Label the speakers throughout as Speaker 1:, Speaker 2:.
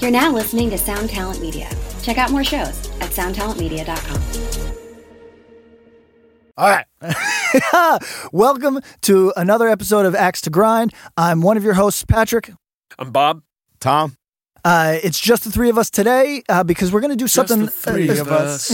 Speaker 1: You're now listening to Sound Talent Media. Check out more shows at soundtalentmedia.com.
Speaker 2: All right. Welcome to another episode of Axe to Grind. I'm one of your hosts, Patrick.
Speaker 3: I'm Bob.
Speaker 4: Tom.
Speaker 2: Uh, it's just the three of us today uh, because we're going to do something.
Speaker 3: the three
Speaker 2: uh,
Speaker 3: of us.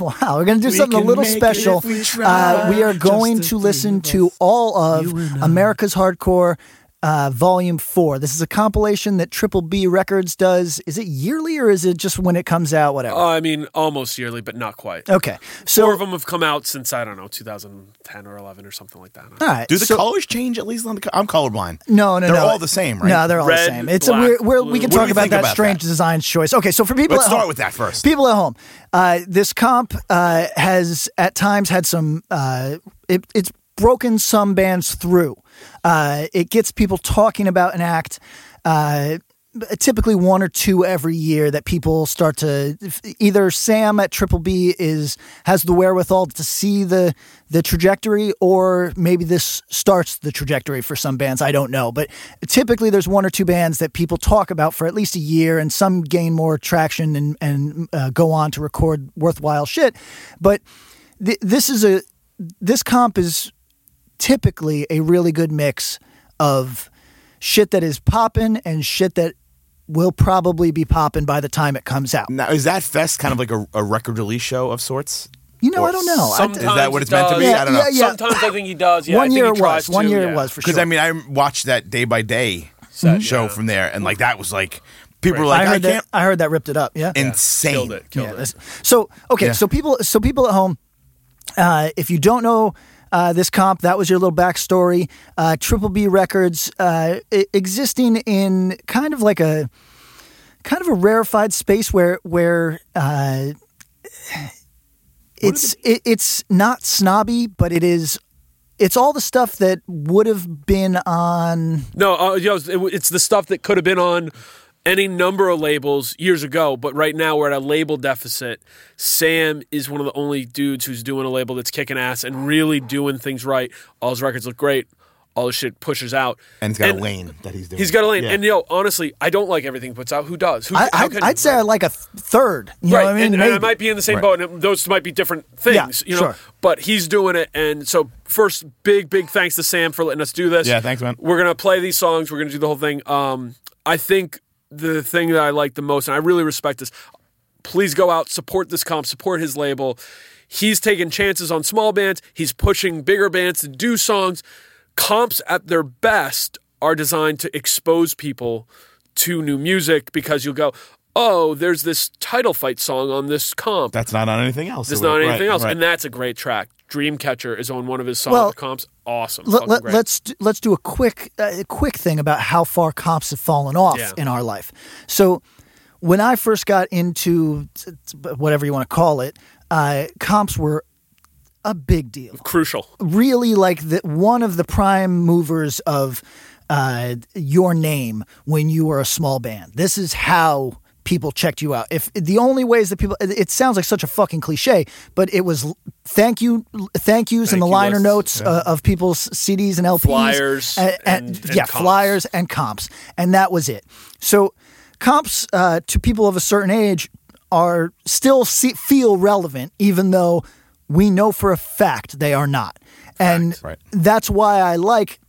Speaker 2: wow, we're going to do
Speaker 4: We
Speaker 2: something a
Speaker 4: can
Speaker 2: little
Speaker 4: make it
Speaker 2: special.
Speaker 4: if we try.
Speaker 2: Uh, we are
Speaker 4: Just
Speaker 2: going
Speaker 4: the
Speaker 2: to
Speaker 4: three
Speaker 2: listen
Speaker 4: of
Speaker 2: to
Speaker 4: us.
Speaker 2: all of
Speaker 4: You and I.
Speaker 2: America's Hardcore. Uh, volume four. This is a compilation that Triple B Records does. Is it yearly or is it just when it comes out? Whatever.
Speaker 3: Uh, I mean, almost yearly, but not quite.
Speaker 2: okay. So,
Speaker 3: Four of them have come out since I don't know, 2010 or 11 or something like that.
Speaker 2: all right.
Speaker 4: Do the
Speaker 2: so-
Speaker 4: colors change at least on the? Co- I'm colorblind.
Speaker 2: No, no,
Speaker 4: They're
Speaker 2: no.
Speaker 4: all the same, right?
Speaker 2: No, they're all the
Speaker 3: Red,
Speaker 2: same. It's
Speaker 3: black,
Speaker 2: a, we're, we're, we
Speaker 3: blue.
Speaker 2: can
Speaker 3: What do
Speaker 2: talk
Speaker 4: we
Speaker 2: about
Speaker 4: think
Speaker 2: that
Speaker 4: about
Speaker 2: strange
Speaker 4: that?
Speaker 2: design choice. Okay, so for people
Speaker 4: Let's
Speaker 2: at
Speaker 4: start
Speaker 2: home-
Speaker 4: with that first.
Speaker 2: People at home, uh, this comp uh, has at times had some. Uh, it, it's broken some bands through. Uh, it gets people talking about an act. Uh, typically one or two every year that people start to either Sam at Triple B is has the wherewithal to see the the trajectory or maybe this starts the trajectory for some bands I don't know but typically there's one or two bands that people talk about for at least a year and some gain more traction and and uh, go on to record worthwhile shit but th- this is a this comp is typically a really good mix of shit that is popping and shit that will probably be popping by the time it comes out.
Speaker 4: Now, is that fest kind of like a, a record release show of sorts?
Speaker 2: You know,
Speaker 4: Or
Speaker 2: I don't know. I,
Speaker 4: Is that what it's meant to be?
Speaker 2: Yeah,
Speaker 4: I don't know.
Speaker 2: yeah, yeah.
Speaker 3: Sometimes I think he does. Yeah, I
Speaker 2: one
Speaker 3: think
Speaker 2: year
Speaker 3: he
Speaker 2: it
Speaker 3: tries
Speaker 2: was. One
Speaker 3: to,
Speaker 2: year
Speaker 3: yeah.
Speaker 2: it was for sure. Mm-hmm.
Speaker 4: Because I mean, I watched that day by day
Speaker 3: Set,
Speaker 4: show
Speaker 3: yeah.
Speaker 4: from there, and like that was like people were
Speaker 2: I
Speaker 4: like, I,
Speaker 2: heard that.
Speaker 4: can't.
Speaker 2: I heard that ripped it up. Yeah.
Speaker 4: Insane.
Speaker 3: Killed it. Killed
Speaker 2: Yeah,
Speaker 3: it.
Speaker 2: that's- So okay,
Speaker 4: Yeah.
Speaker 2: so people, so people at home, uh, if you don't know. Uh, this comp, that was your little backstory. Uh, Triple B Records, uh, e- existing in kind of like a kind of a rarefied space where where uh, it's it, it's not snobby, but it is it's all the stuff that would have been on
Speaker 3: No, uh, you know, it's- it- it's the stuff that could have been on any number of labels years ago, but right now we're at a label deficit. Sam is one of the only dudes who's doing a label that's kicking ass and really doing things right. All his records look great. All his shit pushes out.
Speaker 4: And he's got a lane that he's doing.
Speaker 3: He's got a lane.
Speaker 4: Yeah.
Speaker 3: And, you know, honestly, I don't like everything he puts out. Who does? Who,
Speaker 2: I,
Speaker 3: how
Speaker 2: I,
Speaker 3: can-
Speaker 2: I'd say I like a th- third. You
Speaker 3: right.
Speaker 2: know what I mean?
Speaker 3: and, and I
Speaker 2: Maybe.
Speaker 3: might be in the same
Speaker 4: Right.
Speaker 3: boat, and it- those might be different things,
Speaker 2: Yeah,
Speaker 3: you know.
Speaker 2: sure.
Speaker 3: But he's doing it, and so first, big, big thanks to Sam for letting us do this.
Speaker 4: Yeah, thanks, man.
Speaker 3: We're gonna play these songs. We're gonna do the whole thing. Um, I think the thing that I like the most, and I really respect this. Please go out, support this comp, support his label. He's taking chances on small bands. He's pushing bigger bands to do songs. Comps at their best are designed to expose people to new music because you'll go, oh, there's this title fight song on this comp.
Speaker 4: That's not on anything else.
Speaker 3: It's
Speaker 4: So,
Speaker 3: not
Speaker 4: right,
Speaker 3: anything else,
Speaker 4: right.
Speaker 3: and that's a great track. Dreamcatcher is on one of his songs.
Speaker 2: Well,
Speaker 3: comps, awesome.
Speaker 2: Let,
Speaker 3: Fucking
Speaker 2: let,
Speaker 3: great.
Speaker 2: let's d- let's do a quick uh, a quick thing about how far comps have fallen off
Speaker 3: Yeah.
Speaker 2: in our life. So when I first got into t- t- whatever you want to call it, uh, comps were a big deal.
Speaker 3: crucial.
Speaker 2: really like the, one of the prime movers of uh, your name when you were a small band. This is how people checked you out. If the only ways that people, it it sounds like such a fucking cliche, but it was l- thank you, thank yous, and
Speaker 3: Thank
Speaker 2: the
Speaker 3: you
Speaker 2: liner
Speaker 3: lists,
Speaker 2: notes uh, of people's CDs and LPs,
Speaker 3: Flyers
Speaker 2: and, and-
Speaker 3: and- and
Speaker 2: yeah,
Speaker 3: comps.
Speaker 2: flyers and comps, and that was it. So comps uh, to people of a certain age are still see, feel relevant, even though we know for a fact they are not. And
Speaker 4: right.
Speaker 2: that's why I like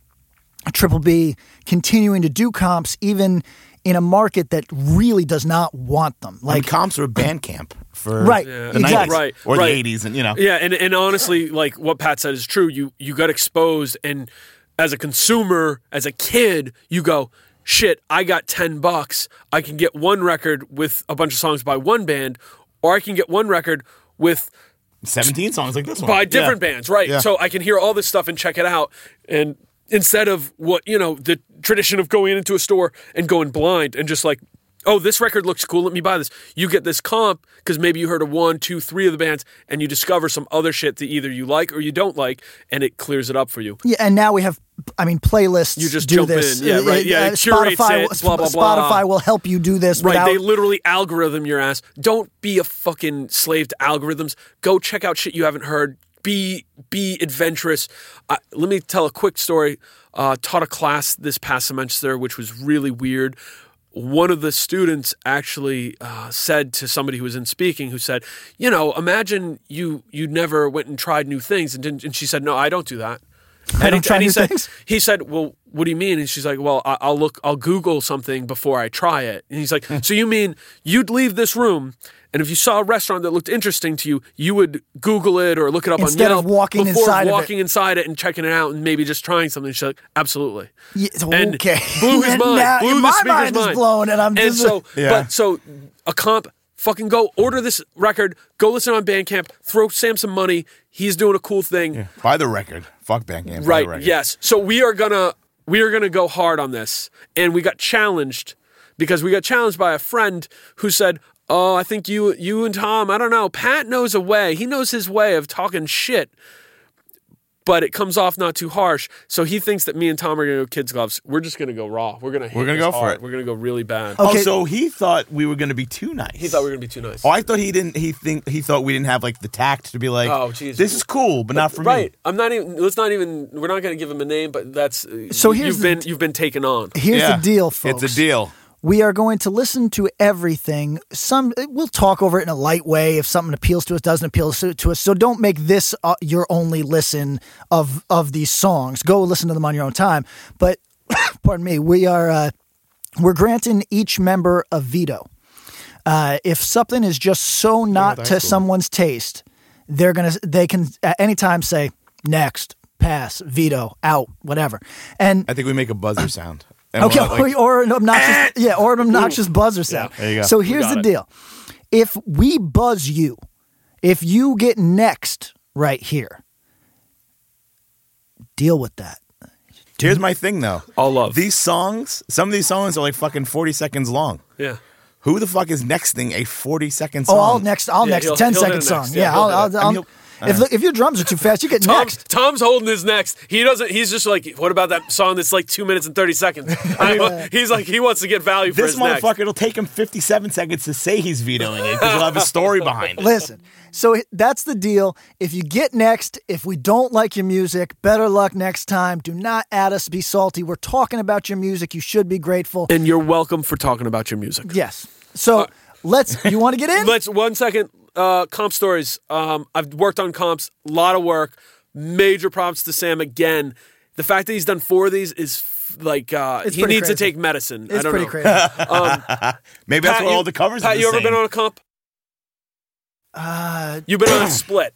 Speaker 2: Triple B continuing to do comps, even in a market that really does not want them.
Speaker 4: I mean,
Speaker 2: Like,
Speaker 4: comps were Bandcamp for
Speaker 2: Right,
Speaker 4: the
Speaker 2: exactly.
Speaker 4: 90s
Speaker 3: Right,
Speaker 4: or
Speaker 3: right.
Speaker 4: the 80s, and you know.
Speaker 3: Yeah, and, and honestly, like what Pat said is true. You you got exposed, and as a consumer, as a kid, you go, shit, I got ten bucks. I can get one record with a bunch of songs by one band, or I can get one record with
Speaker 4: 17 songs like this one.
Speaker 3: by different
Speaker 4: yeah.
Speaker 3: bands, right?
Speaker 4: Yeah.
Speaker 3: So I can hear all this stuff and check it out. And instead of what, you know, the tradition of going into a store and going blind and just like, oh, this record looks cool, let me buy this. You get this comp because maybe you heard a one, two, three of the bands and you discover some other shit that either you like or you don't like and it clears it up for you.
Speaker 2: yeah, and now we have. I mean, playlists.
Speaker 3: You just
Speaker 2: do
Speaker 3: jump
Speaker 2: this. Uh,
Speaker 3: in. Yeah, right. Yeah, it curates
Speaker 2: Spotify.
Speaker 3: it,
Speaker 2: will-
Speaker 3: blah, blah, blah.
Speaker 2: Spotify will help you do this.
Speaker 3: Right,
Speaker 2: without,
Speaker 3: they literally algorithm your ass. Don't be a fucking slave to algorithms. Go check out shit you haven't heard. Be be adventurous. Uh, let me tell a quick story. Uh, taught a class this past semester, which was really weird. one of the students actually uh, said to somebody who was in speaking who said you know imagine you you never went and tried new things and didn't and she said no i don't do that
Speaker 2: I don't try
Speaker 3: he
Speaker 2: new
Speaker 3: said,
Speaker 2: things?
Speaker 3: He said, "Well, what do you mean?" And she's like, "Well, I, I'll look, I'll Google something before I try it." And he's like, "So you mean you'd leave this room, and if you saw a restaurant that looked interesting to you, you would Google it or look it up
Speaker 2: Instead
Speaker 3: on
Speaker 2: of
Speaker 3: Yelp
Speaker 2: walking
Speaker 3: before
Speaker 2: inside of it.
Speaker 3: walking inside it and checking it out and maybe just trying something?" She's like, "Absolutely."
Speaker 2: Yeah,
Speaker 3: And
Speaker 2: okay.
Speaker 3: blew his mind.
Speaker 2: Now,
Speaker 3: blew the
Speaker 2: my
Speaker 3: speaker's
Speaker 2: mind is
Speaker 3: mind.
Speaker 2: blown, and I'm just-
Speaker 3: so,
Speaker 4: Yeah.
Speaker 3: but so a comp. Fucking go order this record. Go listen on Bandcamp. Throw Sam some money. He's doing a cool thing.
Speaker 4: Buy the record. Fuck Bandcamp. Buy the
Speaker 3: Right.
Speaker 4: record.
Speaker 3: Yes. So we are gonna we are gonna go hard on this, and we got challenged because we got challenged by a friend who said, "Oh, I think you you and Tom. I don't know. Pat knows a way. He knows his way of talking shit." But it comes off not too harsh, so he thinks that me and Tom are gonna go kids gloves. We're just gonna go raw. We're gonna hit
Speaker 4: We're gonna
Speaker 3: this
Speaker 4: go for
Speaker 3: hard.
Speaker 4: it.
Speaker 3: We're gonna go really bad.
Speaker 4: Oh,
Speaker 2: Okay.
Speaker 4: so he thought we were going to be too nice.
Speaker 3: He thought we were gonna be too nice.
Speaker 4: Oh, I thought he didn't. He think he thought we didn't have like the tact to be like,
Speaker 3: Oh, geez.
Speaker 4: this is cool, but not for
Speaker 3: right.
Speaker 4: me.
Speaker 3: I'm not even. Let's not even. We're not gonna give him a name, but that's
Speaker 2: So
Speaker 3: you've
Speaker 2: here's the-
Speaker 3: been you've been taken on.
Speaker 2: Here's
Speaker 4: Yeah.
Speaker 2: the deal, folks.
Speaker 4: It's a deal.
Speaker 2: We are going to listen to everything. Some we'll talk over it in a light way if something appeals to us, doesn't appeal to, to us. So don't make this uh, your only listen of of these songs. Go listen to them on your own time. But pardon me, we are uh, we're granting each member a veto. Uh, if something is just so not to someone's taste, they're gonna they can at any time say next, pass, veto, out, whatever, and
Speaker 4: I think we make a buzzer sound. And
Speaker 2: Okay,
Speaker 4: we're like- eh.
Speaker 2: or, or an obnoxious, yeah, or an obnoxious buzzer sound.
Speaker 4: there you go.
Speaker 2: So here's the deal: if we buzz you, if you get next right here, deal with that.
Speaker 4: here's my thing though.
Speaker 3: All love.
Speaker 4: These songs. Some of these songs are like fucking forty seconds long.
Speaker 3: Yeah.
Speaker 4: Who the fuck is nexting a forty second song?
Speaker 2: Oh, I'll next. I'll
Speaker 3: Yeah,
Speaker 2: next
Speaker 3: he'll-
Speaker 2: a 10
Speaker 3: he'll do
Speaker 2: second
Speaker 3: it
Speaker 2: song.
Speaker 3: next.
Speaker 2: Yeah,
Speaker 3: Yeah, he'll
Speaker 2: I'll.
Speaker 3: do
Speaker 2: I'll,
Speaker 3: that.
Speaker 2: I'll,
Speaker 4: I mean,
Speaker 2: if if your drums are too fast, you get
Speaker 3: Tom,
Speaker 2: next.
Speaker 3: Tom's holding his next. He doesn't. He's just like, what about that song that's like two minutes and thirty seconds? I- he's like, he wants to get value for
Speaker 4: This
Speaker 3: his next.
Speaker 4: motherfucker. It'll take him fifty seven seconds to say he's vetoing it because he'll have a story behind it.
Speaker 2: Listen, so h- that's the deal. If you get next, if we don't like your music, better luck next time. Do not add us. Be salty. We're talking about your music. You should be grateful.
Speaker 3: And you're welcome for talking about your music.
Speaker 2: Yes.
Speaker 3: Uh,
Speaker 2: So let's. You want to get in?
Speaker 3: Let's one second. Uh, comp stories. Um, I've worked on comps. A lot of work. Major props to Sam again. The fact that he's done four of these is f- like uh,
Speaker 2: It's
Speaker 3: he
Speaker 2: pretty
Speaker 3: needs to
Speaker 2: crazy.
Speaker 3: take medicine. I
Speaker 2: It's
Speaker 3: don't
Speaker 2: pretty
Speaker 3: know.
Speaker 2: crazy.
Speaker 4: Maybe that's
Speaker 3: Pat,
Speaker 4: where
Speaker 3: you-
Speaker 4: all the covers. are
Speaker 3: Pat,
Speaker 4: the
Speaker 3: you ever
Speaker 4: same.
Speaker 3: been on a comp?
Speaker 2: Uh,
Speaker 3: You've been on a split.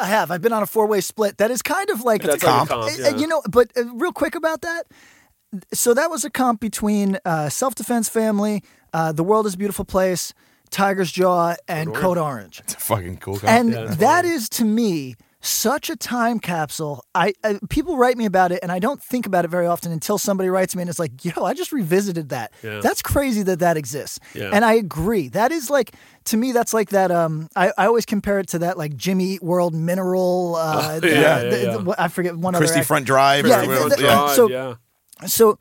Speaker 2: I have. I've been on a four way split. That is kind of like
Speaker 3: That's
Speaker 4: a
Speaker 3: like
Speaker 4: comp.
Speaker 2: Uh,
Speaker 3: yeah.
Speaker 2: You know, but uh, real quick about that. So that was a comp between uh, Self Defense Family, uh, The World Is a Beautiful Place, Tiger's Jaw, and Code Orange.
Speaker 4: It's a fucking cool. Cover.
Speaker 2: And that is to me such a time capsule. I, I people write me about it, and I don't think about it very often until somebody writes me and it's like, "Yo, I just revisited that. That's crazy that that exists."
Speaker 3: Yeah.
Speaker 2: And I agree. That is like to me, that's like that. Um, I, I always compare it to that like Jimmy Eat World mineral. Uh,
Speaker 3: yeah,
Speaker 2: uh,
Speaker 3: yeah,
Speaker 2: the-
Speaker 3: yeah.
Speaker 2: the- I forget one
Speaker 4: Christie
Speaker 2: other. act-
Speaker 4: Front Drive.
Speaker 2: Yeah,
Speaker 4: or
Speaker 2: th-
Speaker 4: whatever.
Speaker 2: th-
Speaker 4: yeah.
Speaker 3: God,
Speaker 2: so-
Speaker 3: yeah.
Speaker 2: so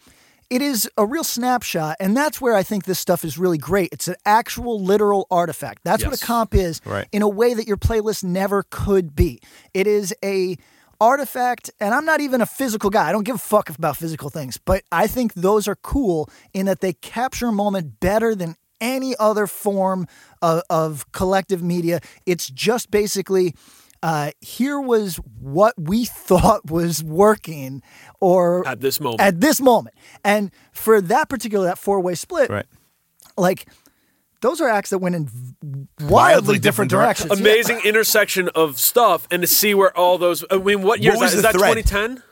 Speaker 2: it is a real snapshot, and that's where I think this stuff is really great. It's an actual literal artifact. That's what
Speaker 3: Yes.
Speaker 2: a comp is
Speaker 4: Right.
Speaker 2: in a way that your playlist never could be. It is a artifact, and I'm not even a physical guy. I don't give a fuck about physical things, but I think those are cool in that they capture a moment better than any other form of, of collective media. It's just basically uh, here was what we thought was working or
Speaker 3: At this moment.
Speaker 2: at this moment. And for that particular that four way split,
Speaker 4: Right.
Speaker 2: like those are acts that went in v- wildly,
Speaker 4: Wildly
Speaker 2: different,
Speaker 4: different
Speaker 2: directions. Yeah.
Speaker 3: amazing intersection of stuff and to see where all those I mean what year is
Speaker 4: was
Speaker 3: that? Is
Speaker 4: the
Speaker 3: that
Speaker 4: thread?
Speaker 3: 2010?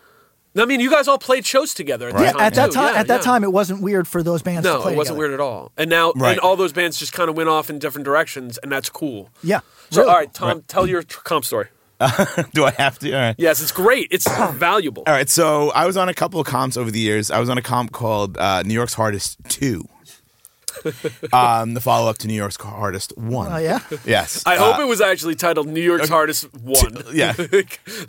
Speaker 3: I mean you guys all played shows together at
Speaker 2: Yeah,
Speaker 3: that time.
Speaker 2: at that
Speaker 3: too.
Speaker 2: time,
Speaker 3: Yeah,
Speaker 2: at that
Speaker 3: yeah.
Speaker 2: time, it wasn't weird for those bands to
Speaker 3: No,
Speaker 2: play.
Speaker 3: it wasn't
Speaker 2: together.
Speaker 3: weird at all. And now
Speaker 4: Right.
Speaker 3: and all those bands just kind of went off in different directions and that's cool.
Speaker 2: Yeah.
Speaker 3: So
Speaker 2: really.
Speaker 3: all right, Tom, tell your tr- comp story.
Speaker 4: Do I have to? All right.
Speaker 3: Yes, it's great. It's valuable.
Speaker 4: All right, so I was on a couple of comps over the years. I was on a comp called uh, New York's Hardest 2. um, the follow up to New York's Hardest 1.
Speaker 2: Oh yeah.
Speaker 4: Yes.
Speaker 3: I
Speaker 4: Uh,
Speaker 3: hope it was actually titled New York's Hardest One.
Speaker 4: yeah. Uh,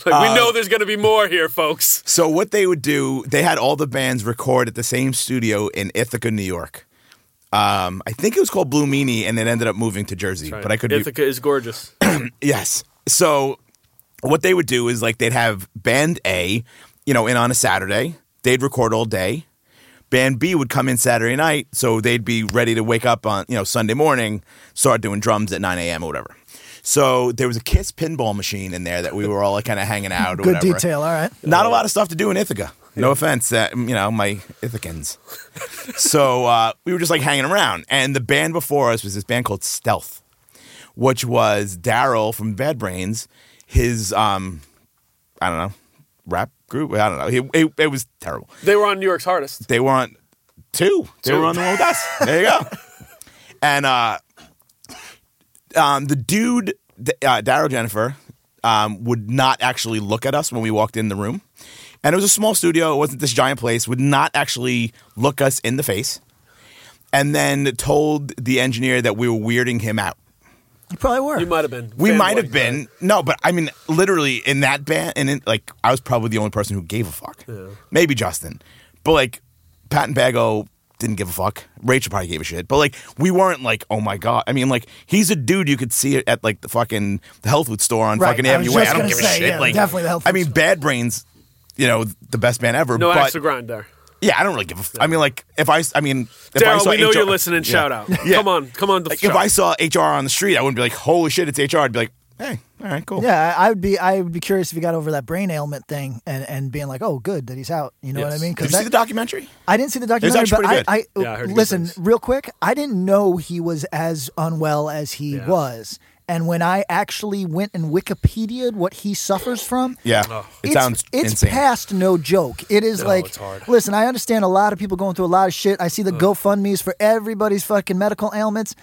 Speaker 3: like, we know there's going to be more here, folks.
Speaker 4: So what they would do, they had all the bands record at the same studio in Ithaca, New York. Um, I think it was called Blue Meanie, and it ended up moving to Jersey. But I could be
Speaker 3: Ithaca is gorgeous.
Speaker 4: Yes. So what they would do is like they'd have band A, you know, in on a Saturday. They'd record all day. Band B would come in Saturday night, so they'd be ready to wake up on you know Sunday morning, start doing drums at 9 a.m. or whatever. So there was a Kiss pinball machine in there that we were all like kind of hanging out. Or
Speaker 2: Good
Speaker 4: whatever.
Speaker 2: detail. All right.
Speaker 4: Not a lot of stuff to do in Ithaca. No offense, uh, you know my Ithacans. so uh, we were just like hanging around, and the band before us was this band called Stealth, which was Daryl from Bad Brains. His um, I don't know, rap group. I don't know. It, it, it was terrible.
Speaker 3: They were on New York's Hardest.
Speaker 4: They were on two. They
Speaker 3: Two.
Speaker 4: were on the one with us. There you go. And uh, um, the dude, D- uh, Daryl Jennifer, um, would not actually look at us when we walked in the room. And it was a small studio. It wasn't this giant place. Would not actually look us in the face. And then told the engineer that we were weirding him out.
Speaker 2: You probably were.
Speaker 3: You might have been.
Speaker 4: We
Speaker 3: fanboy.
Speaker 4: might have been no, but I mean, literally in that band, and in, like I was probably the only person who gave a fuck. Maybe Justin, but like Pat and Bago didn't give a fuck. Rachel probably gave a shit, but like we weren't like, oh my god. I mean, like he's a dude you could see it at like the fucking the health food store on
Speaker 2: Right,
Speaker 4: fucking
Speaker 2: I was
Speaker 4: Avenue Way.
Speaker 2: just
Speaker 4: I don't
Speaker 2: gonna
Speaker 4: give
Speaker 2: say,
Speaker 4: a shit.
Speaker 2: yeah,
Speaker 4: like
Speaker 2: definitely the health
Speaker 4: I
Speaker 2: food
Speaker 4: mean,
Speaker 2: store.
Speaker 4: Bad Brains, you know, the best band ever.
Speaker 3: No
Speaker 4: but
Speaker 3: axe to grind there.
Speaker 4: yeah, I don't really give a. F- I mean, like if I, s- I mean, if I
Speaker 3: Daryl,
Speaker 4: saw
Speaker 3: we know
Speaker 4: HR
Speaker 3: you're listening.
Speaker 4: Yeah.
Speaker 3: Shout out.
Speaker 4: Yeah.
Speaker 3: Come on. Come on. The
Speaker 4: Like
Speaker 3: show.
Speaker 4: if I saw HR on the street, I wouldn't be like, "Holy shit, it's HR." I'd be like, "Hey, all right, cool."
Speaker 2: Yeah, I I would be. I would be curious if he got over that brain ailment thing and, and being like, oh, good that he's out. You know what I
Speaker 3: Yes.
Speaker 2: mean?
Speaker 4: Did you
Speaker 2: that,
Speaker 4: see the documentary?
Speaker 2: I didn't see the
Speaker 4: was
Speaker 2: documentary,
Speaker 4: actually
Speaker 2: but
Speaker 4: pretty
Speaker 2: I, I
Speaker 3: good. Yeah, I heard good
Speaker 2: listen
Speaker 3: things.
Speaker 2: real quick. I didn't know he was as unwell as he
Speaker 3: Yeah.
Speaker 2: was, and when I actually went and Wikipedia'd what he suffers from, Oh.
Speaker 4: Yeah, it
Speaker 2: it's,
Speaker 4: sounds
Speaker 2: it's
Speaker 4: insane.
Speaker 2: past no joke. It is
Speaker 3: No,
Speaker 2: like,
Speaker 3: it's hard.
Speaker 2: listen, I understand a lot of people going through a lot of shit. I see the GoFundmes for everybody's fucking medical ailments.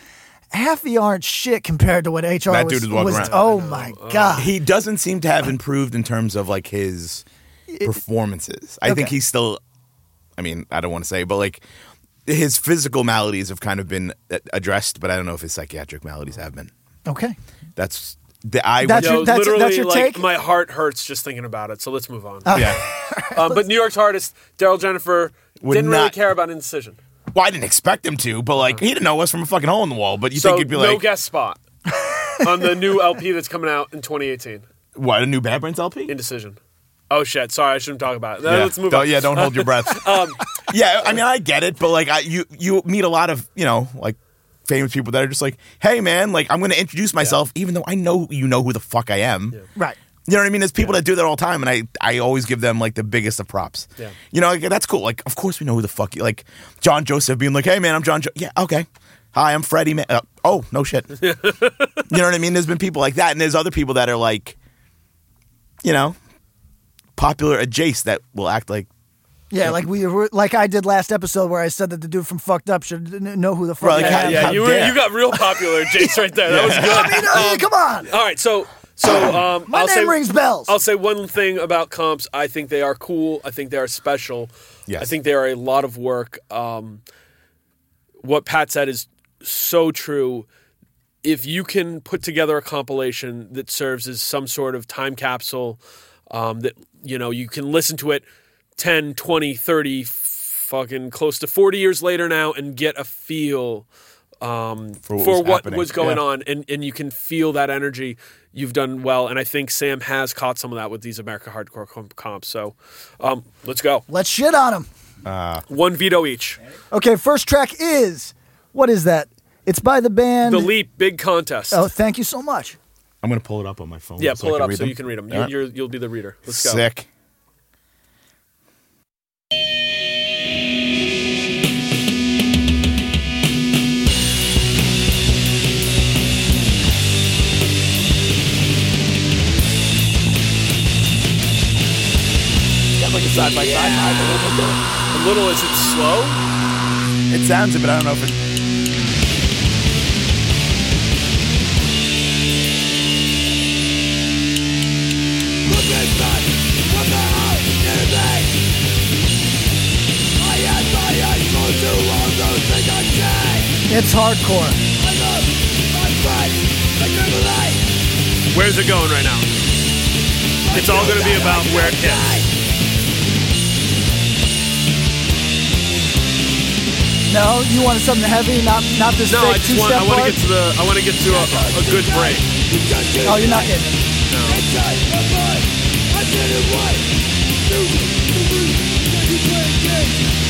Speaker 2: Half the aren't shit compared to what HR
Speaker 4: That
Speaker 2: was.
Speaker 4: dude is walking
Speaker 2: was-
Speaker 4: around.
Speaker 2: Oh my god!
Speaker 4: he doesn't seem to have improved in terms of like his performances. I think
Speaker 2: okay.
Speaker 4: he's still. I mean, I don't want to say, but like his physical maladies have kind of been uh, addressed, but I don't know if his psychiatric maladies have been.
Speaker 2: okay,
Speaker 4: That's the I.
Speaker 2: That's
Speaker 3: Yo,
Speaker 2: your- that's your-
Speaker 3: literally,
Speaker 2: that's your
Speaker 3: like,
Speaker 2: take?
Speaker 3: My heart hurts just thinking about it. So let's move on.
Speaker 4: yeah.
Speaker 3: um, but New York's hardest. Daryl Jennifer
Speaker 4: Would
Speaker 3: didn't really
Speaker 4: not-
Speaker 3: care about indecision.
Speaker 4: Well, I didn't expect him to, but like he didn't know us from a fucking hole in the wall. But you
Speaker 3: so
Speaker 4: think he'd be
Speaker 3: no
Speaker 4: like,
Speaker 3: guest spot on the new LP that's coming out in 2018.
Speaker 4: "What a new Bad Brains LP."
Speaker 3: Indecision. Oh shit! Sorry, I shouldn't talk about it. No,
Speaker 4: yeah.
Speaker 3: Let's move
Speaker 4: Don't-
Speaker 3: on. Um,
Speaker 4: Yeah, don't hold your breath. yeah, I mean, I get it, but like, I you you meet a lot of you know like famous people that are just like, hey man, like I'm going to introduce myself, even though I know you know who the fuck I am.
Speaker 2: right.
Speaker 4: You know what I mean? There's people that do that all the time, and I, I always give them like the biggest of props.
Speaker 3: Yeah.
Speaker 4: You know, like, that's cool. Like, of course we know who the fuck you like. John Joseph being like, hey man, I'm John. Jo-. Yeah, okay. Hi, I'm Freddie. Man. Uh, oh no shit. you know what I mean? There's been people like that, and there's other people that are like, you know, popular adjacent that will act like
Speaker 2: Yeah, like we were, like I did last episode where I said that the dude from Fucked Up should n- know who the fuck. I
Speaker 4: Right,
Speaker 2: am.
Speaker 4: like, how-
Speaker 3: yeah,
Speaker 4: how
Speaker 3: you, were,
Speaker 4: dare.
Speaker 3: you got real popular, Jace, right there. That was good.
Speaker 2: I mean, I mean, come on.
Speaker 3: All right, so so um,
Speaker 2: My
Speaker 3: I'll
Speaker 2: name
Speaker 3: say,
Speaker 2: rings bells.
Speaker 3: I'll say one thing about comps. I think they are cool. I think they are special.
Speaker 4: Yes.
Speaker 3: I think they are a lot of work. Um, what Pat said is so true. If you can put together a compilation that serves as some sort of time capsule, um, that you know you can listen to it 10, 20, 30, fucking close to 40 years later now and get a feel um, for
Speaker 4: what
Speaker 3: what,
Speaker 4: was
Speaker 3: was,
Speaker 4: happening.
Speaker 3: going
Speaker 4: Yeah.
Speaker 3: on, and, and you can feel that energy. You've done well, and I think Sam has caught some of that with these America Hardcore comp- comps. So um, let's go.
Speaker 2: Let's shit on him.
Speaker 3: One veto each.
Speaker 2: Okay, first track is what is that? It's by the band.
Speaker 3: The Leap Big Contest.
Speaker 2: Oh, thank you so much.
Speaker 4: I'm gonna pull it up on my phone.
Speaker 3: yeah,
Speaker 4: so
Speaker 3: pull
Speaker 4: I
Speaker 3: it
Speaker 4: can
Speaker 3: up
Speaker 4: read
Speaker 3: so you can read them.
Speaker 4: Yeah.
Speaker 3: You, you're, you'll be the reader. Let's go.
Speaker 4: Sick.
Speaker 3: like a side by side. A little is it slow?
Speaker 4: It sounds it, but I don't know if it.
Speaker 2: It's hardcore.
Speaker 3: Where's it going right now? It's all going to be about where it hits.
Speaker 2: No, you wanted something heavy, not not this
Speaker 3: No,
Speaker 2: big
Speaker 3: I just want
Speaker 2: two-step
Speaker 3: I want to
Speaker 2: part?
Speaker 3: get to the I want to get to a, a good break.
Speaker 2: Oh, you're not getting it.
Speaker 5: I did it right.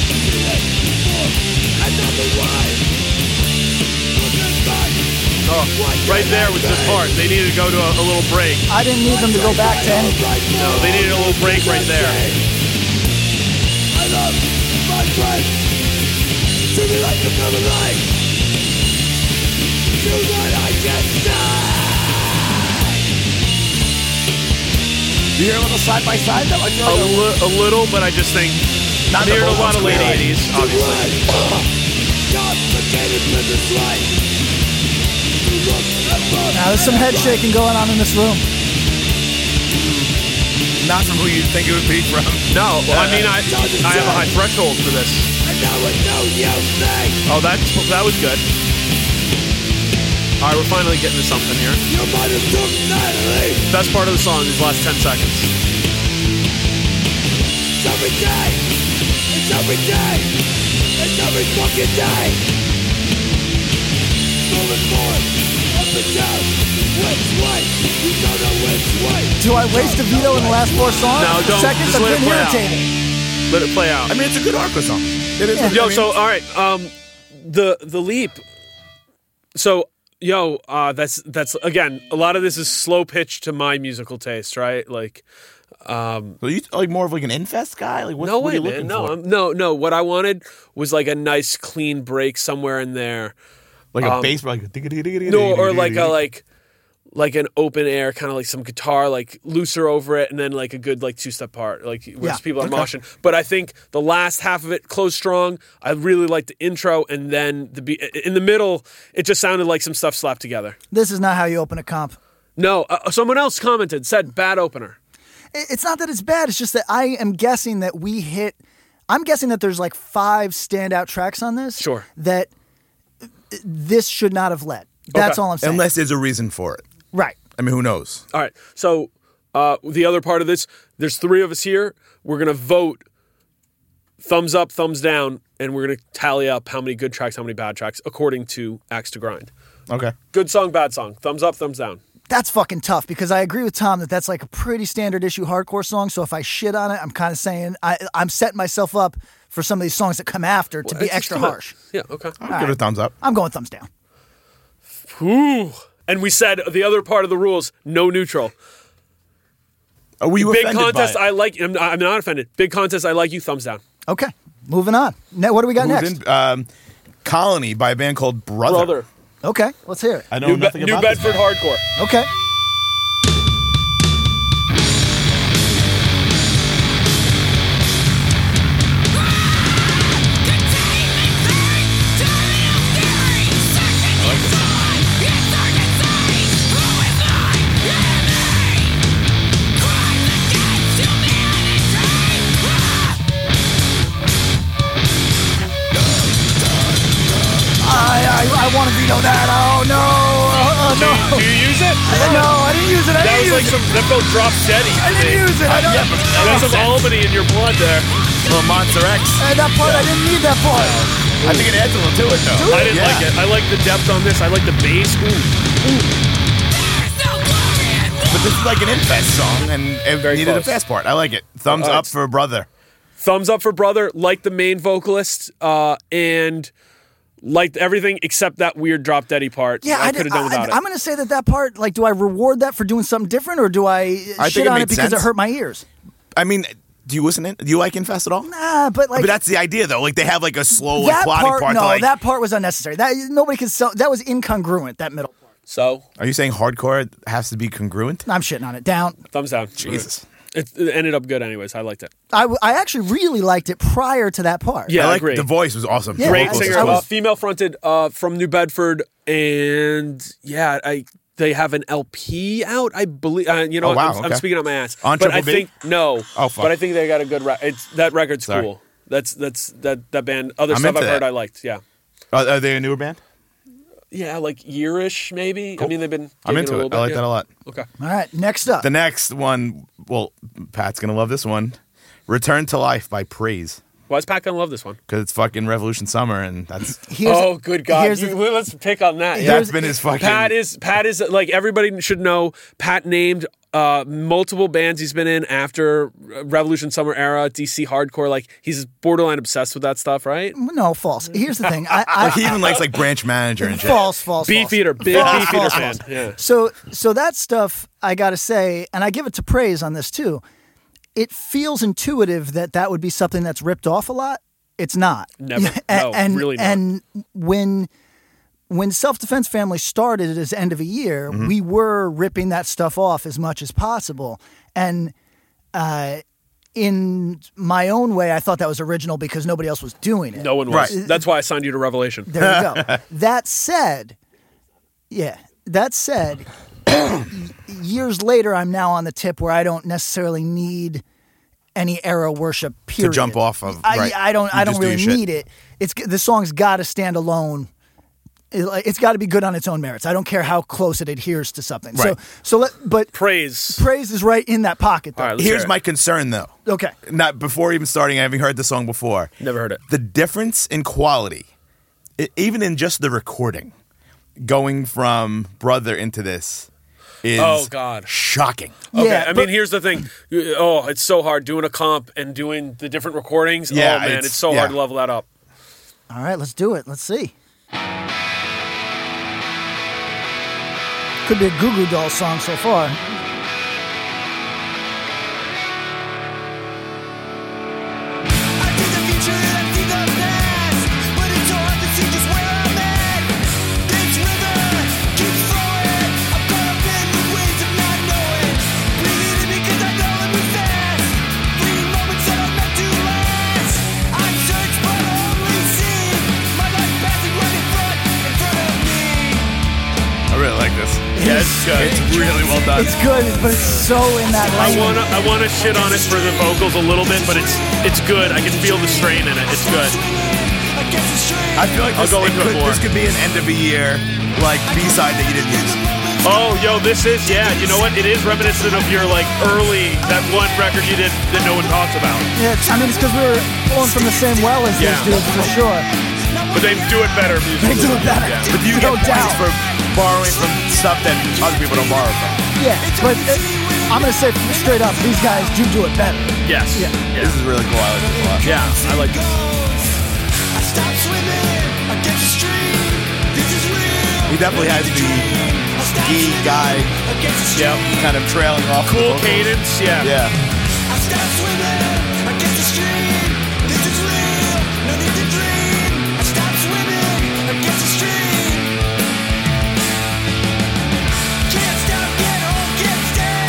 Speaker 3: Right there was the part. They needed to go to a, a little break.
Speaker 2: I didn't need them to go back to anything.
Speaker 3: No, they needed a little break right there.
Speaker 4: Do you hear a little side by side though? I feel
Speaker 3: A, li-
Speaker 4: like
Speaker 3: a little, but I just think
Speaker 4: Not
Speaker 3: they
Speaker 4: the
Speaker 3: heard a lot
Speaker 4: vocals,
Speaker 3: of late
Speaker 4: clearly.
Speaker 3: '80s, obviously.
Speaker 2: Now there's some head shaking going on in this room.
Speaker 4: not from who you'd think it would be from.
Speaker 3: No, well, I mean I I have a high threshold for this. Oh, that that was good. All right, we're finally getting to something here. Best part of the song is the last ten seconds.
Speaker 2: Do I waste a veto in the last four songs?
Speaker 3: No, don't.
Speaker 2: Seconds
Speaker 3: Just
Speaker 2: I'm
Speaker 3: let it
Speaker 2: getting
Speaker 3: play out.
Speaker 2: irritated.
Speaker 3: Let it play out.
Speaker 4: I mean, it's a good Arco song. It is.
Speaker 3: yo, so all right, um, the the leap. So yo, uh, that's that's again a lot of this is slow pitch to my musical taste, right? Like
Speaker 4: Are you like more of like an infest guy? Like what,
Speaker 3: no
Speaker 4: what are
Speaker 3: way,
Speaker 4: you
Speaker 3: man,
Speaker 4: looking
Speaker 3: no,
Speaker 4: for?
Speaker 3: I'm- no, no. What I wanted was like a nice clean break somewhere in there,
Speaker 4: like a bass, like a
Speaker 3: Um, no, or like a like like an open air kind of like some guitar like looser over it and then like a good like two step part like where
Speaker 2: Yeah,
Speaker 3: just people are moshing but i think the last half of it closed strong i really liked the intro and then the be- in the middle it just sounded like some stuff slapped together
Speaker 2: This is not how you open a comp.
Speaker 3: no uh, someone else commented said bad opener
Speaker 2: It- It's not that it's bad. It's just that I am guessing that we hit. I'm guessing that there's like five standout tracks on this.
Speaker 3: Sure.
Speaker 2: That uh, this should not have led. That's
Speaker 3: Okay.
Speaker 2: all I'm saying.
Speaker 4: Unless there's a reason for it.
Speaker 2: right.
Speaker 4: I mean, who knows?
Speaker 3: all right so uh, the other part of this there's three of us here we're gonna vote thumbs up thumbs down and we're gonna tally up how many good tracks how many bad tracks according to axe to grind
Speaker 4: Okay.
Speaker 3: Good song, bad song. Thumbs up, thumbs down.
Speaker 2: That's fucking tough because I agree with Tom that that's like a pretty standard issue hardcore song. So if I shit on it, I'm kind of saying I, I'm setting myself up for some of these songs that come after to be
Speaker 3: It's
Speaker 2: extra
Speaker 3: just a-
Speaker 2: harsh. Uh-huh.
Speaker 3: Yeah, okay.
Speaker 4: I'll give it a thumbs up.
Speaker 2: I'm going thumbs down.
Speaker 3: Ooh. And we said the other part of the rules: no neutral.
Speaker 4: Are we
Speaker 3: Big
Speaker 4: offended by
Speaker 3: contest,
Speaker 4: it?
Speaker 3: I like. I'm, I'm not offended. Big contest, I like you. Thumbs down.
Speaker 2: Okay, moving on. Now, what do we got
Speaker 4: Who's
Speaker 2: next?
Speaker 4: in- um, Colony by a band called Brother.
Speaker 3: Brother,
Speaker 2: Okay, let's hear it.
Speaker 4: I know
Speaker 3: New, Be-
Speaker 4: nothing
Speaker 3: New
Speaker 4: about this
Speaker 3: Bedford
Speaker 4: band.
Speaker 3: hardcore.
Speaker 2: Okay. I, I, I want to veto that. Oh no! Oh,
Speaker 3: Do,
Speaker 2: no!
Speaker 3: do you use it?
Speaker 2: No, I didn't use it. I
Speaker 3: That
Speaker 2: didn't
Speaker 3: was
Speaker 2: use
Speaker 3: like
Speaker 2: it.
Speaker 3: some. That felt drop steady.
Speaker 2: I didn't use it. I don't,
Speaker 3: Got some Albany in your blood there.
Speaker 4: Little Oh, Monster X.
Speaker 2: Uh, that part, I didn't need that part.
Speaker 4: I think it adds a little to it though.
Speaker 3: I didn't
Speaker 4: Yeah.
Speaker 3: like it. I like the depth on this. I like the bass. Ooh.
Speaker 4: But this is like an infest song, and it
Speaker 3: Very
Speaker 4: needed
Speaker 3: close.
Speaker 4: a fast part. I like it. Thumbs
Speaker 3: All right.
Speaker 4: up for Brother.
Speaker 3: Thumbs up for brother. Like the main vocalist, uh, and liked everything except that weird drop steady part.
Speaker 2: Yeah,
Speaker 3: I,
Speaker 2: I
Speaker 3: could have
Speaker 2: did-
Speaker 3: done without it.
Speaker 2: I, am gonna say that that part, like, do I reward that for doing something different, or do I, uh,
Speaker 4: I think
Speaker 2: shit
Speaker 4: it
Speaker 2: on
Speaker 4: made
Speaker 2: it because
Speaker 4: sense.
Speaker 2: it hurt my ears?
Speaker 4: I mean, do you listen? In, do you like infest at all?
Speaker 2: Ah, but like
Speaker 4: but that's the idea though. Like they have like a slow like,
Speaker 2: that
Speaker 4: plotting
Speaker 2: part.
Speaker 4: part. to,
Speaker 2: no,
Speaker 4: like,
Speaker 2: that part was unnecessary. That nobody could sell. That was incongruent. That middle. part.
Speaker 3: so
Speaker 4: Are you saying hardcore has to be congruent?
Speaker 2: I'm shitting on it. Down.
Speaker 3: Thumbs down.
Speaker 4: Jesus.
Speaker 3: It, it ended up good, anyways. I liked it.
Speaker 2: I, w- I actually really liked it prior to that part.
Speaker 3: Yeah,
Speaker 4: I
Speaker 3: I,
Speaker 4: like
Speaker 3: agree.
Speaker 4: the voice was awesome.
Speaker 2: Yeah,
Speaker 4: The
Speaker 3: Great
Speaker 2: I-
Speaker 4: vocals
Speaker 3: singer,
Speaker 2: I
Speaker 4: was-
Speaker 3: uh,
Speaker 2: was-
Speaker 3: female fronted uh, from New Bedford, and yeah, I they have an LP out. I believe. Uh, you know,
Speaker 4: Oh,
Speaker 3: what,
Speaker 4: wow,
Speaker 3: I'm, I'm
Speaker 4: okay.
Speaker 3: speaking on my ass.
Speaker 4: On
Speaker 3: but I
Speaker 4: Triple B?
Speaker 3: think no.
Speaker 4: Oh, fuck.
Speaker 3: But I think they got a good. Re- it's that record's
Speaker 4: Sorry.
Speaker 3: cool. That's that's that that band. Other
Speaker 4: I'm
Speaker 3: stuff
Speaker 4: into
Speaker 3: I've heard
Speaker 4: that.
Speaker 3: I liked. Yeah.
Speaker 4: Are, are they a newer band?
Speaker 3: Yeah, like yearish maybe. I mean, they've been.
Speaker 4: I'm
Speaker 3: gigging a
Speaker 4: into
Speaker 3: little
Speaker 4: it.
Speaker 3: Bit,
Speaker 4: I like
Speaker 3: yeah.
Speaker 4: that a lot.
Speaker 3: Okay.
Speaker 2: All right. Next up.
Speaker 4: The next one, well, Pat's gonna love this one. Return to Life by Praise
Speaker 3: Why is Pat gonna love this one?
Speaker 4: because it's fucking Revolution Summer, and that's
Speaker 2: here's-
Speaker 3: oh, good God!
Speaker 2: here's
Speaker 3: You-
Speaker 2: the-
Speaker 3: let's pick on that. Yeah.
Speaker 2: Here's-
Speaker 4: that's been his fucking.
Speaker 3: Pat is Pat is like everybody should know. Pat named
Speaker 6: uh, multiple bands he's been in after Revolution Summer Era, DC Hardcore. Like he's borderline obsessed with that stuff, right?
Speaker 2: No, false. Here's the thing. I, I,
Speaker 4: Like he even likes like branch manager and shit.
Speaker 2: false, false, false.
Speaker 6: Beefeater, big
Speaker 2: False,
Speaker 6: Beefeater
Speaker 2: false,
Speaker 6: fan.
Speaker 2: false.
Speaker 6: Yeah.
Speaker 2: So, so that stuff I gotta say, and I give it to praise on this too. It feels intuitive that that would be something that's ripped off a lot. It's not.
Speaker 6: Never. No,
Speaker 2: and, and,
Speaker 6: really not.
Speaker 2: And when when self defense family started as end of a year,
Speaker 6: Mm-hmm.
Speaker 2: we were ripping that stuff off as much as possible. And uh, in my own way, I thought that was original because nobody else was doing it.
Speaker 6: No one was.
Speaker 4: Right.
Speaker 6: That's why I signed you to Revelation.
Speaker 2: There you go. that said, yeah, that said, years later, I'm now on the tip where I don't necessarily need any era worship.
Speaker 4: to
Speaker 2: Period.
Speaker 4: jump off of.
Speaker 2: I,
Speaker 4: right.
Speaker 2: I don't.
Speaker 4: You
Speaker 2: I don't
Speaker 4: just do
Speaker 2: really
Speaker 4: your shit.
Speaker 2: need it. It's the song's got to stand alone. It, like, it's got to be good on its own merits. I don't care how close it adheres to something.
Speaker 4: Right.
Speaker 2: So, so let. But
Speaker 6: Praise.
Speaker 2: praise is right in that pocket. Though.
Speaker 6: All right, let's hear
Speaker 4: Here's
Speaker 6: it.
Speaker 4: my concern though.
Speaker 2: Okay.
Speaker 4: Not before even starting, having heard the song before.
Speaker 6: Never heard it.
Speaker 4: The difference in quality, i even in just the recording, going from brother into this, is
Speaker 6: Oh, God.
Speaker 4: shocking.
Speaker 6: Okay,
Speaker 2: yeah.
Speaker 6: I
Speaker 2: but-
Speaker 6: mean, here's the thing. You- Oh, it's so hard doing a comp and doing the different recordings.
Speaker 4: Yeah,
Speaker 6: oh man, it's,
Speaker 4: it's-
Speaker 6: so
Speaker 4: yeah.
Speaker 6: hard to level that up.
Speaker 2: all right. Let's do it. Let's see. Could be a Goo Goo Doll song so far.
Speaker 5: I see the future and I see the past, but it's so hard to see just where I'm at. This river keeps flowing. I'm caught up in the waves of not knowing. Bleeding in because I know it was fast. Bleeding moments that are meant to last. I search but only see my life passing right in front, in front of me.
Speaker 4: I really like this. Yeah, it's good. It's really well done.
Speaker 2: It's good, but it's so in that
Speaker 3: I
Speaker 2: light.
Speaker 3: wanna I wanna shit on it for the vocals a little bit, but it's it's good. I can feel the strain in it. It's good.
Speaker 5: I guess it's strange.
Speaker 4: I feel like
Speaker 3: I'll
Speaker 4: this,
Speaker 3: go
Speaker 4: it
Speaker 3: into it
Speaker 4: could,
Speaker 3: more.
Speaker 4: this could be an end of a year like B side that you didn't use.
Speaker 3: Oh, yo, this is yeah. You know what? It is reminiscent of your like early that one record you did that no one talks about,
Speaker 2: Yeah, I mean, it's because we were pulling from the same well as
Speaker 3: Yeah.
Speaker 2: these dudes for sure.
Speaker 3: but they do it better
Speaker 2: They
Speaker 3: musically.
Speaker 2: do it better.
Speaker 3: Yeah.
Speaker 4: But do you
Speaker 2: no
Speaker 4: get
Speaker 2: doubt.
Speaker 4: points for borrowing from stuff that other people don't borrow from?
Speaker 2: Yeah, but uh, I'm gonna say straight up, these guys do do it better.
Speaker 3: Yes.
Speaker 2: Yeah.
Speaker 3: Yeah.
Speaker 4: This is really cool. I like this a lot.
Speaker 3: Yeah, I like this.
Speaker 5: I stop swimming. I guess it's strange. This is real.
Speaker 4: He definitely has the
Speaker 5: I stop
Speaker 4: ski
Speaker 5: swimming.
Speaker 4: guy
Speaker 5: I guess it's
Speaker 3: Yep.
Speaker 5: strange.
Speaker 4: kind of trailing off. the
Speaker 3: Cool
Speaker 4: vocals.
Speaker 3: cadence. Yeah.
Speaker 4: Yeah.
Speaker 5: I stop swimming. I guess it's strange. This is real. No need to dream. I stop swimming. I guess it's strange. Can't stop, can't hold, can't stay.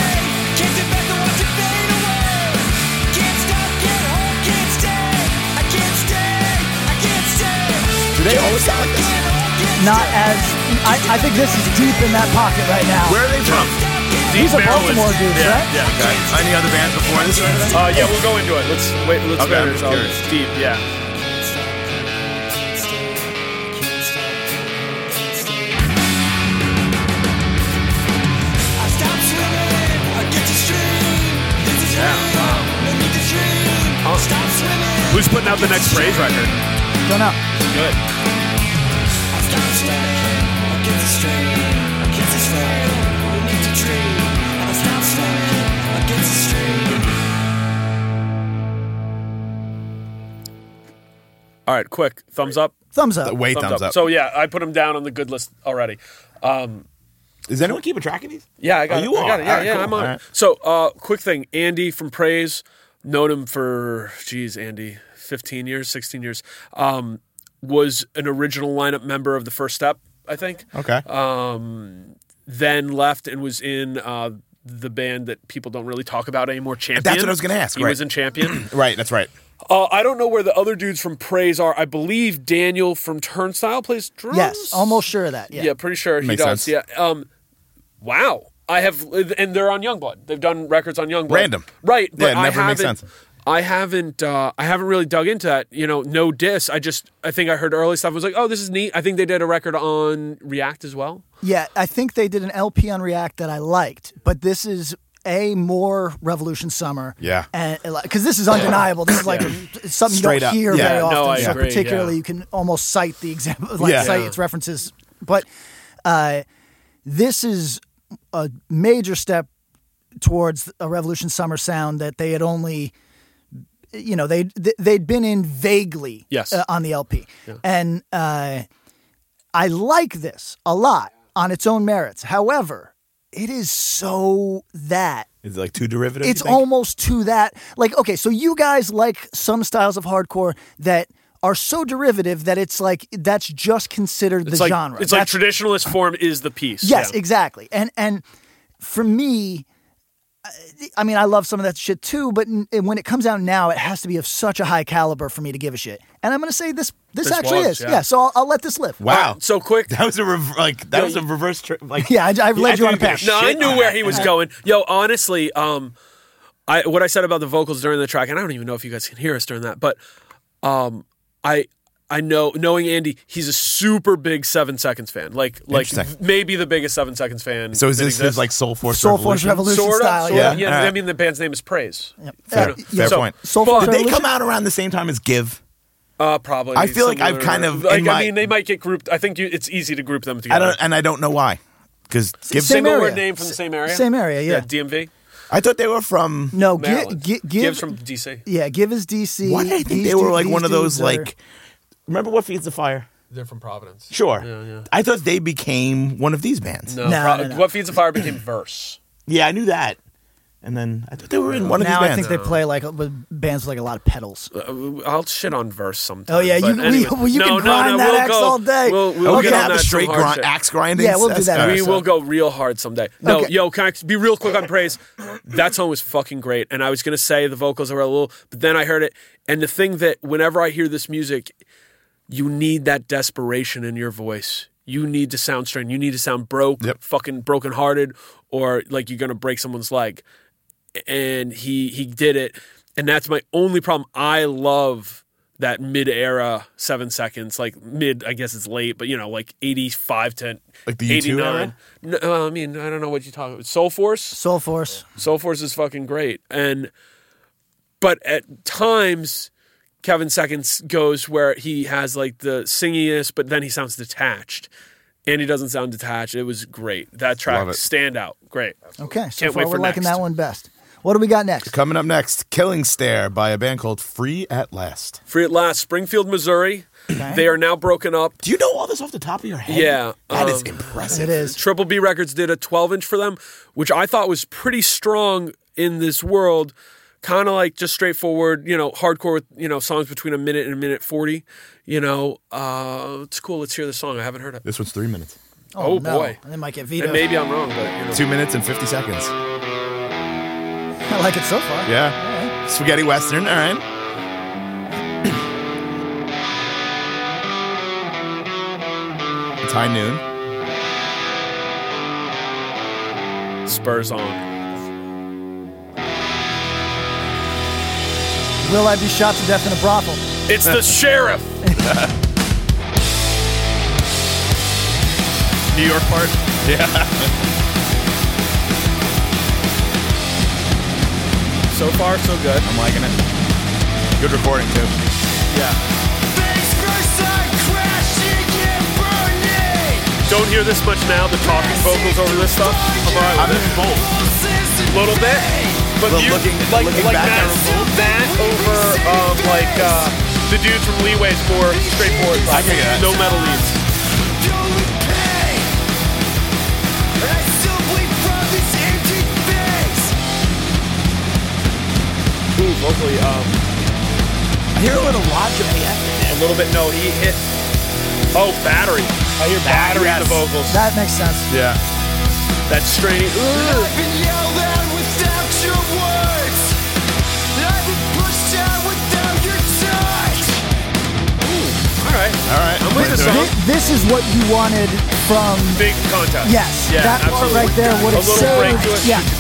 Speaker 5: Can't sit back and watch it fade away. Can't stop, can't hold, can't stay. I can't stay. I can't stay.
Speaker 4: Do they always sound like this?
Speaker 5: Can't hold, can't
Speaker 2: Not
Speaker 5: stay.
Speaker 2: as I, I think this is deep in that pocket right now.
Speaker 4: Where are they from?
Speaker 2: These
Speaker 3: Deep
Speaker 2: are
Speaker 3: Maryland.
Speaker 2: Baltimore dudes,
Speaker 3: yeah,
Speaker 2: right?
Speaker 3: Yeah.
Speaker 4: Okay. Any other bands before this or anything?
Speaker 3: Uh, yeah, we'll go into it. Let's wait. Let's
Speaker 4: Okay,
Speaker 3: okay,
Speaker 4: I'm
Speaker 3: it. So
Speaker 4: curious.
Speaker 3: it's deep. Yeah.
Speaker 5: I stop swimming, I get to stream. This is real, no need to dream. Stop swimming,
Speaker 3: Who's putting out the next praise record?
Speaker 2: Don't know.
Speaker 3: Good.
Speaker 5: I stop swimming, I get to stream. I get to swim, no need to dream. I stop swimming, I get to stream.
Speaker 6: All right, quick thumbs up.
Speaker 2: Thumbs up.
Speaker 4: Wait, Uh, thumbs,
Speaker 6: Thumbs,
Speaker 4: up.
Speaker 6: up. So yeah, I put him down on the good list already. Um,
Speaker 4: Is anyone keeping track of these?
Speaker 6: yeah, I got
Speaker 4: Oh,
Speaker 6: it.
Speaker 4: you
Speaker 6: I got
Speaker 4: are.
Speaker 6: it. Yeah,
Speaker 4: All right,
Speaker 6: yeah,
Speaker 4: cool.
Speaker 6: I'm on.
Speaker 4: All
Speaker 6: it.
Speaker 4: right.
Speaker 6: So uh, quick thing, Andy from Praise, known him for geez, Andy, 15 years, 16 years. Um, was an original lineup member of the First Step, I think.
Speaker 4: Okay.
Speaker 6: Then left and was in uh, the band that people don't really talk about anymore, Champion.
Speaker 4: what I was gonna ask,
Speaker 6: He
Speaker 4: right.
Speaker 6: was in Champion.
Speaker 4: right, that's right.
Speaker 6: Uh, I don't know where the other dudes from Praise are. I believe Daniel from Turnstile plays drums.
Speaker 2: Yes, almost sure of that. Yeah.
Speaker 6: Yeah, pretty sure he
Speaker 4: Makes
Speaker 6: does.
Speaker 4: sense.
Speaker 6: Yeah. Um, wow. I have, and they're on Youngblood. They've done records on Youngblood.
Speaker 4: Random.
Speaker 6: Right. But
Speaker 4: Yeah, it never
Speaker 6: I
Speaker 4: makes
Speaker 6: haven't-
Speaker 4: sense.
Speaker 6: I haven't. Uh, I haven't really dug into that. You know, no diss. I just. I think I heard early stuff. I was like, oh, this is neat. I think they did a record on React as well.
Speaker 2: Yeah, I think they did an LP on React that I liked, but this is a more Revolution Summer.
Speaker 4: Yeah.
Speaker 2: and because this is undeniable. This is like something
Speaker 4: Straight
Speaker 2: you don't
Speaker 4: up.
Speaker 2: hear
Speaker 4: Yeah.
Speaker 2: very
Speaker 4: No,
Speaker 2: often.
Speaker 6: I
Speaker 2: so
Speaker 6: agree,
Speaker 2: particularly,
Speaker 6: yeah.
Speaker 2: you can almost cite the example, like
Speaker 4: Yeah.
Speaker 2: cite
Speaker 4: Yeah.
Speaker 2: its references. But uh, this is a major step towards a Revolution Summer sound that they had only, you know, they they'd been in vaguely
Speaker 3: Yes.
Speaker 2: uh, on the LP, and uh, I like this a lot on its own merits. However, it is so that
Speaker 4: Is it like too derivative?
Speaker 2: it's almost to that like okay so you guys like some styles of hardcore that are so derivative that it's like that's just considered
Speaker 3: It's
Speaker 2: the
Speaker 3: like
Speaker 2: genre
Speaker 3: it's like
Speaker 2: That's-
Speaker 3: traditionalist form is the piece.
Speaker 2: yes
Speaker 3: Yeah.
Speaker 2: exactly and and for me I- I mean, I love some of that shit too, but n- when it comes out now, it has to be of such a high caliber for me to give a shit. And I'm going to say this this,
Speaker 3: This
Speaker 2: actually
Speaker 3: was,
Speaker 2: is.
Speaker 3: yeah.
Speaker 2: Yeah, so I'll, I'll let this live.
Speaker 4: Wow.
Speaker 3: So quick.
Speaker 4: that was a rev- like that was a reverse trip. Like
Speaker 2: Yeah, I- I've led you on a
Speaker 4: think
Speaker 2: path.
Speaker 4: there's
Speaker 3: No, I
Speaker 4: shit
Speaker 3: knew
Speaker 4: on
Speaker 3: where
Speaker 4: that.
Speaker 3: he was going. Yo, honestly, um, I what I said about the vocals during the track, and I don't even know if you guys can hear us during that, but um, I I know knowing Andy, he's a super big Seven Seconds fan. Like like
Speaker 4: Interesting.
Speaker 3: maybe the biggest Seven Seconds fan.
Speaker 4: So is
Speaker 3: that
Speaker 4: this
Speaker 3: exists.
Speaker 4: his like Soul Force?
Speaker 2: Soul Force Revolution
Speaker 3: sort of?
Speaker 2: style,
Speaker 3: sort of,
Speaker 4: yeah.
Speaker 3: yeah.
Speaker 4: Alright.
Speaker 3: I mean, the band's name is Praise.
Speaker 4: Fair,
Speaker 2: Uh,
Speaker 4: fair
Speaker 3: So-
Speaker 4: point.
Speaker 2: Soul
Speaker 3: Fuck.
Speaker 2: Force
Speaker 4: Did they come
Speaker 2: Revolution?
Speaker 4: out around the same time as Give?
Speaker 3: Uh, probably.
Speaker 4: I feel like I've
Speaker 3: similar.
Speaker 4: kind of-
Speaker 3: Like,
Speaker 4: in my-
Speaker 3: I mean, they might get grouped. I think you, it's easy to group them
Speaker 4: I
Speaker 3: together.
Speaker 4: don't, and I don't know why. Because Give,
Speaker 2: same
Speaker 3: Single
Speaker 2: area.
Speaker 3: word name from the same area.
Speaker 2: same area, yeah.
Speaker 3: DMV.
Speaker 4: I thought they were from.
Speaker 2: No, gi-
Speaker 3: Maryland.
Speaker 2: gi- give
Speaker 3: Gibbs from DC.
Speaker 2: Yeah, give is DC.
Speaker 4: Why did I think
Speaker 2: These
Speaker 4: they were
Speaker 2: dude-
Speaker 4: like one
Speaker 2: these
Speaker 4: of those
Speaker 2: dudes are-
Speaker 4: like? Remember what feeds the fire?
Speaker 3: They're from Providence.
Speaker 4: Sure.
Speaker 3: Yeah, yeah.
Speaker 4: I thought they became one of these bands.
Speaker 3: No,
Speaker 2: No,
Speaker 3: Pro-
Speaker 2: no, no.
Speaker 3: What Feeds the Fire became Verse.
Speaker 4: Yeah, I knew that. And then I thought they were in one of
Speaker 2: now
Speaker 4: these
Speaker 2: I
Speaker 4: bands.
Speaker 2: think they play like with bands with like a lot of pedals.
Speaker 3: Uh, I'll shit on Verse sometime.
Speaker 2: Oh, yeah,
Speaker 3: but
Speaker 2: you- we-
Speaker 3: anyway.
Speaker 2: well, you
Speaker 3: no,
Speaker 2: can
Speaker 3: no,
Speaker 2: grind
Speaker 3: no,
Speaker 2: that
Speaker 3: we'll
Speaker 2: axe
Speaker 3: go-
Speaker 2: all day.
Speaker 3: We'll,
Speaker 4: Are
Speaker 3: we'll
Speaker 4: we
Speaker 2: Okay.
Speaker 3: get
Speaker 4: gonna
Speaker 3: on
Speaker 4: have
Speaker 3: that
Speaker 4: a
Speaker 3: some
Speaker 4: straight
Speaker 3: hard
Speaker 4: grind,
Speaker 3: shit.
Speaker 4: axe grinding?
Speaker 2: Yeah, we'll do
Speaker 4: That's
Speaker 2: that
Speaker 4: kinda
Speaker 2: episode.
Speaker 3: We
Speaker 4: sick.
Speaker 3: will go real hard someday. No,
Speaker 2: Okay.
Speaker 3: yo, can I be real quick on praise? That song was fucking great, and I was gonna say the vocals were a little, but then I heard it, and the thing that whenever I hear this music, you need that desperation in your voice. You need to sound strained. You need to sound broke,
Speaker 4: Yep.
Speaker 3: fucking brokenhearted, or like you're gonna break someone's leg. And he he did it, and that's my only problem. I love that mid era seven seconds, like mid. I guess it's late, but you know, like eighty five to
Speaker 4: Like the U2 era?
Speaker 3: no, well, I mean, I don't know what you talk about. Soul Force,
Speaker 2: Soul Force.
Speaker 3: Soul Force is fucking great, and but at times Kevin Seconds goes where he has like the singiness, but then he sounds detached, and he doesn't sound detached. It was great. That track
Speaker 4: Love it.
Speaker 3: stand out. Great.
Speaker 2: Okay, so
Speaker 3: Can't
Speaker 2: far
Speaker 3: wait
Speaker 2: we're
Speaker 3: for
Speaker 2: liking
Speaker 3: next.
Speaker 2: that one best. What do we got next?
Speaker 4: Coming up next, Killing Stare by a band called Free at Last.
Speaker 3: Free at last, Springfield, Missouri. They are now broken up.
Speaker 4: Do you know all this off the top of your head?
Speaker 3: Yeah,
Speaker 4: that is
Speaker 3: um,
Speaker 2: It
Speaker 4: impressive.
Speaker 2: is.
Speaker 3: Triple B Records did a 12 inch for them, which I thought was pretty strong in this world. Kind of like just straightforward, you know, hardcore with, you know, songs between a minute and a minute 40. You know, uh, it's cool. Let's hear the song. I haven't heard it.
Speaker 4: This one's three minutes,
Speaker 3: Oh,
Speaker 2: no.
Speaker 3: boy.
Speaker 2: And they might get
Speaker 3: And
Speaker 2: vetoed.
Speaker 3: maybe I'm wrong, but, you know.
Speaker 4: two minutes and fifty seconds.
Speaker 2: I like it so far.
Speaker 4: Yeah, spaghetti western. All right. It's high noon.
Speaker 3: Spurs on.
Speaker 2: Will I be shot to death in a brothel?
Speaker 3: It's the sheriff.
Speaker 6: New York part.
Speaker 3: So far, so good.
Speaker 4: I'm liking it. Good recording too.
Speaker 3: Yeah.
Speaker 5: Face first, I'm crashing and burning.
Speaker 6: Don't hear this much now, the talking vocals over this stuff. I'm all right with it.
Speaker 5: Pulses
Speaker 6: A little bit. But
Speaker 4: Well,
Speaker 6: you,
Speaker 4: looking-
Speaker 6: like,
Speaker 4: looking
Speaker 6: like
Speaker 4: back,
Speaker 6: that,
Speaker 4: I revolt.
Speaker 6: that over um, like uh, the dude from Leeway is more straightforward.
Speaker 4: I can get that.
Speaker 6: No metal leads. Ooh, vocally, um,
Speaker 4: I hear a little logic.
Speaker 6: a little bit. No, he hit. Oh, battery. I hear battery in the vocals.
Speaker 2: That makes sense.
Speaker 4: Yeah.
Speaker 6: That's straining. Ooh.
Speaker 3: All right.
Speaker 4: All right.
Speaker 3: I'm with this
Speaker 4: Right
Speaker 3: song.
Speaker 4: there.
Speaker 2: Thi- This is what you wanted from.
Speaker 6: Big contest.
Speaker 2: Yes,
Speaker 6: Yeah,
Speaker 2: that part
Speaker 6: absolutely.
Speaker 2: right there would
Speaker 6: a
Speaker 2: have
Speaker 6: little
Speaker 2: saved.
Speaker 6: break to it.
Speaker 2: Yeah,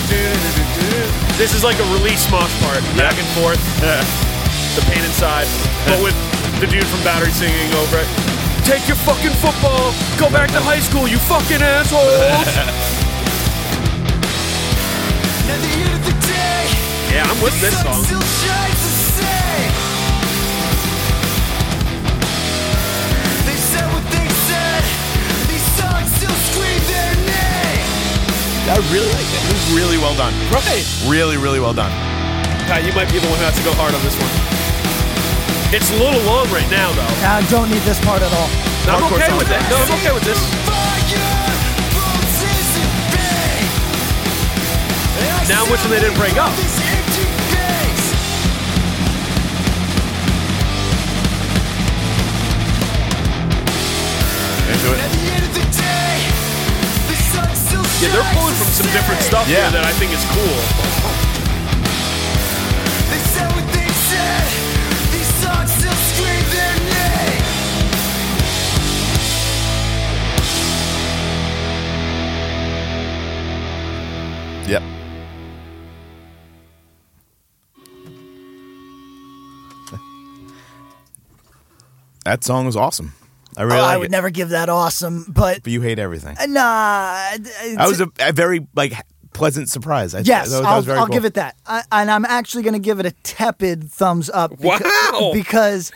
Speaker 6: This is like a release mosh part, back and forth. the pain inside, but with the dude from Battery singing over it.
Speaker 3: Take your fucking football. Go back to high school, you fucking assholes. yeah, I'm with this song.
Speaker 5: Still shines the same. They said what they said. These songs still scream their name.
Speaker 4: I really like it. This is really well done.
Speaker 3: Right.
Speaker 4: Really, really well done.
Speaker 3: Pat, you might be the one who has to go hard on this one. It's a little long right now, though.
Speaker 2: I don't need this part at all.
Speaker 3: I'm
Speaker 4: Hardcore
Speaker 3: okay
Speaker 4: song.
Speaker 3: with that. No, I'm okay with this.
Speaker 5: Now, which one they didn't break up?
Speaker 4: Into it.
Speaker 3: Yeah, they're pulling from some different stuff
Speaker 4: Yeah.
Speaker 3: here that I think is cool.
Speaker 5: They said what they said. These songs still scream their name.
Speaker 4: Yep. That song was awesome. I really
Speaker 2: Oh,
Speaker 4: like
Speaker 2: I would
Speaker 4: it.
Speaker 2: never give that awesome, but
Speaker 4: but you hate everything.
Speaker 2: nah.
Speaker 4: That was a, a very like pleasant surprise. I,
Speaker 2: Yes,
Speaker 4: that was, that
Speaker 2: I'll,
Speaker 4: was very
Speaker 2: I'll
Speaker 4: cool.
Speaker 2: give it that. I, and I'm actually going to give it a tepid thumbs up. Because,
Speaker 3: Wow!
Speaker 2: Because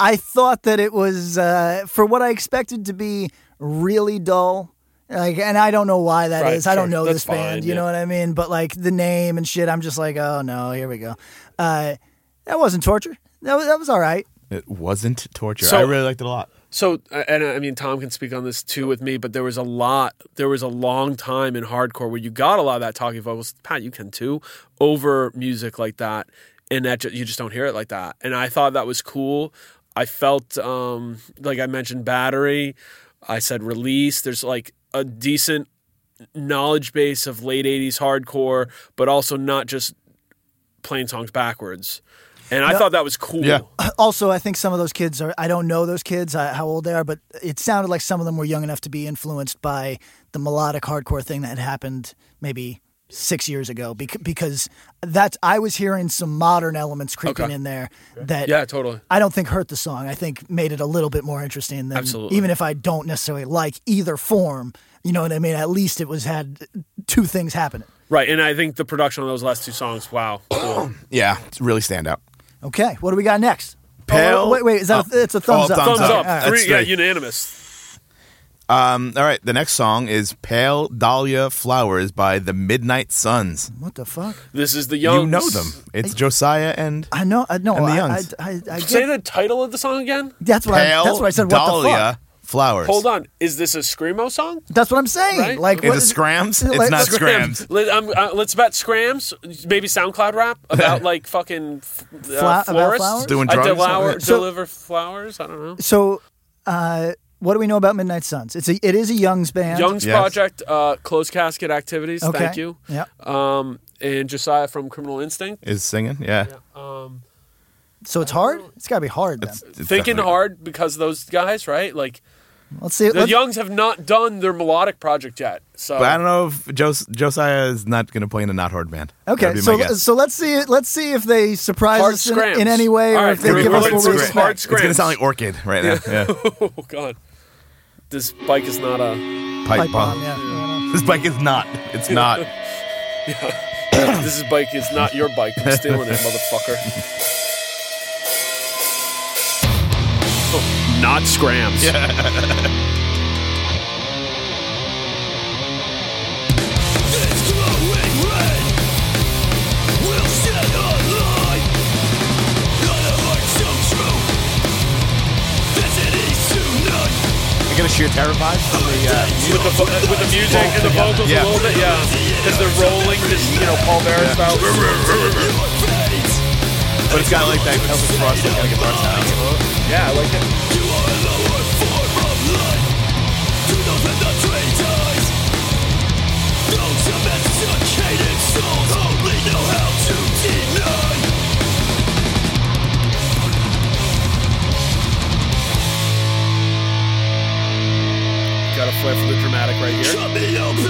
Speaker 2: I thought that it was, uh, for what I expected to be, really dull. Like, and I don't know why that is.
Speaker 3: Right,
Speaker 2: I don't
Speaker 3: sure.
Speaker 2: know
Speaker 3: That's
Speaker 2: this band.
Speaker 3: fine,
Speaker 2: You know
Speaker 3: yeah.
Speaker 2: what I mean? But like the name and shit, I'm just like, oh no, here we go. Uh, that wasn't torture. That was, that was all right.
Speaker 4: It wasn't torture.
Speaker 3: So-
Speaker 4: I really liked it a lot.
Speaker 3: So, uh, and uh, I mean, Tom can speak on this too with me, but there was a lot, there was a long time in hardcore where you got a lot of that talking vocals. Pat, you can too, over music like that. And that ju- you just don't hear it like that. And I thought that was cool. I felt, um, like I mentioned, battery. I said release. There's like a decent knowledge base of late 80s hardcore, but also not just playing songs backwards. And I thought that was cool.
Speaker 4: Yeah.
Speaker 2: Also, I think some of those kids are, I don't know those kids, uh, how old they are, but it sounded like some of them were young enough to be influenced by the melodic hardcore thing that had happened maybe six years ago bec- because that's, I was hearing some modern elements creeping
Speaker 3: Okay.
Speaker 2: in there that
Speaker 3: Yeah, totally.
Speaker 2: I don't think hurt the song. I think made it a little bit more interesting than,
Speaker 3: Absolutely.
Speaker 2: even if I don't necessarily like either form, you know what I mean? At least it was had two things happening.
Speaker 3: Right, and I think the production on those last two songs, wow. Cool.
Speaker 4: Yeah, it's really stand out.
Speaker 2: Okay. What do we got next? Oh,
Speaker 4: Pale-
Speaker 2: wait, wait, is that,
Speaker 4: Oh.
Speaker 2: a, it's a
Speaker 4: Oh,
Speaker 2: thumbs up.
Speaker 3: Uh, Thumbs
Speaker 4: Okay,
Speaker 3: up.
Speaker 4: all right.
Speaker 3: Three,
Speaker 4: That's
Speaker 3: yeah,
Speaker 4: three.
Speaker 3: unanimous.
Speaker 4: Um, all right, the next song is "Pale Dahlia Flowers" by the Midnight Suns.
Speaker 2: What the fuck?
Speaker 3: This is the Youngs.
Speaker 4: You know them. It's Josiah and
Speaker 2: I know. I know.
Speaker 4: And the
Speaker 2: I, I,
Speaker 4: Youngs.
Speaker 2: I, I, I
Speaker 3: Say
Speaker 2: get,
Speaker 3: the title of the song again.
Speaker 2: that's what I.
Speaker 4: Pale
Speaker 2: That's what I said. What the fuck?
Speaker 4: Dahlia Flowers.
Speaker 3: Hold on. Is this a screamo song?
Speaker 2: That's what I'm saying.
Speaker 3: Right?
Speaker 2: Like,
Speaker 4: Is
Speaker 2: what
Speaker 4: it Scrams? It's not Scrams.
Speaker 3: Let, um, uh, let's bet Scrams, maybe SoundCloud rap about like fucking f- uh,
Speaker 2: Fla- about
Speaker 3: florists
Speaker 2: flowers?
Speaker 4: Doing
Speaker 3: I
Speaker 4: drugs?
Speaker 3: delower-
Speaker 2: So-
Speaker 3: deliver flowers. I don't know.
Speaker 2: So, uh, what do we know about Midnight Suns? It's a. It is a Young's band.
Speaker 3: Youngs
Speaker 4: Yes.
Speaker 3: Project, uh, closed casket activities.
Speaker 2: Okay.
Speaker 3: Thank you.
Speaker 2: Yeah.
Speaker 3: Um, and Josiah from Criminal Instinct.
Speaker 4: Is singing? Yeah.
Speaker 3: Um,
Speaker 2: So it's hard. It's got to be hard. Then.
Speaker 4: It's- it's
Speaker 3: thinking
Speaker 4: definitely-
Speaker 3: hard because those guys, right? Like
Speaker 2: Let's see.
Speaker 3: the
Speaker 2: let's-
Speaker 3: Youngs have not done their melodic project yet. So
Speaker 4: But I don't know if Jos- Josiah is not going to play in a not hard band.
Speaker 2: okay.
Speaker 4: That'd be my
Speaker 2: So
Speaker 4: guess.
Speaker 2: so let's see. it. Let's see if they surprise
Speaker 3: Hard
Speaker 2: us in,
Speaker 3: scrams.
Speaker 2: in any way,
Speaker 3: All
Speaker 2: or
Speaker 3: right,
Speaker 2: if they
Speaker 3: we're
Speaker 2: give us
Speaker 3: going
Speaker 2: what
Speaker 3: to
Speaker 2: we
Speaker 3: scrams. Hard
Speaker 2: expect.
Speaker 4: It's going to
Speaker 3: scrams.
Speaker 4: sound like Orchid right now. Yeah.
Speaker 3: Oh god. This bike is not a
Speaker 4: Pipe
Speaker 2: Pipe bomb.
Speaker 4: bomb.
Speaker 2: Yeah. yeah.
Speaker 4: This bike is not. It's not.
Speaker 3: this is bike is not your bike. I'm stealing it, motherfucker. Oh, not scrams.
Speaker 5: It's growing red. We'll stand online. Not a heart so true. That's an east tonight.
Speaker 4: I get a sheer terror vibe from the. Uh,
Speaker 3: With the vo- uh, with the music and the vocals
Speaker 4: Yeah.
Speaker 3: a little bit, yeah. Because they're rolling this, you know, Paul Bearer style.
Speaker 5: Your fate.
Speaker 4: but it's got like that Celtic Frost kind of guitar sound.
Speaker 3: Yeah, I like it.
Speaker 5: You are a lower form of life. Do not let the traitors. Those domesticated souls only know how to deny.
Speaker 3: Got a flair for the dramatic right here.
Speaker 5: Cut me open.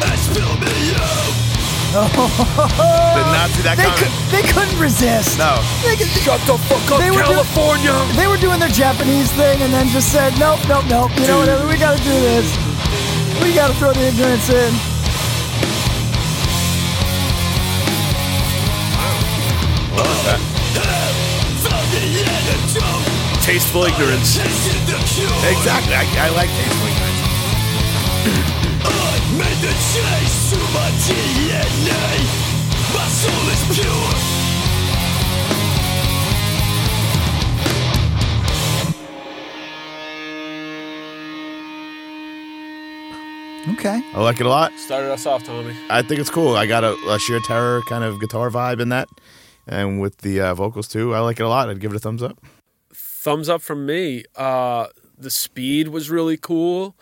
Speaker 5: And spill me out.
Speaker 4: Did not see that
Speaker 2: They,
Speaker 4: coming.
Speaker 2: could, they couldn't resist.
Speaker 4: No.
Speaker 2: They, could,
Speaker 3: Shut the fuck up,
Speaker 2: They were doing-
Speaker 3: California!
Speaker 2: they were doing their Japanese thing and then just said, nope, nope, nope. You know what? We got to do this. We got to throw the ignorance in.
Speaker 5: Found the antidote.
Speaker 3: Tasteful ignorance.
Speaker 5: Tasted the cure.
Speaker 4: Exactly. I, I like Ace Wing.
Speaker 5: I made the change to my DNA. My soul is pure.
Speaker 2: Okay.
Speaker 4: I like it a lot.
Speaker 3: Started us off, Tommy.
Speaker 4: I think it's cool. I got a, a sheer terror kind of guitar vibe in that, and with the uh, vocals too. I like it a lot. I'd give it a thumbs up.
Speaker 3: Thumbs up from me. Uh, the speed was really cool.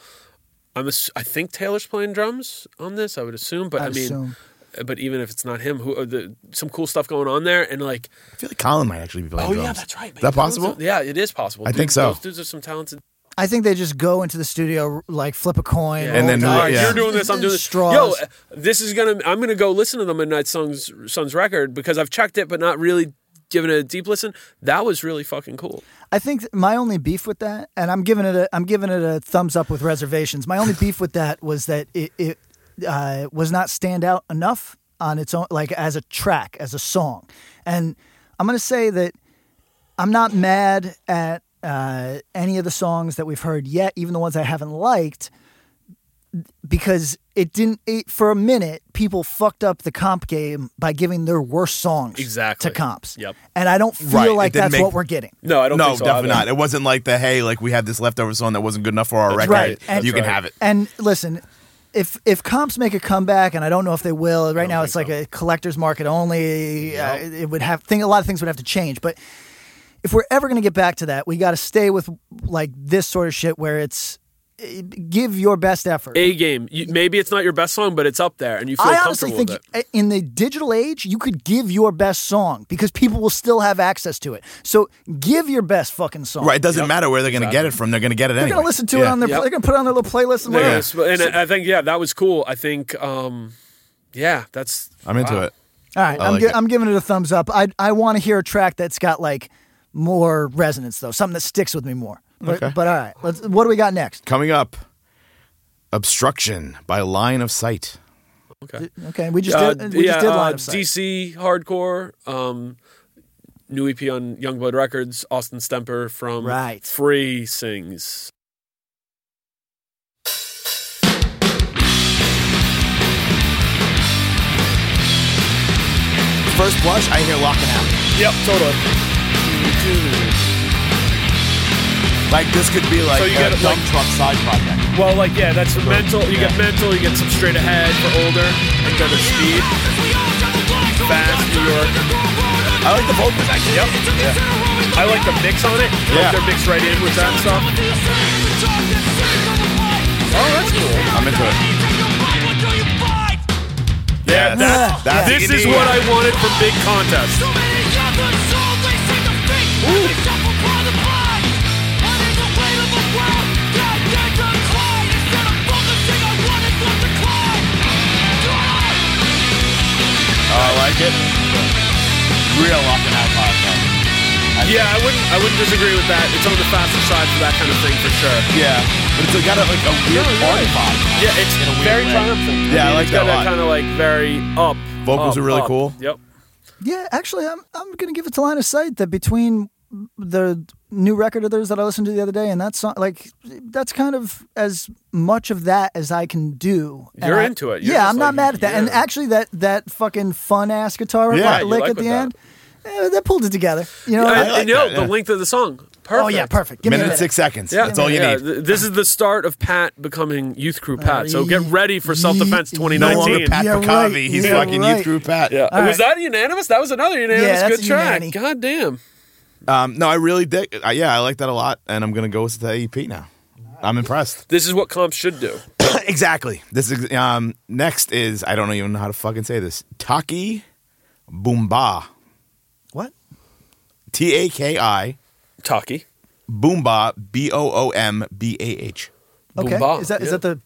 Speaker 3: I'm ass- I think Taylor's playing drums on this. I would assume, but I, mean,
Speaker 2: assume.
Speaker 3: but even if it's not him, who uh, the, some cool stuff going on there, and like,
Speaker 4: I feel like Colin might actually be playing
Speaker 3: oh
Speaker 4: drums.
Speaker 3: yeah, that's right.
Speaker 4: Is
Speaker 3: man. Those
Speaker 4: that possible?
Speaker 3: are- yeah, it is possible.
Speaker 4: I
Speaker 3: Dude,
Speaker 4: think so.
Speaker 3: Those dudes are some talented.
Speaker 2: I think they just go into the studio, like flip a coin,
Speaker 3: Yeah.
Speaker 4: And then-
Speaker 2: roll
Speaker 3: all
Speaker 4: who-
Speaker 3: right,
Speaker 2: dice,
Speaker 4: yeah.
Speaker 3: you're doing this. I'm doing this.
Speaker 2: Straws.
Speaker 3: Yo, uh, this is gonna. I'm gonna go listen to the Midnight Suns Suns record because I've checked it, but not really given it a deep listen. That was really fucking cool.
Speaker 2: I think th- my only beef with that, and I'm giving it a I'm giving it a thumbs up with reservations. My only beef with that was that it, it uh, was not stand out enough on its own, like as a track, as a song. And I'm gonna say that I'm not mad at uh, any of the songs that we've heard yet, even the ones I haven't liked, because it didn't. It, for a minute, people fucked up the comp game by giving their worst songs
Speaker 3: Exactly.
Speaker 2: to comps.
Speaker 3: Yep.
Speaker 2: And I don't feel
Speaker 4: Right, it
Speaker 2: like
Speaker 4: didn't
Speaker 2: that's
Speaker 4: make-
Speaker 2: what we're getting.
Speaker 3: No, I don't.
Speaker 4: no,
Speaker 3: think so
Speaker 4: definitely
Speaker 3: either.
Speaker 4: not. It wasn't like the hey, like we had this leftover song that wasn't good enough for our record.
Speaker 2: right. That's
Speaker 4: You can
Speaker 3: right.
Speaker 4: have it.
Speaker 2: And listen, if if comps make a comeback, and I don't know if they will. Right now, it's like a collector's market only. Uh, it would have thing. A lot of things would have to change. But if we're ever going to get back to that, we got to stay with like this sort of shit where it's eh, give your best effort.
Speaker 3: A game. You, maybe it's not your best song, but it's up there, and you feel
Speaker 2: I honestly
Speaker 3: comfortable
Speaker 2: think
Speaker 3: with it.
Speaker 2: eh, in the digital age, you could give your best song because people will still have access to it. So give your best fucking song.
Speaker 4: Right. It doesn't matter where they're going to get it from. They're going to get it
Speaker 2: They're
Speaker 4: anyway.
Speaker 2: gonna listen to it
Speaker 4: Yeah.
Speaker 2: on their.
Speaker 3: Yep.
Speaker 2: They're gonna put it on their little playlist and whatever.
Speaker 3: Yeah. And I I think yeah, that was cool. I think um, yeah, that's
Speaker 4: I'm into it.
Speaker 2: All right,
Speaker 4: I
Speaker 2: I'm,
Speaker 4: like
Speaker 2: gi-
Speaker 4: it.
Speaker 2: I'm giving it a thumbs up. I I want to hear a track that's got like more resonance though, something that sticks with me more. But, but all right, let's. What do we got next?
Speaker 4: Coming up, obstruction by line of sight.
Speaker 3: okay.
Speaker 2: Okay, we just
Speaker 3: Uh,
Speaker 2: did, we
Speaker 3: yeah,
Speaker 2: just did line
Speaker 3: uh,
Speaker 2: of sight.
Speaker 3: DC hardcore. Um, new EP on Youngblood Records. Austin Stemper from
Speaker 2: Right.
Speaker 3: Free sings.
Speaker 4: First blush, I hear locking out.
Speaker 3: Yep, totally.
Speaker 4: Like this could be like
Speaker 3: So you
Speaker 4: a
Speaker 3: get it,
Speaker 4: dump
Speaker 3: like-
Speaker 4: truck side project.
Speaker 3: Well, like yeah, that's the mental. You get mental. You get some straight ahead for older and kind of speed. Fast New York.
Speaker 4: I like the vocals. Actually.
Speaker 3: Yep. I like the mix on it. Like
Speaker 4: Yeah.
Speaker 3: they're mixed right in with that stuff.
Speaker 5: Oh, that's cool.
Speaker 4: I'm into it.
Speaker 3: Yeah, that's,
Speaker 2: that's
Speaker 3: this
Speaker 4: E
Speaker 3: is what I wanted from big contest.
Speaker 4: I like it. Real locking out podcast.
Speaker 3: Yeah, I wouldn't. I wouldn't disagree with that. It's on the faster side for that kind of thing for sure.
Speaker 4: Yeah, but it's got a, like a weird party vibe.
Speaker 3: Yeah, it's
Speaker 4: a weird
Speaker 3: very
Speaker 4: way.
Speaker 3: triumphant.
Speaker 4: Yeah, I
Speaker 3: mean,
Speaker 4: like
Speaker 3: it's got
Speaker 4: that a lot.
Speaker 3: that kind of like very up.
Speaker 4: Vocals
Speaker 3: up,
Speaker 4: are really
Speaker 3: up.
Speaker 4: cool.
Speaker 3: Yep.
Speaker 2: yeah, actually, I'm I'm gonna give it to line of sight that between the new record of theirs that I listened to the other day and that song, like that's kind of as much of that as I can do. And
Speaker 3: You're
Speaker 2: I-
Speaker 3: into it. You're
Speaker 2: yeah,
Speaker 3: just
Speaker 2: I'm not
Speaker 3: like,
Speaker 2: mad at that. And
Speaker 3: yeah.
Speaker 2: actually, that that fucking fun ass guitar
Speaker 4: Yeah,
Speaker 2: li-
Speaker 4: you
Speaker 2: lick
Speaker 3: like
Speaker 2: at the
Speaker 3: with that.
Speaker 2: end. eh, that pulled it together, you know.
Speaker 3: and,
Speaker 4: like
Speaker 3: and, you know,
Speaker 4: that, yeah.
Speaker 3: the length of the song. Perfect.
Speaker 2: Oh yeah, perfect. Give me a
Speaker 4: Minute,
Speaker 2: minute.
Speaker 4: six seconds.
Speaker 3: Yeah,
Speaker 4: That's all you
Speaker 3: yeah,
Speaker 4: need.
Speaker 3: th- This is the start of Pat becoming youth crew Pat. So get ready for self defense
Speaker 2: Ye-
Speaker 4: No
Speaker 3: 2019.
Speaker 4: longer Pat
Speaker 2: Yeah,
Speaker 4: Picavi.
Speaker 2: right.
Speaker 4: He's
Speaker 2: Yeah,
Speaker 4: fucking
Speaker 2: right.
Speaker 4: youth group Pat.
Speaker 3: Yeah.
Speaker 2: All
Speaker 3: Was that unanimous? That was another unanimous
Speaker 2: Yeah, that's
Speaker 3: good
Speaker 2: a
Speaker 3: track.
Speaker 2: unanny.
Speaker 3: God damn.
Speaker 4: Um, no, I really dig. Uh, yeah, I like that a lot, and I'm gonna go with the EP now. I'm impressed.
Speaker 3: This is what comps should do.
Speaker 4: exactly. This is um, next is I don't even know how to fucking say this. Taki Boomba.
Speaker 2: What?
Speaker 4: T A K I
Speaker 3: Taki.
Speaker 4: Boomba B O O M B A H.
Speaker 2: Okay.
Speaker 3: Boomba,
Speaker 2: Is that is
Speaker 3: yeah.
Speaker 2: that the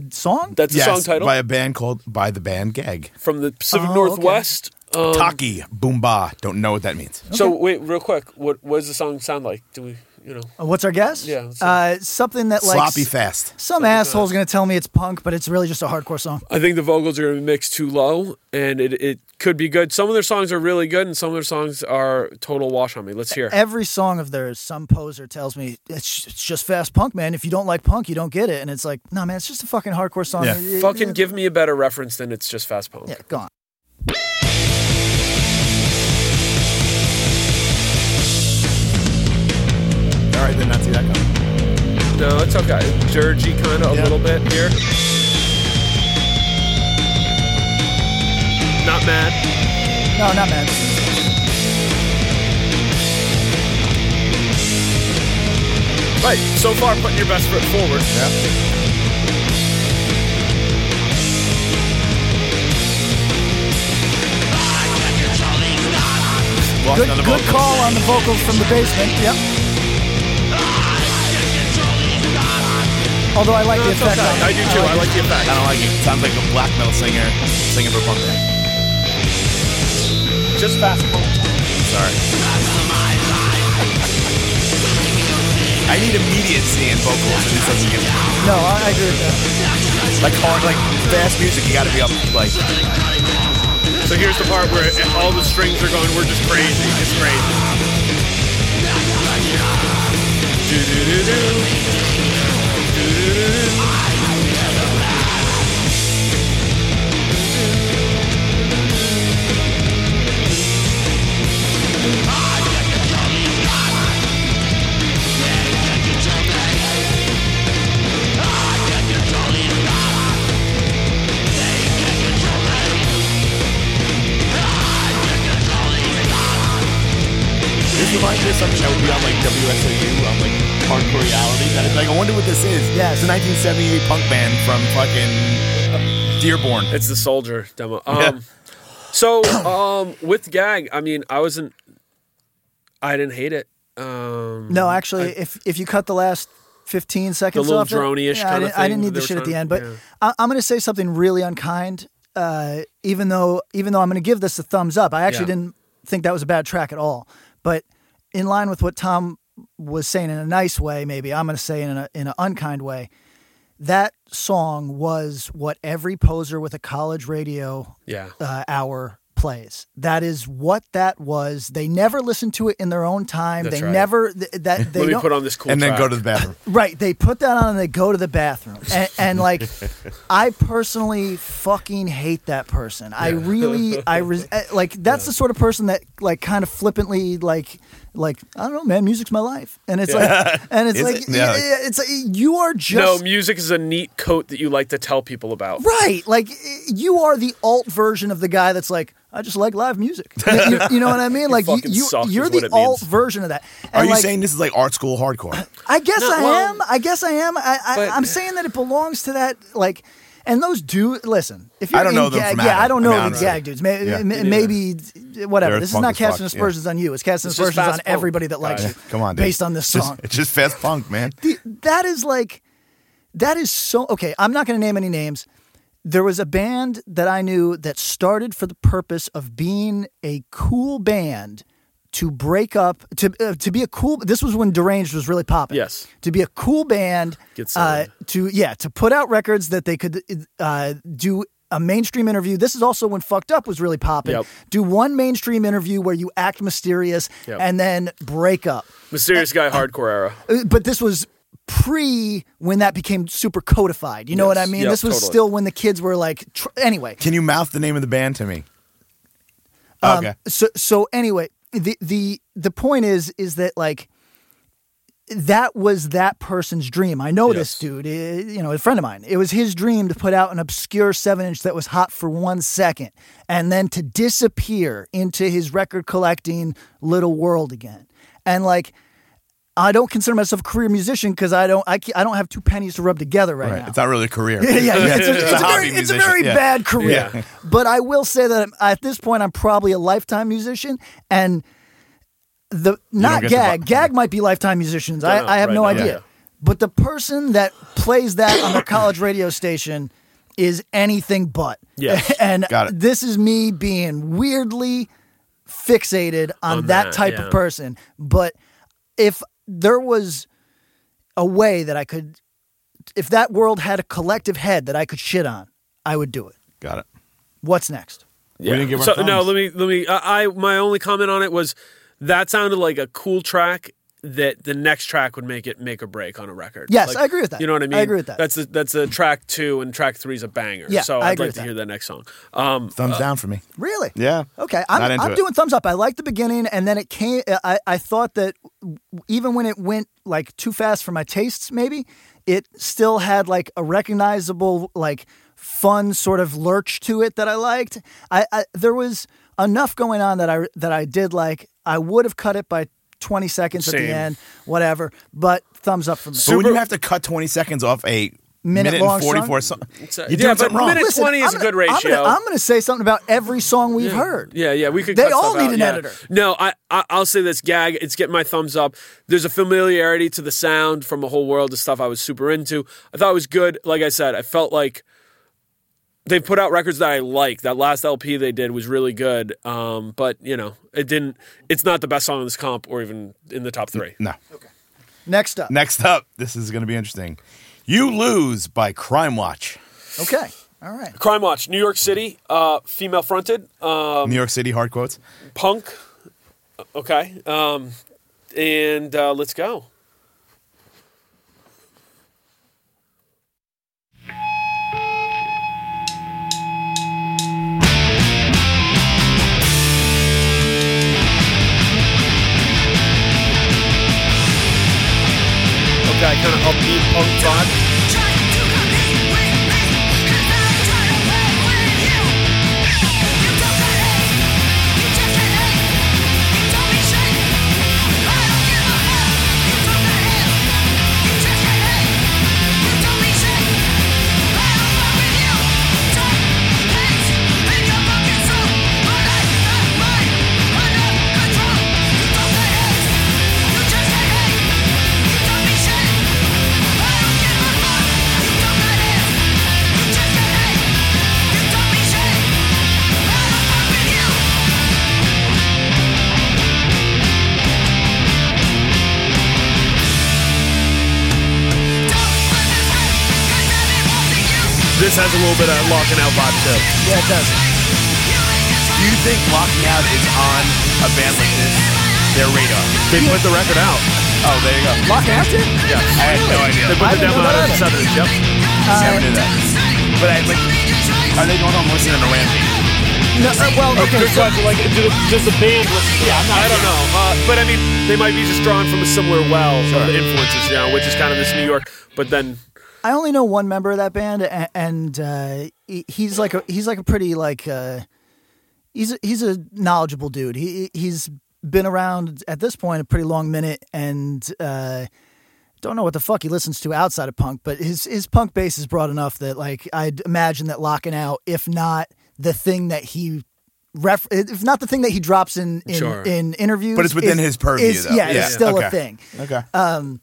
Speaker 2: the song?
Speaker 3: That's the
Speaker 4: Yes,
Speaker 3: song title
Speaker 4: by a band called by the band Gag.
Speaker 3: from the Pacific
Speaker 2: Oh,
Speaker 3: Northwest. Um,
Speaker 4: Taki Boomba. Don't know what that means.
Speaker 3: So wait, real quick, what what does the song sound like? Do we you know.
Speaker 2: Uh, What's our guess?
Speaker 3: Yeah, let's see.
Speaker 2: Uh, something that like
Speaker 4: Sloppy
Speaker 2: s-
Speaker 4: fast.
Speaker 2: Some asshole's gonna tell me it's punk, but it's really just a hardcore song.
Speaker 3: I think the vocals are going to be mixed too low, and it, it could be good. Some of their songs are really good, and some of their songs are total wash on me. Let's hear.
Speaker 2: Every song of theirs, some poser tells me it's, it's just fast punk, man. If you don't like punk, you don't get it. And it's like, no, man, it's just a fucking hardcore song.
Speaker 4: Yeah.
Speaker 2: It- it-
Speaker 3: Fucking
Speaker 2: it-
Speaker 3: give me a better reference than it's just fast punk.
Speaker 2: Yeah, gone.
Speaker 4: All right, did not see that coming.
Speaker 3: No, it's okay. Dirgy kind of a
Speaker 4: Yeah.
Speaker 3: little bit here. Not mad.
Speaker 2: No, not mad.
Speaker 3: Right. So far, putting your best foot forward.
Speaker 4: Yeah. Lost
Speaker 2: Good,
Speaker 4: another
Speaker 2: good
Speaker 4: vocal.
Speaker 2: call on the vocals from the basement. Yep. Although I like the
Speaker 3: It's
Speaker 2: effect
Speaker 3: okay.
Speaker 2: on it.
Speaker 3: I do too. I like the effect.
Speaker 4: I don't like it. Sounds like a black metal singer singing for punk band.
Speaker 3: Just fast punk.
Speaker 4: Sorry. I need immediacy in vocals, and this doesn't give me.
Speaker 2: No, I, I agree with that.
Speaker 4: Like hard, like fast music, you gotta be up, like,
Speaker 3: So here's the part where it- all the strings are going. We're just crazy. It's crazy. Do-do-do-do. Do-do-do-do.
Speaker 4: this reminds me of something that would be on, like, WSOU, on, like, Hardcore Reality. That is like, I wonder what this is.
Speaker 2: Yes.
Speaker 4: It's a 1978 punk band from fucking Dearborn.
Speaker 3: It's the soldier demo. Um, So um, with gag, I mean, I wasn't. I didn't hate it. Um,
Speaker 2: No, actually, if if you cut the last fifteen seconds
Speaker 3: little
Speaker 2: off, it-
Speaker 3: drone-ish
Speaker 2: yeah, I,
Speaker 3: kinda
Speaker 2: didn't, I
Speaker 3: thing
Speaker 2: didn't
Speaker 3: that
Speaker 2: need the
Speaker 3: they were
Speaker 2: shit at
Speaker 3: trying-
Speaker 2: the end. But
Speaker 3: yeah.
Speaker 2: I, I'm going to say something really unkind. Uh, even though even though I'm going to give this a thumbs up, I actually
Speaker 3: Yeah.
Speaker 2: didn't think that was a bad track at all. But in line with what Tom was saying in a nice way, maybe I'm going to say in a in an unkind way. That song was what every poser with a college radio
Speaker 3: Yeah.
Speaker 2: uh, hour plays. That is what that was. They never listened to it in their own time.
Speaker 3: That's
Speaker 2: they
Speaker 3: right.
Speaker 2: never th- that they
Speaker 3: Let me
Speaker 2: don't,
Speaker 3: put on this cool.
Speaker 4: and then
Speaker 3: track.
Speaker 4: go to the bathroom.
Speaker 2: right. They put that on and they go to the bathroom. And, and like, I personally fucking hate that person. I really, I res- eh, like that's the sort of person that like kind of flippantly like. Like I don't know, man. Music's my life, and it's like, and it's
Speaker 4: Is
Speaker 2: like,
Speaker 4: it? Yeah.
Speaker 2: yeah, it's like you are just
Speaker 3: no, music is a neat coat that you like to tell people about.
Speaker 2: Right. Like i- you are the alt version of the guy that's like, I just like live music. You, you know what I mean? Like you,
Speaker 3: fucking
Speaker 2: you,
Speaker 3: suck is
Speaker 2: you're
Speaker 3: what
Speaker 2: the
Speaker 3: it means.
Speaker 2: alt version of that. And
Speaker 4: Are you
Speaker 2: like,
Speaker 4: saying this is like art school hardcore?
Speaker 2: I guess
Speaker 3: No,
Speaker 2: I
Speaker 3: well-
Speaker 2: am. I guess I am. I, I,
Speaker 3: But-
Speaker 2: I'm saying that it belongs to that. Like, and those do listen. If you're
Speaker 4: I don't
Speaker 2: in
Speaker 4: know them
Speaker 2: gag,
Speaker 4: from
Speaker 2: yeah,
Speaker 4: Adam.
Speaker 2: I don't
Speaker 4: I
Speaker 2: know
Speaker 4: mean,
Speaker 2: the
Speaker 4: honestly.
Speaker 2: gag dudes. May,
Speaker 4: Yeah.
Speaker 2: may- maybe whatever.
Speaker 4: They're
Speaker 2: this is
Speaker 4: punk
Speaker 2: not
Speaker 4: as fuck,
Speaker 2: casting
Speaker 4: yeah.
Speaker 2: aspersions on you. It's casting
Speaker 3: It's just
Speaker 2: aspersions on
Speaker 3: fast punk.
Speaker 2: everybody that likes you.
Speaker 4: Come on, dude.
Speaker 2: based on this
Speaker 4: It's just-
Speaker 2: song,
Speaker 4: It's just fast punk, man.
Speaker 2: the- that is like that is so okay i'm not going to name any names there was a band that i knew that started for the purpose of being a cool band to break up to uh, to be a cool this was when deranged was really popping
Speaker 3: Yes.
Speaker 2: to be a cool band
Speaker 3: Get
Speaker 2: uh,
Speaker 3: signed.
Speaker 2: to yeah to put out records that they could uh, do a mainstream interview this is also when fucked up was really popping
Speaker 3: Yep.
Speaker 2: do one mainstream interview where you act mysterious
Speaker 3: Yep.
Speaker 2: and then break up
Speaker 3: Mysterious guy, hardcore era.
Speaker 2: uh, but this was pre when that became super codified. You know what I
Speaker 3: Yes.
Speaker 2: mean?
Speaker 3: Yep,
Speaker 2: this was
Speaker 3: totally.
Speaker 2: still when the kids were like, tr- anyway.
Speaker 4: Can you mouth the name of the band to me?
Speaker 2: Um,
Speaker 4: okay.
Speaker 2: So so anyway, the the the point is is that like that was that person's dream. I know this
Speaker 3: Yes.
Speaker 2: dude, eh, you know, a friend of mine. It was his dream to put out an obscure seven inch that was hot for one second and then to disappear into his record collecting little world again. And like, I don't consider myself a career musician because I don't, I, ca- I don't have two pennies to rub together right,
Speaker 4: Right.
Speaker 2: now.
Speaker 4: It's not really a career.
Speaker 2: Yeah, yeah, yeah. It's a,
Speaker 4: It's
Speaker 2: it's
Speaker 4: a
Speaker 2: a
Speaker 4: hobby
Speaker 2: very, it's a
Speaker 4: musician,
Speaker 2: very
Speaker 4: yeah.
Speaker 2: bad career.
Speaker 3: Yeah.
Speaker 2: But I will say that at this point, I'm probably a lifetime musician, and the not
Speaker 4: get to
Speaker 2: gag.
Speaker 4: bu-
Speaker 2: gag might be lifetime musicians. I,
Speaker 3: know,
Speaker 2: I have
Speaker 3: right
Speaker 2: no
Speaker 3: now,
Speaker 2: idea.
Speaker 3: yeah.
Speaker 2: But the person that plays that on the college radio station is anything but.
Speaker 3: Yes.
Speaker 2: and
Speaker 4: Got it.
Speaker 2: this is me being weirdly fixated on,
Speaker 3: On
Speaker 2: that,
Speaker 3: that,
Speaker 2: type
Speaker 3: yeah.
Speaker 2: of person. But if there was a way that I could, if that world had a collective head that I could shit on, I would do it.
Speaker 4: Got it.
Speaker 2: What's next?
Speaker 4: We didn't give our
Speaker 3: so no,
Speaker 4: thumbs.
Speaker 3: let me let me. I, I my only comment on it was that sounded like a cool track that the next track would make it make or break on a record.
Speaker 2: Yes,
Speaker 3: Like,
Speaker 2: I agree with that.
Speaker 3: You know what I
Speaker 2: I
Speaker 3: mean?
Speaker 2: agree with that.
Speaker 3: That's a, that's a track two and track three is a banger.
Speaker 2: Yeah,
Speaker 3: so
Speaker 2: I
Speaker 3: I'd
Speaker 2: agree
Speaker 3: like
Speaker 2: with
Speaker 3: to
Speaker 2: that.
Speaker 3: hear that next song. Um,
Speaker 4: Thumbs down for me.
Speaker 2: Really?
Speaker 4: Uh, Yeah.
Speaker 2: Okay,
Speaker 4: Not
Speaker 2: I'm,
Speaker 4: into
Speaker 2: I'm
Speaker 4: it.
Speaker 2: doing thumbs up. I liked the beginning, and then it came. uh, I, I thought that w- even when it went like too fast for my tastes, maybe it still had like a recognizable, like fun sort of lurch to it that I liked. I, I there was enough going on that I that I did like. I would have cut it by 20 seconds at the
Speaker 3: Same.
Speaker 2: end, whatever. But thumbs up for me.
Speaker 4: So when you have to cut 20 seconds off a minute,
Speaker 2: long
Speaker 4: and 44 song,
Speaker 3: a-
Speaker 4: you're
Speaker 3: yeah,
Speaker 4: doing
Speaker 3: but
Speaker 4: something wrong.
Speaker 3: minute- 20 is
Speaker 2: I'm
Speaker 3: a good
Speaker 2: gonna- I'm gonna-
Speaker 3: ratio.
Speaker 2: I'm going to say something about every song we've heard.
Speaker 3: yeah, yeah, we could.
Speaker 2: They
Speaker 3: cut
Speaker 2: all
Speaker 3: stuff
Speaker 2: need
Speaker 3: out,
Speaker 2: an
Speaker 3: yeah.
Speaker 2: editor.
Speaker 3: No, I, I I'll say this gag. It's getting my thumbs up. There's a familiarity to the sound from a whole world of stuff I was super into. I thought it was good. Like I said, I felt like they put out records that I like. That last LP they did was really good. Um, but you know, it didn't. It's not the best song in this comp, or even in the top three.
Speaker 4: no.
Speaker 2: Next up.
Speaker 4: Next up, this is going to be interesting. You Lose by Crime Watch.
Speaker 2: Okay. All right.
Speaker 3: Crime Watch, New York City, uh, female fronted, uh,
Speaker 4: New York City hard quotes.
Speaker 3: punk. Okay, um, and uh, let's go. Okay, kind of upbeat punk vibe. This has a little bit of locking out vibe too.
Speaker 2: Yeah, it does.
Speaker 4: Do you think Locking Out is on a band like this, their radar?
Speaker 3: They put the record out.
Speaker 4: Oh, there you go.
Speaker 2: Locking out too?
Speaker 4: Yeah, I had no idea.
Speaker 3: They
Speaker 2: I
Speaker 3: put
Speaker 2: didn't
Speaker 3: the
Speaker 2: know
Speaker 3: demo out
Speaker 2: that either.
Speaker 3: on the Southern. Yep.
Speaker 4: Never knew that. But I like, are they going home listening to Rampage?
Speaker 2: No, uh, well, okay.
Speaker 3: Good question. Like, do the, does the band? Listen? Yeah, I'm not, I don't know. Uh, but I mean, they might be just drawn from a similar well
Speaker 4: Sure.
Speaker 3: of the influences, you know, which is kind of this New York. But then,
Speaker 2: I only know one member of that band, and, and uh, he- he's like a he's like a pretty like uh, he's a, he's a knowledgeable dude. He he's been around at this point a pretty long minute, and uh, don't know what the fuck he listens to outside of punk. But his his punk base is broad enough that like I'd imagine that locking out, if not the thing that he. Ref- if not the thing that he drops in in,
Speaker 3: Sure.
Speaker 2: in interviews,
Speaker 4: But it's within
Speaker 2: is-
Speaker 4: his purview,
Speaker 2: is-
Speaker 4: though.
Speaker 2: Yeah,
Speaker 4: Yeah.
Speaker 2: it's still
Speaker 4: Okay.
Speaker 2: a thing.
Speaker 4: Okay.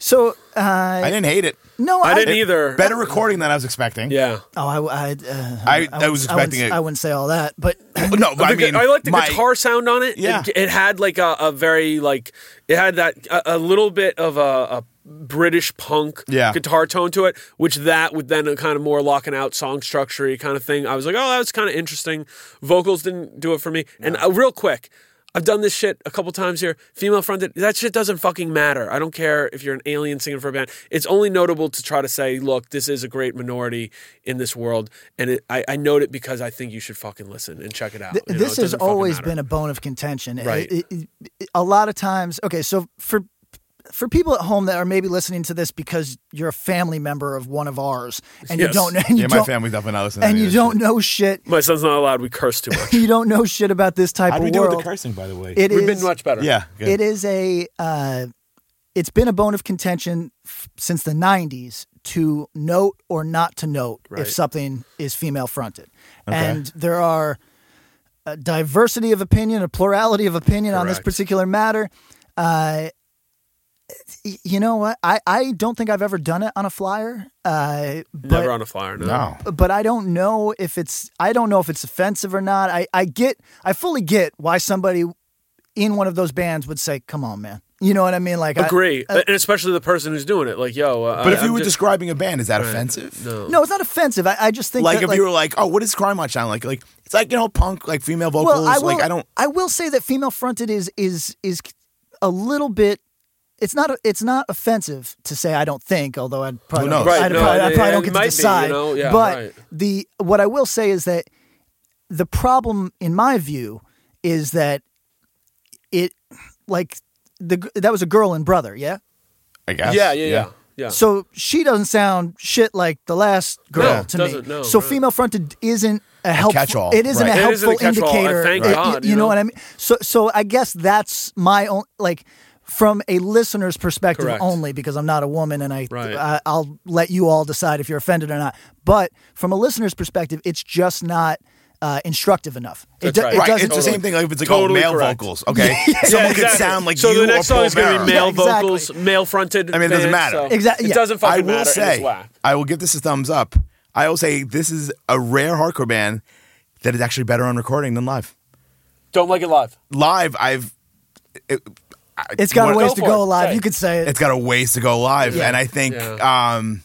Speaker 2: So uh,
Speaker 4: I didn't hate it.
Speaker 2: no,
Speaker 3: I
Speaker 2: I,
Speaker 3: didn't either.
Speaker 4: Better recording than I was expecting.
Speaker 3: Yeah.
Speaker 2: Oh, I, I, uh,
Speaker 4: I- I was
Speaker 2: wouldn't- wouldn't-
Speaker 4: expecting it.
Speaker 2: I wouldn't say all that, but
Speaker 4: No, but I
Speaker 3: The gu-
Speaker 4: mean,
Speaker 3: I like the
Speaker 4: my-
Speaker 3: guitar sound on it.
Speaker 4: Yeah.
Speaker 3: It, it had like a, a very like it had that a, a little bit of a, a British punk
Speaker 4: Yeah.
Speaker 3: guitar tone to it, which that would then a kind of more locking out song structure kind of thing. I was like, oh, that was kind of interesting. Vocals didn't do it for me. And uh, real quick. I've done this shit a couple times here. Female fronted, that shit doesn't fucking matter. I don't care if you're an alien singing for a band. It's only notable to try to say, look, this is a great minority in this world. And it, I, I note it because I think you should fucking listen and check it out.
Speaker 2: th-
Speaker 3: You know,
Speaker 2: this
Speaker 3: it
Speaker 2: has
Speaker 3: doesn't fucking
Speaker 2: always
Speaker 3: matter.
Speaker 2: been a bone of contention. It-
Speaker 3: Right.
Speaker 2: it- it- it- a lot of times, okay, so for for people at home that are maybe listening to this because you're a family member of one of ours and you
Speaker 3: Yes.
Speaker 2: don't know, and you
Speaker 4: Yeah, my
Speaker 2: don't-
Speaker 4: family's definitely not listening.
Speaker 2: and
Speaker 4: to
Speaker 2: you
Speaker 4: this.
Speaker 2: don't know shit,
Speaker 3: My son's not allowed. We curse too much.
Speaker 2: you don't know shit about this type
Speaker 4: How do we
Speaker 2: of
Speaker 4: do with the
Speaker 2: world.
Speaker 4: cursing, by the way?
Speaker 2: It
Speaker 3: We've
Speaker 2: is-
Speaker 3: been much better.
Speaker 4: yeah. good.
Speaker 2: It is a. Uh, it's been a bone of contention f- since the '90s to note or not to note if something is female fronted, and there are a diversity of opinion, a plurality of opinion on this
Speaker 3: Correct.
Speaker 2: particular matter. Uh, y- you know what? I, I don't think I've ever done it on a flyer, uh, but
Speaker 3: Never on a flyer. No.
Speaker 4: No.
Speaker 2: but I don't know if it's I don't know if it's offensive or not. I I get I fully get why somebody in one of those bands would say, "Come on, man, You know what I mean? Like, I-
Speaker 3: Agree, and especially the person who's doing it. Like, yo, uh,
Speaker 4: But
Speaker 3: I-
Speaker 4: if you
Speaker 3: I'm
Speaker 4: were
Speaker 3: just-
Speaker 4: describing a band, is that offensive?
Speaker 2: no, it's not offensive. I, I just think
Speaker 4: Like
Speaker 2: that,
Speaker 4: if you were like, oh, what is crime watch sound like? Like it's like you know punk, like female vocals.
Speaker 2: well, I will,
Speaker 4: like I don't.
Speaker 2: I will say that female fronted is is is a little bit. It's not. It's not offensive to say I don't think, although I'd probably
Speaker 4: Who knows?
Speaker 2: don't- I'd
Speaker 4: Right,
Speaker 3: no,
Speaker 2: probably, I
Speaker 3: it-
Speaker 2: probably
Speaker 3: it
Speaker 2: don't get to
Speaker 3: might be, you
Speaker 2: decide.
Speaker 3: know? Yeah,
Speaker 2: but
Speaker 3: right.
Speaker 2: the what I will say is that the problem, in my view, is that it like the g- that was a girl and brother, yeah.
Speaker 4: I guess.
Speaker 3: yeah, yeah, yeah, yeah.
Speaker 2: So she doesn't sound shit like the last girl
Speaker 3: No,
Speaker 2: to
Speaker 3: doesn't,
Speaker 2: me.
Speaker 3: no,
Speaker 2: so
Speaker 3: right.
Speaker 2: female fronted isn't a helpful.
Speaker 4: catch-all,
Speaker 2: It isn't
Speaker 4: right.
Speaker 2: a
Speaker 4: It
Speaker 2: helpful
Speaker 3: isn't a catch-all, and
Speaker 2: indicator.
Speaker 3: thank
Speaker 2: It-
Speaker 3: God,
Speaker 2: you,
Speaker 3: you
Speaker 2: know?
Speaker 3: know?
Speaker 2: what I mean. So so I guess that's my own like from a listener's perspective
Speaker 3: Correct.
Speaker 2: only because I'm not a woman and I,
Speaker 3: Right.
Speaker 2: I I'll let you all decide if you're offended or not. But from a listener's perspective, it's just not. Uh, instructive enough. It,
Speaker 3: That's
Speaker 2: do-
Speaker 3: right.
Speaker 2: it
Speaker 4: Right, it's
Speaker 2: doesn't-
Speaker 4: the same thing. Like if it's like
Speaker 3: Totally
Speaker 4: oh, male
Speaker 3: correct.
Speaker 4: vocals, okay, someone could
Speaker 3: exactly.
Speaker 4: sound like
Speaker 3: so
Speaker 4: you
Speaker 3: the next
Speaker 4: or
Speaker 3: song
Speaker 4: Paul
Speaker 3: is going to
Speaker 4: Bearer.
Speaker 3: be male
Speaker 2: Yeah, exactly.
Speaker 3: vocals, male fronted.
Speaker 4: I mean, it doesn't matter.
Speaker 2: Exactly, yeah.
Speaker 3: It doesn't
Speaker 4: I
Speaker 3: fucking
Speaker 4: will
Speaker 3: matter. and it's
Speaker 4: say,
Speaker 3: whack.
Speaker 4: I will give this a thumbs up. I will say this is a rare hardcore band that is actually better on recording than live.
Speaker 3: don't like it live.
Speaker 4: Live, I've it, I-
Speaker 2: It's got a
Speaker 4: what-
Speaker 2: ways
Speaker 3: Go
Speaker 2: to
Speaker 3: for
Speaker 2: go
Speaker 3: it.
Speaker 2: alive.
Speaker 3: Say it.
Speaker 2: You could say it.
Speaker 4: it's got a ways to go live,
Speaker 2: Yeah.
Speaker 4: and I think,
Speaker 3: Yeah.
Speaker 4: um,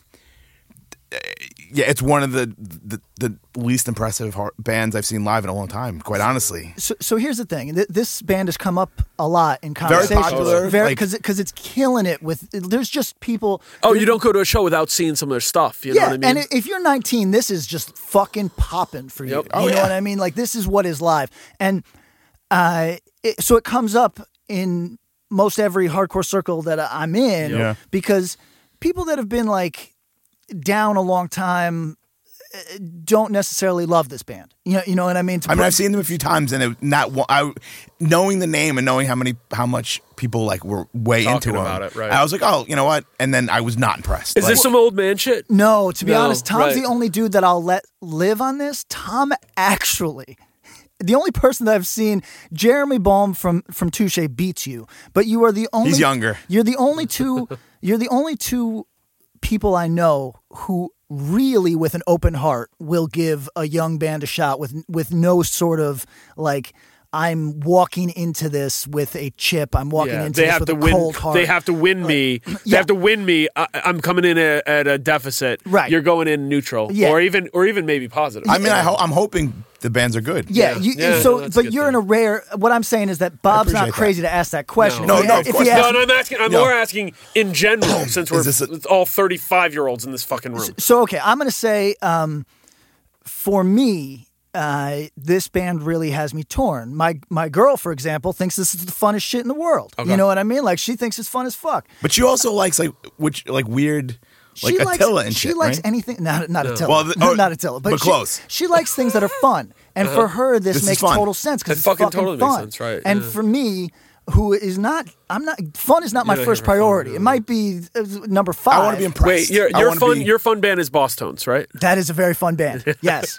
Speaker 4: yeah, it's one of the the, the least impressive hard bands I've seen live in a long time. Quite honestly,
Speaker 2: so, so here's the thing. Th- This band has come up a lot in
Speaker 4: Very
Speaker 2: conversation.
Speaker 4: popular, like-
Speaker 2: because because it's killing it with. There's just people.
Speaker 3: Oh, you don't go to a show without seeing some of their stuff. You know
Speaker 2: yeah,
Speaker 3: what I mean?
Speaker 2: and i- if you're 19, this is just fucking popping for you.
Speaker 3: Yep.
Speaker 2: you
Speaker 4: Oh,
Speaker 2: know
Speaker 4: yeah.
Speaker 2: what I mean? Like this is what is live, and uh, it, so it comes up in most every hardcore circle that I- I'm in
Speaker 4: Yeah.
Speaker 2: because people that have been like down a long time uh, don't necessarily love this band. You know, you know what I mean? To
Speaker 4: I mean,
Speaker 2: put-
Speaker 4: I've seen them a few times, and it, not one, I, knowing the name and knowing how many, how much people like were way
Speaker 3: Talking
Speaker 4: into
Speaker 3: about
Speaker 4: them,
Speaker 3: it, right.
Speaker 4: I was like, oh, you know what? And then I was not impressed.
Speaker 3: is
Speaker 4: Like-
Speaker 3: this some old man shit?
Speaker 2: No, to be
Speaker 3: No,
Speaker 2: honest, Tom's
Speaker 3: right.
Speaker 2: the only dude that I'll let live on this. Tom actually. The only person that I've seen, Jeremy Baum from from Touche beats you, but you are the only.
Speaker 4: younger.
Speaker 2: You're the only two. you're the only two people I know who really, with an open heart, will give a young band a shot with with no sort of like I'm walking into this with a chip. I'm walking into
Speaker 3: they
Speaker 2: this
Speaker 3: have
Speaker 2: with
Speaker 3: to
Speaker 2: a
Speaker 3: win.
Speaker 2: cold heart. Uh,
Speaker 3: They have to win me. They
Speaker 2: yeah.
Speaker 3: have to win me. I, I'm coming in a, at a deficit.
Speaker 2: Right.
Speaker 3: You're going in neutral,
Speaker 2: Yeah.
Speaker 3: or even, or even maybe positive.
Speaker 4: I mean, I ho- I'm hoping the bands are good.
Speaker 2: Yeah,
Speaker 3: Yeah.
Speaker 2: you,
Speaker 3: Yeah, no,
Speaker 2: so
Speaker 3: that's a
Speaker 2: but
Speaker 3: good
Speaker 2: you're in
Speaker 3: thing.
Speaker 2: a rare. What I'm saying is that Bob's not
Speaker 4: appreciate
Speaker 2: crazy to ask that question.
Speaker 3: No.
Speaker 2: If he-
Speaker 4: No, no, of
Speaker 2: if he
Speaker 4: course not.
Speaker 2: asked-
Speaker 3: No, no, I'm asking. I'm
Speaker 4: No.
Speaker 3: more asking in general, since we're
Speaker 4: this a-
Speaker 3: all 35 year olds in this fucking room.
Speaker 2: So okay, I'm gonna say um, for me, uh, this band really has me torn. My my girl, for example, thinks this is the funnest shit in the world. You know what I mean? Like she thinks it's fun as fuck.
Speaker 4: But she also likes like which like weird like
Speaker 2: she
Speaker 4: Attila
Speaker 2: likes,
Speaker 4: and
Speaker 2: she
Speaker 4: shit.
Speaker 2: likes
Speaker 4: right?
Speaker 2: anything. Not not Attila.
Speaker 4: Well, the- oh,
Speaker 2: not Attila. But,
Speaker 4: but
Speaker 2: she-
Speaker 4: close.
Speaker 2: She, likes things that are fun, and for her, this,
Speaker 4: This is
Speaker 2: makes
Speaker 4: fun.
Speaker 2: total sense
Speaker 3: Uh-huh.
Speaker 2: because
Speaker 3: It
Speaker 2: it's
Speaker 3: fucking
Speaker 2: fucking,
Speaker 3: totally makes
Speaker 2: fun.
Speaker 3: sense, right,
Speaker 2: And
Speaker 3: yeah.
Speaker 2: for me. Who is not? I'm not. Fun is not my
Speaker 3: You're not
Speaker 2: first
Speaker 3: here for fun,
Speaker 2: priority.
Speaker 3: no.
Speaker 2: It might be uh, number five.
Speaker 4: I want to be
Speaker 3: Wait,
Speaker 4: impressed.
Speaker 3: your
Speaker 4: I
Speaker 3: your
Speaker 4: wanna
Speaker 3: fun
Speaker 4: be-
Speaker 3: your fun band is Boss Tones, right?
Speaker 2: That is a very fun band. Yes,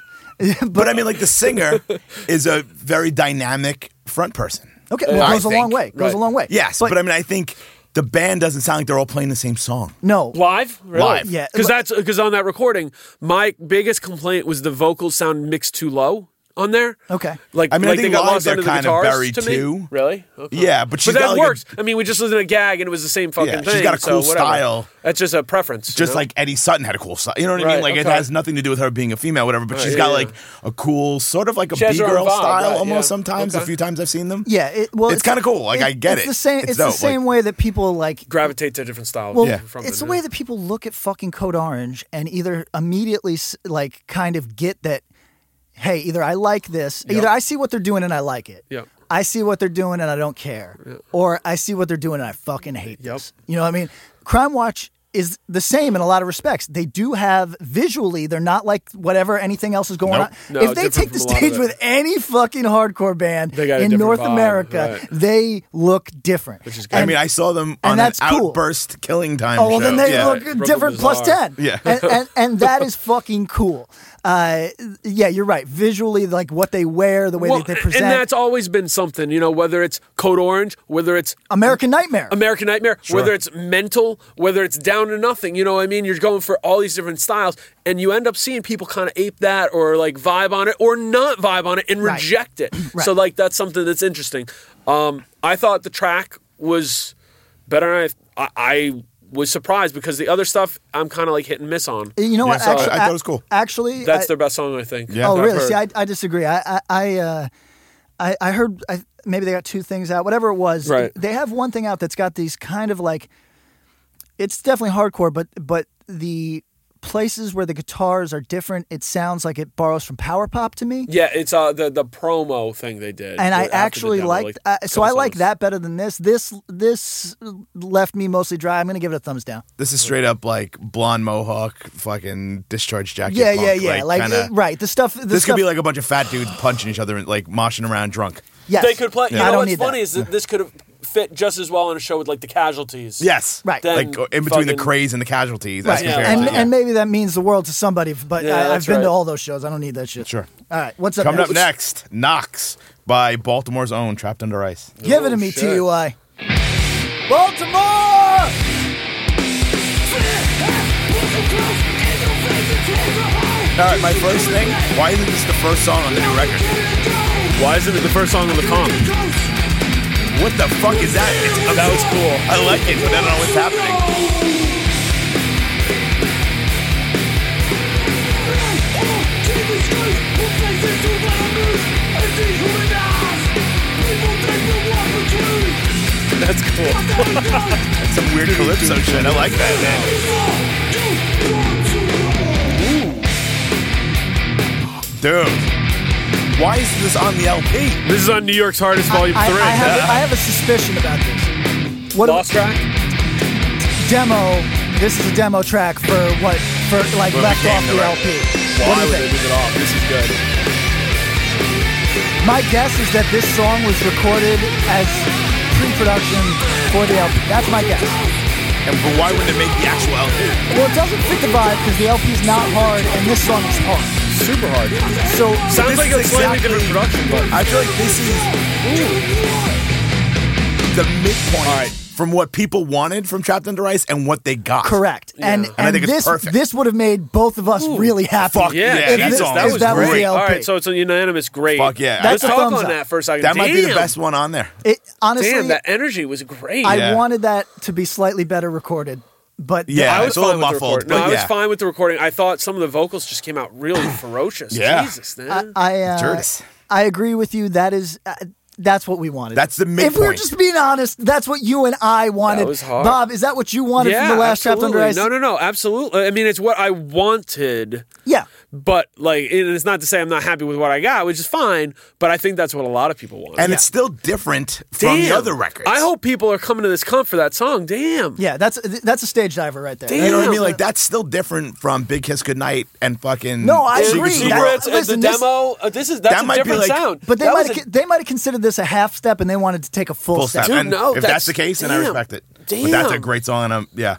Speaker 4: but I mean, like the singer is a very dynamic front person.
Speaker 2: Okay, well,
Speaker 4: I
Speaker 2: goes a long
Speaker 4: think.
Speaker 2: way. Goes a
Speaker 3: Right.
Speaker 2: long way.
Speaker 4: Yes, but, I mean, I think the band doesn't sound like they're all playing the same song.
Speaker 2: no.
Speaker 3: Live, really?
Speaker 4: Live.
Speaker 2: Yeah.
Speaker 3: Because that's because on that recording, my biggest complaint was the vocals sound mixed too low on there.
Speaker 2: Okay.
Speaker 3: Like
Speaker 4: I mean, I
Speaker 3: like they
Speaker 4: think
Speaker 3: got
Speaker 4: live
Speaker 3: lost
Speaker 4: they're
Speaker 3: under the
Speaker 4: kind of
Speaker 3: guitars
Speaker 4: buried
Speaker 3: to me.
Speaker 4: too.
Speaker 3: Really? Okay.
Speaker 4: Yeah, but she's
Speaker 3: but that
Speaker 4: got like a-
Speaker 3: works. I mean, we just listened to gag and it was the same fucking
Speaker 4: Yeah, she's
Speaker 3: thing.
Speaker 4: got a
Speaker 3: so
Speaker 4: cool
Speaker 3: whatever.
Speaker 4: style.
Speaker 3: That's just a preference. you
Speaker 4: Just
Speaker 3: know?
Speaker 4: like Eddie Sutton had a cool style. You know what I mean?
Speaker 3: Right,
Speaker 4: Like it
Speaker 3: okay.
Speaker 4: has nothing to do with her being a female, whatever. But
Speaker 3: Right,
Speaker 4: she's
Speaker 3: yeah,
Speaker 4: got
Speaker 3: yeah.
Speaker 4: like a cool sort of like a
Speaker 3: She has her own
Speaker 4: B-girl
Speaker 3: vibe,
Speaker 4: style
Speaker 3: right,
Speaker 4: almost
Speaker 3: yeah.
Speaker 4: sometimes. A
Speaker 3: Okay.
Speaker 4: few times I've seen them.
Speaker 2: Yeah. It, well,
Speaker 4: It's kinda cool. Like, I get
Speaker 2: It's
Speaker 4: it.
Speaker 2: the same. It's,
Speaker 4: It's
Speaker 2: the
Speaker 4: dope,
Speaker 2: same way that people like.
Speaker 3: gravitate to a different style.
Speaker 2: Well,
Speaker 4: Yeah.
Speaker 3: from
Speaker 2: it's
Speaker 3: it,
Speaker 2: the
Speaker 3: yeah.
Speaker 2: way that people look at fucking Code Orange and either immediately s- like kind of get that. Hey, either I like this, either I see what they're doing and I like it.
Speaker 3: Yep.
Speaker 2: I see what they're doing and I don't care, or I see what they're doing and I fucking hate this. You know what I mean? Crime Watch is the same in a lot of respects. They do have visually, they're not like whatever anything else is going
Speaker 4: Nope.
Speaker 2: on.
Speaker 3: No,
Speaker 2: if they
Speaker 3: different
Speaker 2: take the
Speaker 3: from a lot of
Speaker 2: stage
Speaker 3: it.
Speaker 2: with any fucking hardcore band
Speaker 3: They got a
Speaker 2: in
Speaker 3: different
Speaker 2: North
Speaker 3: vibe,
Speaker 2: America,
Speaker 3: right.
Speaker 2: they look different. Which
Speaker 3: is
Speaker 4: I mean, I saw them on
Speaker 2: that's
Speaker 4: an
Speaker 2: cool.
Speaker 4: outburst killing time.
Speaker 2: Oh, well, then
Speaker 4: show.
Speaker 2: they
Speaker 4: Yeah.
Speaker 2: look
Speaker 3: Brooklyn
Speaker 2: different plus
Speaker 3: Bazaar.
Speaker 2: 10.
Speaker 4: Yeah.
Speaker 2: And, and, and that is fucking cool. Uh, yeah, you're right. Visually, like what they wear, the way
Speaker 3: Well,
Speaker 2: that they present.
Speaker 3: and that's always been something, you know, whether it's Code Orange, whether it's
Speaker 2: American Nightmare.
Speaker 3: American Nightmare, whether it's mental, whether it's down to nothing, you know what I mean? You're going for all these different styles, and you end up seeing people kind of ape that or like vibe on it or not vibe on it and
Speaker 2: Right.
Speaker 3: reject it.
Speaker 2: Right.
Speaker 3: So, like, that's something that's interesting. Um, I thought the track was Better than I, I, I was surprised because the other stuff I'm kind of like hit and miss on.
Speaker 2: You know what?
Speaker 4: Yeah, I saw
Speaker 2: actually,
Speaker 4: it. I thought it was cool.
Speaker 2: Actually,
Speaker 3: That's
Speaker 2: I-
Speaker 3: their best song, I think.
Speaker 4: Yeah.
Speaker 2: uh, Oh,
Speaker 3: I've
Speaker 2: really?
Speaker 3: heard.
Speaker 2: See, I, I disagree. I I I, uh, I, I heard I, maybe they got two things out. Whatever it was,
Speaker 3: Right.
Speaker 2: they have one thing out that's got these kind of like. It's definitely hardcore, but but the places where the guitars are different, it sounds like it borrows from power pop to me.
Speaker 3: yeah, it's uh, the the promo thing they did,
Speaker 2: And I
Speaker 3: after the
Speaker 2: actually
Speaker 3: demo,
Speaker 2: liked,
Speaker 3: a
Speaker 2: uh, so
Speaker 3: couple
Speaker 2: I like
Speaker 3: songs.
Speaker 2: that better than this. This this left me mostly dry. I'm gonna give it a thumbs down.
Speaker 4: This is straight up like blonde mohawk, fucking discharge jacket.
Speaker 2: Yeah, yeah,
Speaker 4: punk,
Speaker 2: yeah. Like,
Speaker 4: kinda-
Speaker 2: uh, right, the stuff. The
Speaker 4: This
Speaker 2: stuff,
Speaker 4: could be like a bunch of fat dudes punching each other and like moshing around drunk.
Speaker 2: yes.
Speaker 3: They could play. You
Speaker 2: I
Speaker 3: know
Speaker 2: don't
Speaker 3: what's
Speaker 2: need that.
Speaker 3: funny is that this could have fit just as well on a show with like the Casualties.
Speaker 4: Yes,
Speaker 2: Right.
Speaker 3: Then
Speaker 4: Like in between the
Speaker 3: fucking-
Speaker 4: craze and the casualties.
Speaker 2: Right.
Speaker 4: As compared
Speaker 2: And,
Speaker 4: to, yeah.
Speaker 2: and maybe that means the world to somebody, but
Speaker 3: Yeah,
Speaker 2: I, I've
Speaker 3: that's
Speaker 2: been
Speaker 3: right.
Speaker 2: to all those shows. I don't need that shit.
Speaker 4: Sure.
Speaker 2: All right. What's up
Speaker 4: Coming
Speaker 2: next?
Speaker 4: up next, Knox by Baltimore's own Trapped Under Ice.
Speaker 2: Give it to
Speaker 3: Oh,
Speaker 2: me,
Speaker 3: shit.
Speaker 2: TUI. Baltimore!
Speaker 4: All right, my first thing. Why isn't this the first song on the new record?
Speaker 6: Why isn't it the first song on the comp?
Speaker 4: What the fuck is that? It's,
Speaker 6: That was cool.
Speaker 4: I like it, but I don't know what's happening.
Speaker 6: That's cool.
Speaker 4: It's some weird calypso shit. I like that, man. Dude, why is this on the LP?
Speaker 6: This is on New York's Hardest
Speaker 3: Oh,
Speaker 2: I,
Speaker 6: Volume
Speaker 2: I-
Speaker 6: 3.
Speaker 2: I have, I have a suspicion about this. What
Speaker 3: Lost track.
Speaker 2: a demo. This is a demo track for what, for like
Speaker 4: What
Speaker 2: left
Speaker 4: became
Speaker 2: off
Speaker 4: the
Speaker 2: the
Speaker 4: record.
Speaker 2: LP. What do
Speaker 6: Why
Speaker 2: you
Speaker 6: would they
Speaker 2: think?
Speaker 6: leave it off? This is good.
Speaker 2: My guess is that this song was recorded as pre production for the LP. That's my guess.
Speaker 4: And but why wouldn't it make the actual LP?
Speaker 2: Well, it doesn't fit the vibe because the LP's not hard and this song is hard.
Speaker 4: Super hard.
Speaker 2: So,
Speaker 4: This
Speaker 3: Sounds like a
Speaker 4: is
Speaker 3: slightly
Speaker 4: exactly-
Speaker 3: different production, but
Speaker 4: I feel like this is the midpoint from what people wanted from Trapped Under Ice and what they got.
Speaker 2: Correct. And, and,
Speaker 4: I think it's
Speaker 2: this
Speaker 4: perfect.
Speaker 2: this would have made both of us really happy.
Speaker 4: Fuck yeah,
Speaker 2: if
Speaker 4: that
Speaker 2: this,
Speaker 4: song
Speaker 2: if
Speaker 4: was
Speaker 2: that was
Speaker 4: great.
Speaker 2: the LP.
Speaker 3: All right, so it's a unanimous grade.
Speaker 4: Fuck yeah.
Speaker 2: That's
Speaker 3: Let's
Speaker 2: a
Speaker 3: talk
Speaker 2: thumbs
Speaker 3: on
Speaker 2: up.
Speaker 3: that for a second.
Speaker 4: That might be the
Speaker 3: Damn.
Speaker 4: best one on there.
Speaker 2: It- honestly,
Speaker 3: Damn, that energy was great.
Speaker 2: I
Speaker 4: Yeah.
Speaker 2: wanted that to be slightly better recorded, but
Speaker 4: Yeah.
Speaker 3: I was
Speaker 4: it's a little
Speaker 3: fine with the
Speaker 4: muffled,
Speaker 3: recording. No,
Speaker 4: but
Speaker 3: I was
Speaker 4: yeah.
Speaker 3: fine with the recording. I thought some of the vocals just came out really ferocious.
Speaker 4: Yeah.
Speaker 3: Jesus, man.
Speaker 2: I I, uh,
Speaker 4: Jurgis.
Speaker 2: I agree with you. That is. Uh, that's what we wanted.
Speaker 4: That's the
Speaker 2: If we're
Speaker 4: midpoint.
Speaker 2: just being honest, that's what you and I wanted.
Speaker 3: That was hard.
Speaker 2: Bob, is that what you wanted
Speaker 3: yeah,
Speaker 2: from the last
Speaker 3: absolutely.
Speaker 2: chapter under ice?
Speaker 3: No, no, no, absolutely. I mean, it's what I wanted,
Speaker 2: Yeah.
Speaker 3: but like, and it's not to say I'm not happy with what I got, which is fine. But I think that's what a lot of people want.
Speaker 4: And it's still different from the
Speaker 3: Damn.
Speaker 4: other records.
Speaker 3: I hope people are coming to this comp for that song. Damn.
Speaker 2: Yeah, that's that's a stage diver right there.
Speaker 3: Damn.
Speaker 4: You know what I mean? Like that's still different from Big Kiss Goodnight and fucking.
Speaker 2: No, I agree.
Speaker 4: Secrets of the
Speaker 2: That-
Speaker 4: World.
Speaker 3: Secrets and
Speaker 2: listen,
Speaker 3: the
Speaker 2: this-
Speaker 3: demo. uh, this is that's
Speaker 4: That
Speaker 3: a
Speaker 4: might be
Speaker 3: different
Speaker 4: like-
Speaker 3: sound.
Speaker 2: But they
Speaker 3: That
Speaker 2: might
Speaker 3: was
Speaker 2: have they might have considered this a half step, and they wanted to take a full,
Speaker 4: full step.
Speaker 3: Dude,
Speaker 4: and
Speaker 3: no,
Speaker 4: if that's
Speaker 3: that's-
Speaker 4: the case, then I
Speaker 3: damn.
Speaker 4: respect it. But that's a
Speaker 3: Damn.
Speaker 4: great song, and I'm yeah.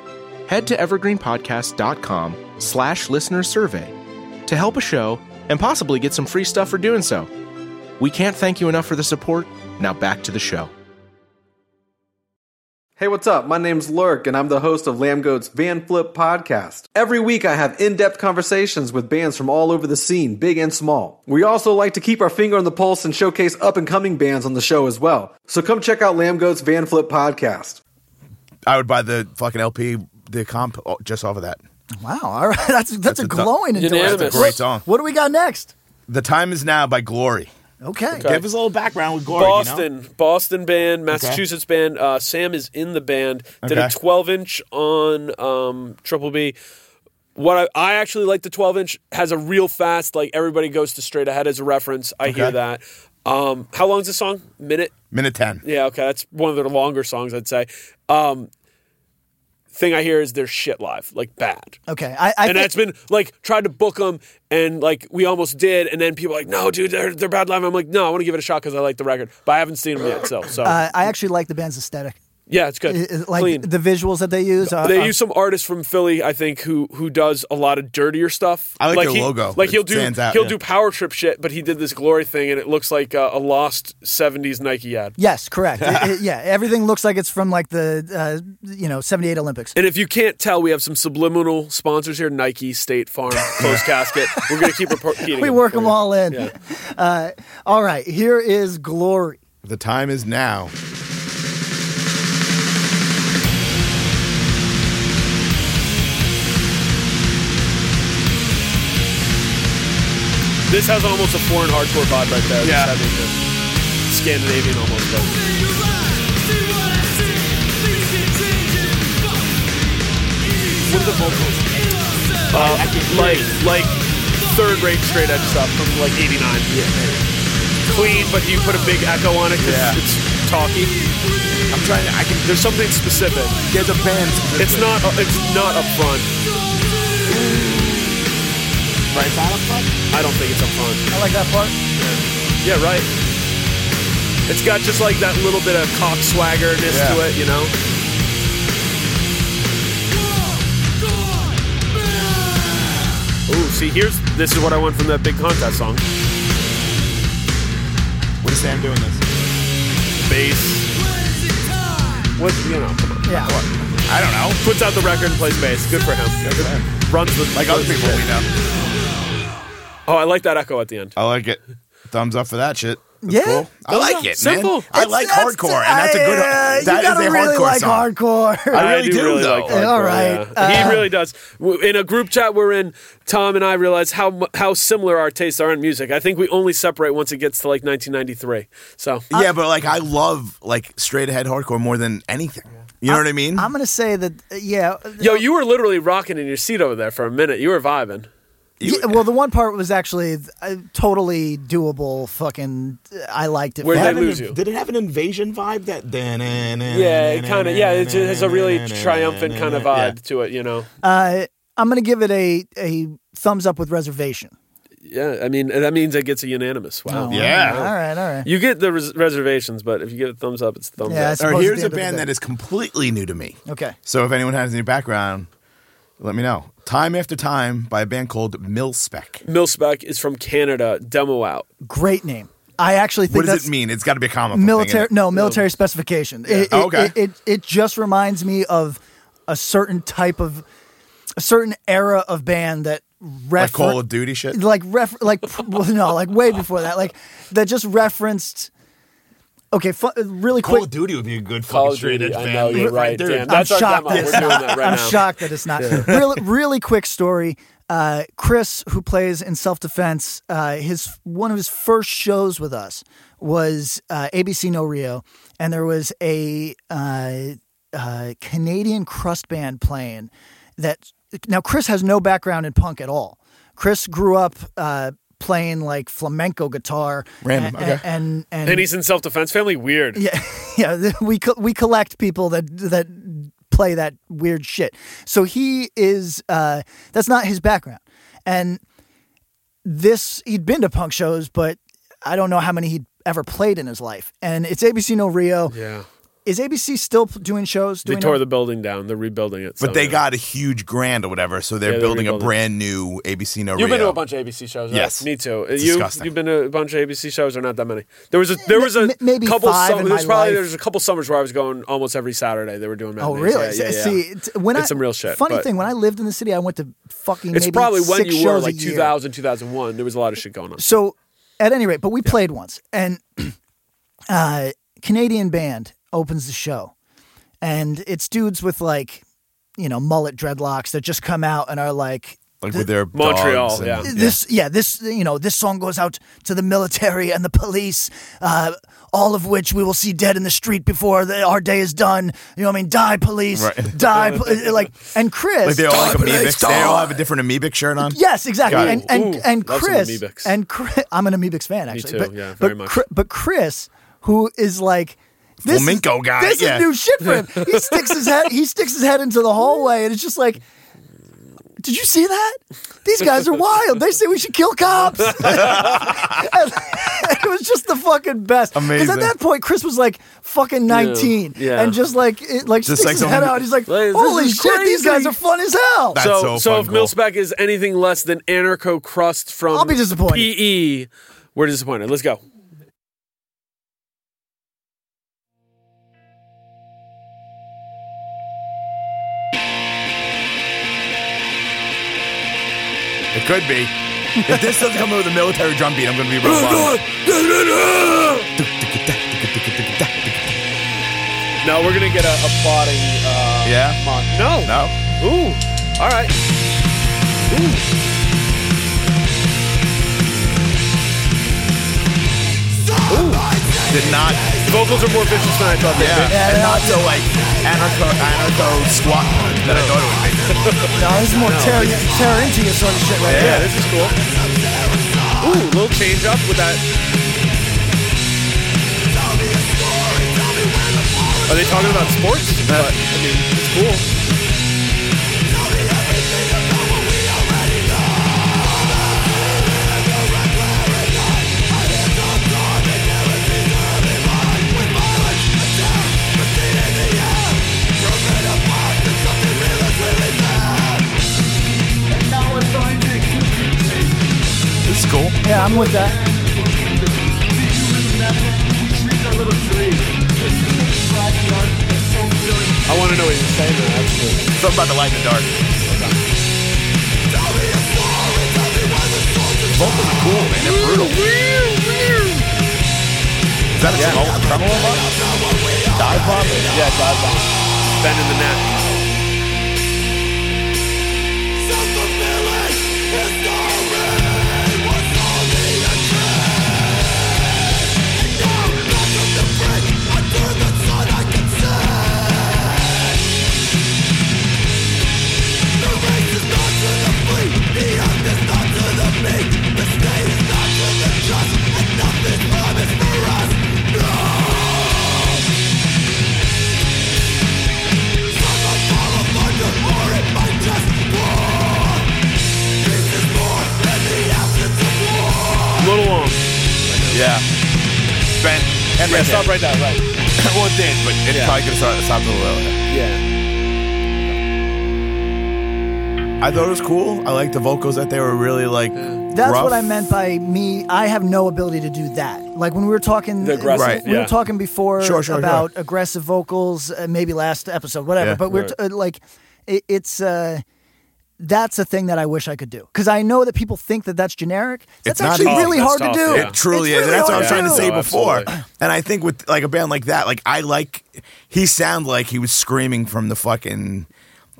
Speaker 7: Head to evergreenpodcast.com slash listener survey to help a show and possibly get some free stuff for doing so. We can't thank you enough for the support. Now back to the show.
Speaker 8: Hey, what's up? My name's Lurk, and I'm the host of Lamb Goat's Van Flip podcast. Every week, I have in depth conversations with bands from all over the scene, big and small. We also like to keep our finger on the pulse and showcase up and coming bands on the show as well. So come check out Lamb Goat's Van Flip podcast.
Speaker 4: I would buy the fucking LP, the comp, oh, just off of that.
Speaker 2: Wow, all right, that's that's, a
Speaker 4: a du-
Speaker 2: glowing
Speaker 3: Unanimous.
Speaker 2: endorsement.
Speaker 4: Great song.
Speaker 2: What do we got next?
Speaker 4: The time is now by Glory.
Speaker 2: Okay.
Speaker 4: Give us a little background with Glory.
Speaker 3: Boston, Boston band, Massachusetts band. Uh, Sam is in the band. Did a
Speaker 4: Okay.
Speaker 3: 12 inch on um, Triple B. What I, I actually like the 12 inch has a real fast like everybody goes to straight ahead as a reference. I hear
Speaker 4: Okay.
Speaker 3: that. Um, how long's the song? Minute.
Speaker 4: Minute ten.
Speaker 3: Yeah, okay, that's one of their longer songs. I'd say. Um, thing I hear is they're shit live, like bad
Speaker 2: Okay. I, I
Speaker 3: and
Speaker 2: think-
Speaker 3: that's been like tried to book them, and like we almost did, and then people are like, no, dude, they're they're bad live. I'm like, no, I want to give it a shot because I like the record, but I haven't seen them yet, so so
Speaker 2: uh, I actually like the band's aesthetic.
Speaker 3: yeah, it's good.
Speaker 2: It- it- like
Speaker 3: Clean.
Speaker 2: the visuals that they use. Uh, Are,
Speaker 3: they
Speaker 2: are-
Speaker 3: use some artist from Philly, I think, who who does a lot of dirtier stuff.
Speaker 4: I like their
Speaker 3: he,
Speaker 4: logo.
Speaker 3: Like he'll
Speaker 4: It
Speaker 3: do
Speaker 4: stands out,
Speaker 3: he'll
Speaker 4: yeah.
Speaker 3: do power trip shit, but he did this glory thing, and it looks like uh, a lost '70s Nike ad.
Speaker 2: Yes, correct. It- it- yeah, everything looks like it's from like the uh, you know '78 Olympics.
Speaker 3: And if you can't tell, we have some subliminal sponsors here: Nike, State Farm, Closed Casket. We're gonna keep repeating.
Speaker 2: We
Speaker 3: them
Speaker 2: work
Speaker 3: for
Speaker 2: them
Speaker 3: you.
Speaker 2: all in. Uh, all right, here is glory.
Speaker 4: The time is now.
Speaker 3: This has almost a foreign hardcore vibe right there. Yeah. Scandinavian almost. but- What are the vocals? Uh, like, like third rate straight edge stuff from like 89. Yeah. Clean, but you put a big echo on it because
Speaker 4: Yeah.
Speaker 3: it's talky. I'm trying to, I can, there's something specific.
Speaker 4: There's a band.
Speaker 3: It's not, uh, it's not up front.
Speaker 4: Right, it's not up front.
Speaker 3: I don't think it's up front.
Speaker 2: I like that part.
Speaker 3: Yeah, right. It's got just like that little bit of cock swaggerness
Speaker 4: Yeah.
Speaker 3: to it, you know? Ooh, see, here's this is what I want from that big contest song.
Speaker 4: What is Sam doing this?
Speaker 3: Bass. What you know? Come on.
Speaker 2: Yeah.
Speaker 4: I don't know.
Speaker 3: Puts out the record and plays bass. Good for him. Runs with
Speaker 4: Like other people we know.
Speaker 3: Oh, I like that echo at the end.
Speaker 4: I like it. Thumbs up for that shit. That's
Speaker 2: Yeah.
Speaker 4: cool. I like it,
Speaker 3: Simple.
Speaker 4: man. I
Speaker 2: It's-
Speaker 4: like
Speaker 2: that's-
Speaker 4: hardcore, and that's a good.
Speaker 2: I, uh,
Speaker 4: That
Speaker 2: you
Speaker 4: is
Speaker 2: gotta
Speaker 4: a
Speaker 2: really
Speaker 4: hardcore
Speaker 2: like
Speaker 4: song.
Speaker 2: hardcore.
Speaker 4: I really do, though.
Speaker 3: that.
Speaker 2: All right,
Speaker 3: he
Speaker 2: uh,
Speaker 3: really does. W- In a group chat we're in, Tom and I realized how mu- how similar our tastes are in music. I think we only separate once it gets to like 1993. So
Speaker 4: Yeah, but like I love like straight ahead hardcore more than anything. You know what I mean?
Speaker 2: I'm gonna say that. uh, Yeah.
Speaker 3: Yo, you were literally rocking in your seat over there for a minute. You were vibing.
Speaker 2: Yeah, well, the one part was actually uh, totally doable. Fucking, uh, I liked it.
Speaker 3: Where
Speaker 4: Did it
Speaker 3: they
Speaker 4: have an
Speaker 3: lose
Speaker 4: inv-
Speaker 3: you.
Speaker 4: Did it have an invasion vibe? That
Speaker 3: Yeah,
Speaker 4: yeah,
Speaker 3: it kind of yeah, it just has a really triumphant kind of vibe to it, you know.
Speaker 2: uh, I'm gonna give it a a thumbs up with reservation.
Speaker 3: Yeah, I mean that means it gets a unanimous. Wow.
Speaker 4: Yeah.
Speaker 2: All right. All right.
Speaker 3: You get the res- reservations, but if you get a thumbs up, it's a thumbs
Speaker 2: Yeah,
Speaker 3: up.
Speaker 2: it's-
Speaker 4: Or
Speaker 2: Suppose
Speaker 4: here's
Speaker 2: at
Speaker 4: a
Speaker 2: the end of the
Speaker 4: band that
Speaker 2: day.
Speaker 4: is completely new to me.
Speaker 2: Okay.
Speaker 4: So if anyone has any background, let me know. Time after time by a band called Millspec.
Speaker 3: Milspec is from Canada. Demo out.
Speaker 2: Great name. I actually think
Speaker 4: What does
Speaker 2: that's
Speaker 4: it mean? It's got to be a comic book
Speaker 2: military.
Speaker 4: Thing in it.
Speaker 2: No, military specification. It, it,
Speaker 4: Oh, okay.
Speaker 2: It, it it just reminds me of a certain type of a certain era of band that
Speaker 4: like
Speaker 2: refer-
Speaker 4: Call of Duty shit.
Speaker 2: like ref like pr- well, no like way before that like that just referenced. Okay, fu- really quick.
Speaker 4: Duty would be a good
Speaker 3: Call of Duty. I know you're right, Dan. That's
Speaker 2: I'm
Speaker 3: our
Speaker 2: shocked
Speaker 3: demo. We're
Speaker 2: that
Speaker 3: doing
Speaker 2: it's not.
Speaker 3: that right
Speaker 2: I'm
Speaker 3: now.
Speaker 2: shocked that it's not. Really, really quick story. Uh, Chris, who plays in self defense, uh, his one of his first shows with us was uh, ABC No Rio, and there was a uh, uh, Canadian crust band playing. That now Chris has no background in punk at all. Chris grew up uh, playing like flamenco guitar,
Speaker 4: Random,
Speaker 2: and-
Speaker 4: okay.
Speaker 2: and and,
Speaker 3: And he's in self defense family. Weird.
Speaker 2: yeah, yeah. th- We co- we collect people that that play that weird shit. So he is. Uh, that's not his background, and this he'd been to punk shows, but I don't know how many he'd ever played in his life. And it's ABC No Rio.
Speaker 3: Yeah.
Speaker 2: Is ABC still p- doing shows? Do
Speaker 3: They
Speaker 2: we
Speaker 3: tore
Speaker 2: know?
Speaker 3: the building down. They're rebuilding it.
Speaker 4: But
Speaker 3: so,
Speaker 4: they
Speaker 3: yeah.
Speaker 4: got a huge grant or whatever, so
Speaker 3: Yeah,
Speaker 4: they're
Speaker 3: they're
Speaker 4: building a
Speaker 3: rebuilding.
Speaker 4: brand new ABC No
Speaker 3: You've
Speaker 4: Rio.
Speaker 3: been to a bunch of ABC shows, right?
Speaker 4: Yes.
Speaker 3: Me too.
Speaker 4: It's
Speaker 3: you
Speaker 4: disgusting.
Speaker 3: you've been to a bunch of ABC shows, or not that many? There was a there was a
Speaker 2: m- maybe
Speaker 3: couple.
Speaker 2: five
Speaker 3: sum-
Speaker 2: in
Speaker 3: there's
Speaker 2: my
Speaker 3: probably
Speaker 2: life.
Speaker 3: there's a couple summers where I was going almost every Saturday. They were doing.
Speaker 2: Oh
Speaker 3: matinees.
Speaker 2: really?
Speaker 3: Yeah, yeah, yeah.
Speaker 2: See, t- when
Speaker 3: It's
Speaker 2: I,
Speaker 3: some real shit,
Speaker 2: Funny
Speaker 3: but-
Speaker 2: thing, when I lived in the city, I went to fucking.
Speaker 3: It's
Speaker 2: maybe
Speaker 3: probably when
Speaker 2: six
Speaker 3: you were
Speaker 2: shows a
Speaker 3: like
Speaker 2: year.
Speaker 3: 2000, 2001. There was a lot of shit going on.
Speaker 2: So, at any rate, but we played once, and uh, Canadian band opens the show, and it's dudes with like, you know, mullet dreadlocks that just come out and are like,
Speaker 4: Like with their
Speaker 3: Montreal,
Speaker 4: dogs and-
Speaker 3: yeah.
Speaker 2: this yeah this you know this song goes out to the military and the police uh, all of which we will see dead in the street before the, our day is done you know what i mean die police
Speaker 4: Right.
Speaker 2: die pol- like and chris
Speaker 4: Like they all like
Speaker 2: Die, police,
Speaker 4: amoebics. They all
Speaker 2: die.
Speaker 4: have a different amoebic shirt on.
Speaker 2: Yes, exactly.
Speaker 4: Got it.
Speaker 2: And and
Speaker 3: Ooh,
Speaker 2: and
Speaker 3: love some
Speaker 2: Chris
Speaker 3: Amoebics.
Speaker 2: and Chris, I'm an Amoebics fan actually.
Speaker 3: too,
Speaker 2: But,
Speaker 3: yeah,
Speaker 2: but
Speaker 3: very much.
Speaker 2: Chri- but Chris, who is like this
Speaker 4: Flamenco
Speaker 2: is,
Speaker 4: guy,
Speaker 2: This
Speaker 4: yeah.
Speaker 2: is new shit for him. He sticks his head. He sticks his head into the hallway, and it's just like. Did you see that? These guys are wild. They say we should kill cops. And it was just the fucking best. Because
Speaker 4: Amazing.
Speaker 2: at that point, Chris was like fucking nineteen,
Speaker 3: Yeah.
Speaker 2: and just like it, like
Speaker 4: Just
Speaker 2: sticks
Speaker 4: like
Speaker 2: his head
Speaker 4: someone-
Speaker 2: out. He's like,
Speaker 3: Like, this
Speaker 2: "Holy
Speaker 3: is
Speaker 2: shit, these
Speaker 3: crazy."
Speaker 2: guys are fun as hell."
Speaker 4: That's
Speaker 3: so,
Speaker 4: so
Speaker 3: so,
Speaker 4: fun,
Speaker 3: if
Speaker 4: cool.
Speaker 3: Millspec is anything less than anarcho crust from
Speaker 2: I'll be disappointed.
Speaker 3: PE, we're disappointed. Let's go.
Speaker 4: It could be. If this doesn't come with a military drum beat, I'm going to be real bummed.
Speaker 3: No, we're gonna get a applauding. Uh,
Speaker 4: Yeah.
Speaker 3: mon- no.
Speaker 4: No.
Speaker 3: Ooh. All right. Ooh.
Speaker 4: Did not.
Speaker 3: Vocals are more vicious than I thought they
Speaker 4: Yeah. And not so like anarcho anarcho squat that I thought it would be.
Speaker 2: No, this is more tear, tear into you sort of shit right here.
Speaker 3: Yeah, this is cool. Ooh, little change up with that. Are they talking about sports? But, I mean, it's cool.
Speaker 4: This is cool.
Speaker 2: Yeah, I'm with that.
Speaker 3: I want to know what you're saying. though. That's cool.
Speaker 4: Something about the light in the dark. Vocals are cool, man. They're brutal. Is that a yeah. tremolo bomb? Dive bomb?
Speaker 3: Yeah, dive bomb. Bending the net. little long.
Speaker 4: Yeah. um, Ben. And
Speaker 3: Yeah,
Speaker 4: right
Speaker 3: stop right now, right.
Speaker 4: there. Well, it did, but it
Speaker 3: Yeah.
Speaker 4: probably could have started stopped a little earlier.
Speaker 3: Yeah.
Speaker 4: I thought it was cool. I liked the vocals that they were really like.
Speaker 2: That's
Speaker 4: rough.
Speaker 2: what I meant by me. I have no ability to do that. Like when we were talking,
Speaker 3: The aggressive,
Speaker 4: Right.
Speaker 2: we
Speaker 3: yeah.
Speaker 2: were talking before
Speaker 4: Sure, sure,
Speaker 2: about aggressive vocals, uh, maybe last episode, whatever.
Speaker 4: Yeah.
Speaker 2: but we're t- uh, like, it, it's. Uh, that's a thing that I wish I could do because I know that people think that that's generic. That's
Speaker 4: not
Speaker 2: actually
Speaker 4: tough.
Speaker 2: really
Speaker 3: That's
Speaker 2: hard
Speaker 3: tough,
Speaker 2: to do.
Speaker 3: yeah.
Speaker 4: It truly
Speaker 2: It's really
Speaker 4: is. and that's what I
Speaker 2: hard
Speaker 4: was trying to
Speaker 2: do.
Speaker 4: say
Speaker 3: No,
Speaker 4: before.
Speaker 3: absolutely.
Speaker 4: And I think with like a band like that, like I like he sounded like he was screaming from the fucking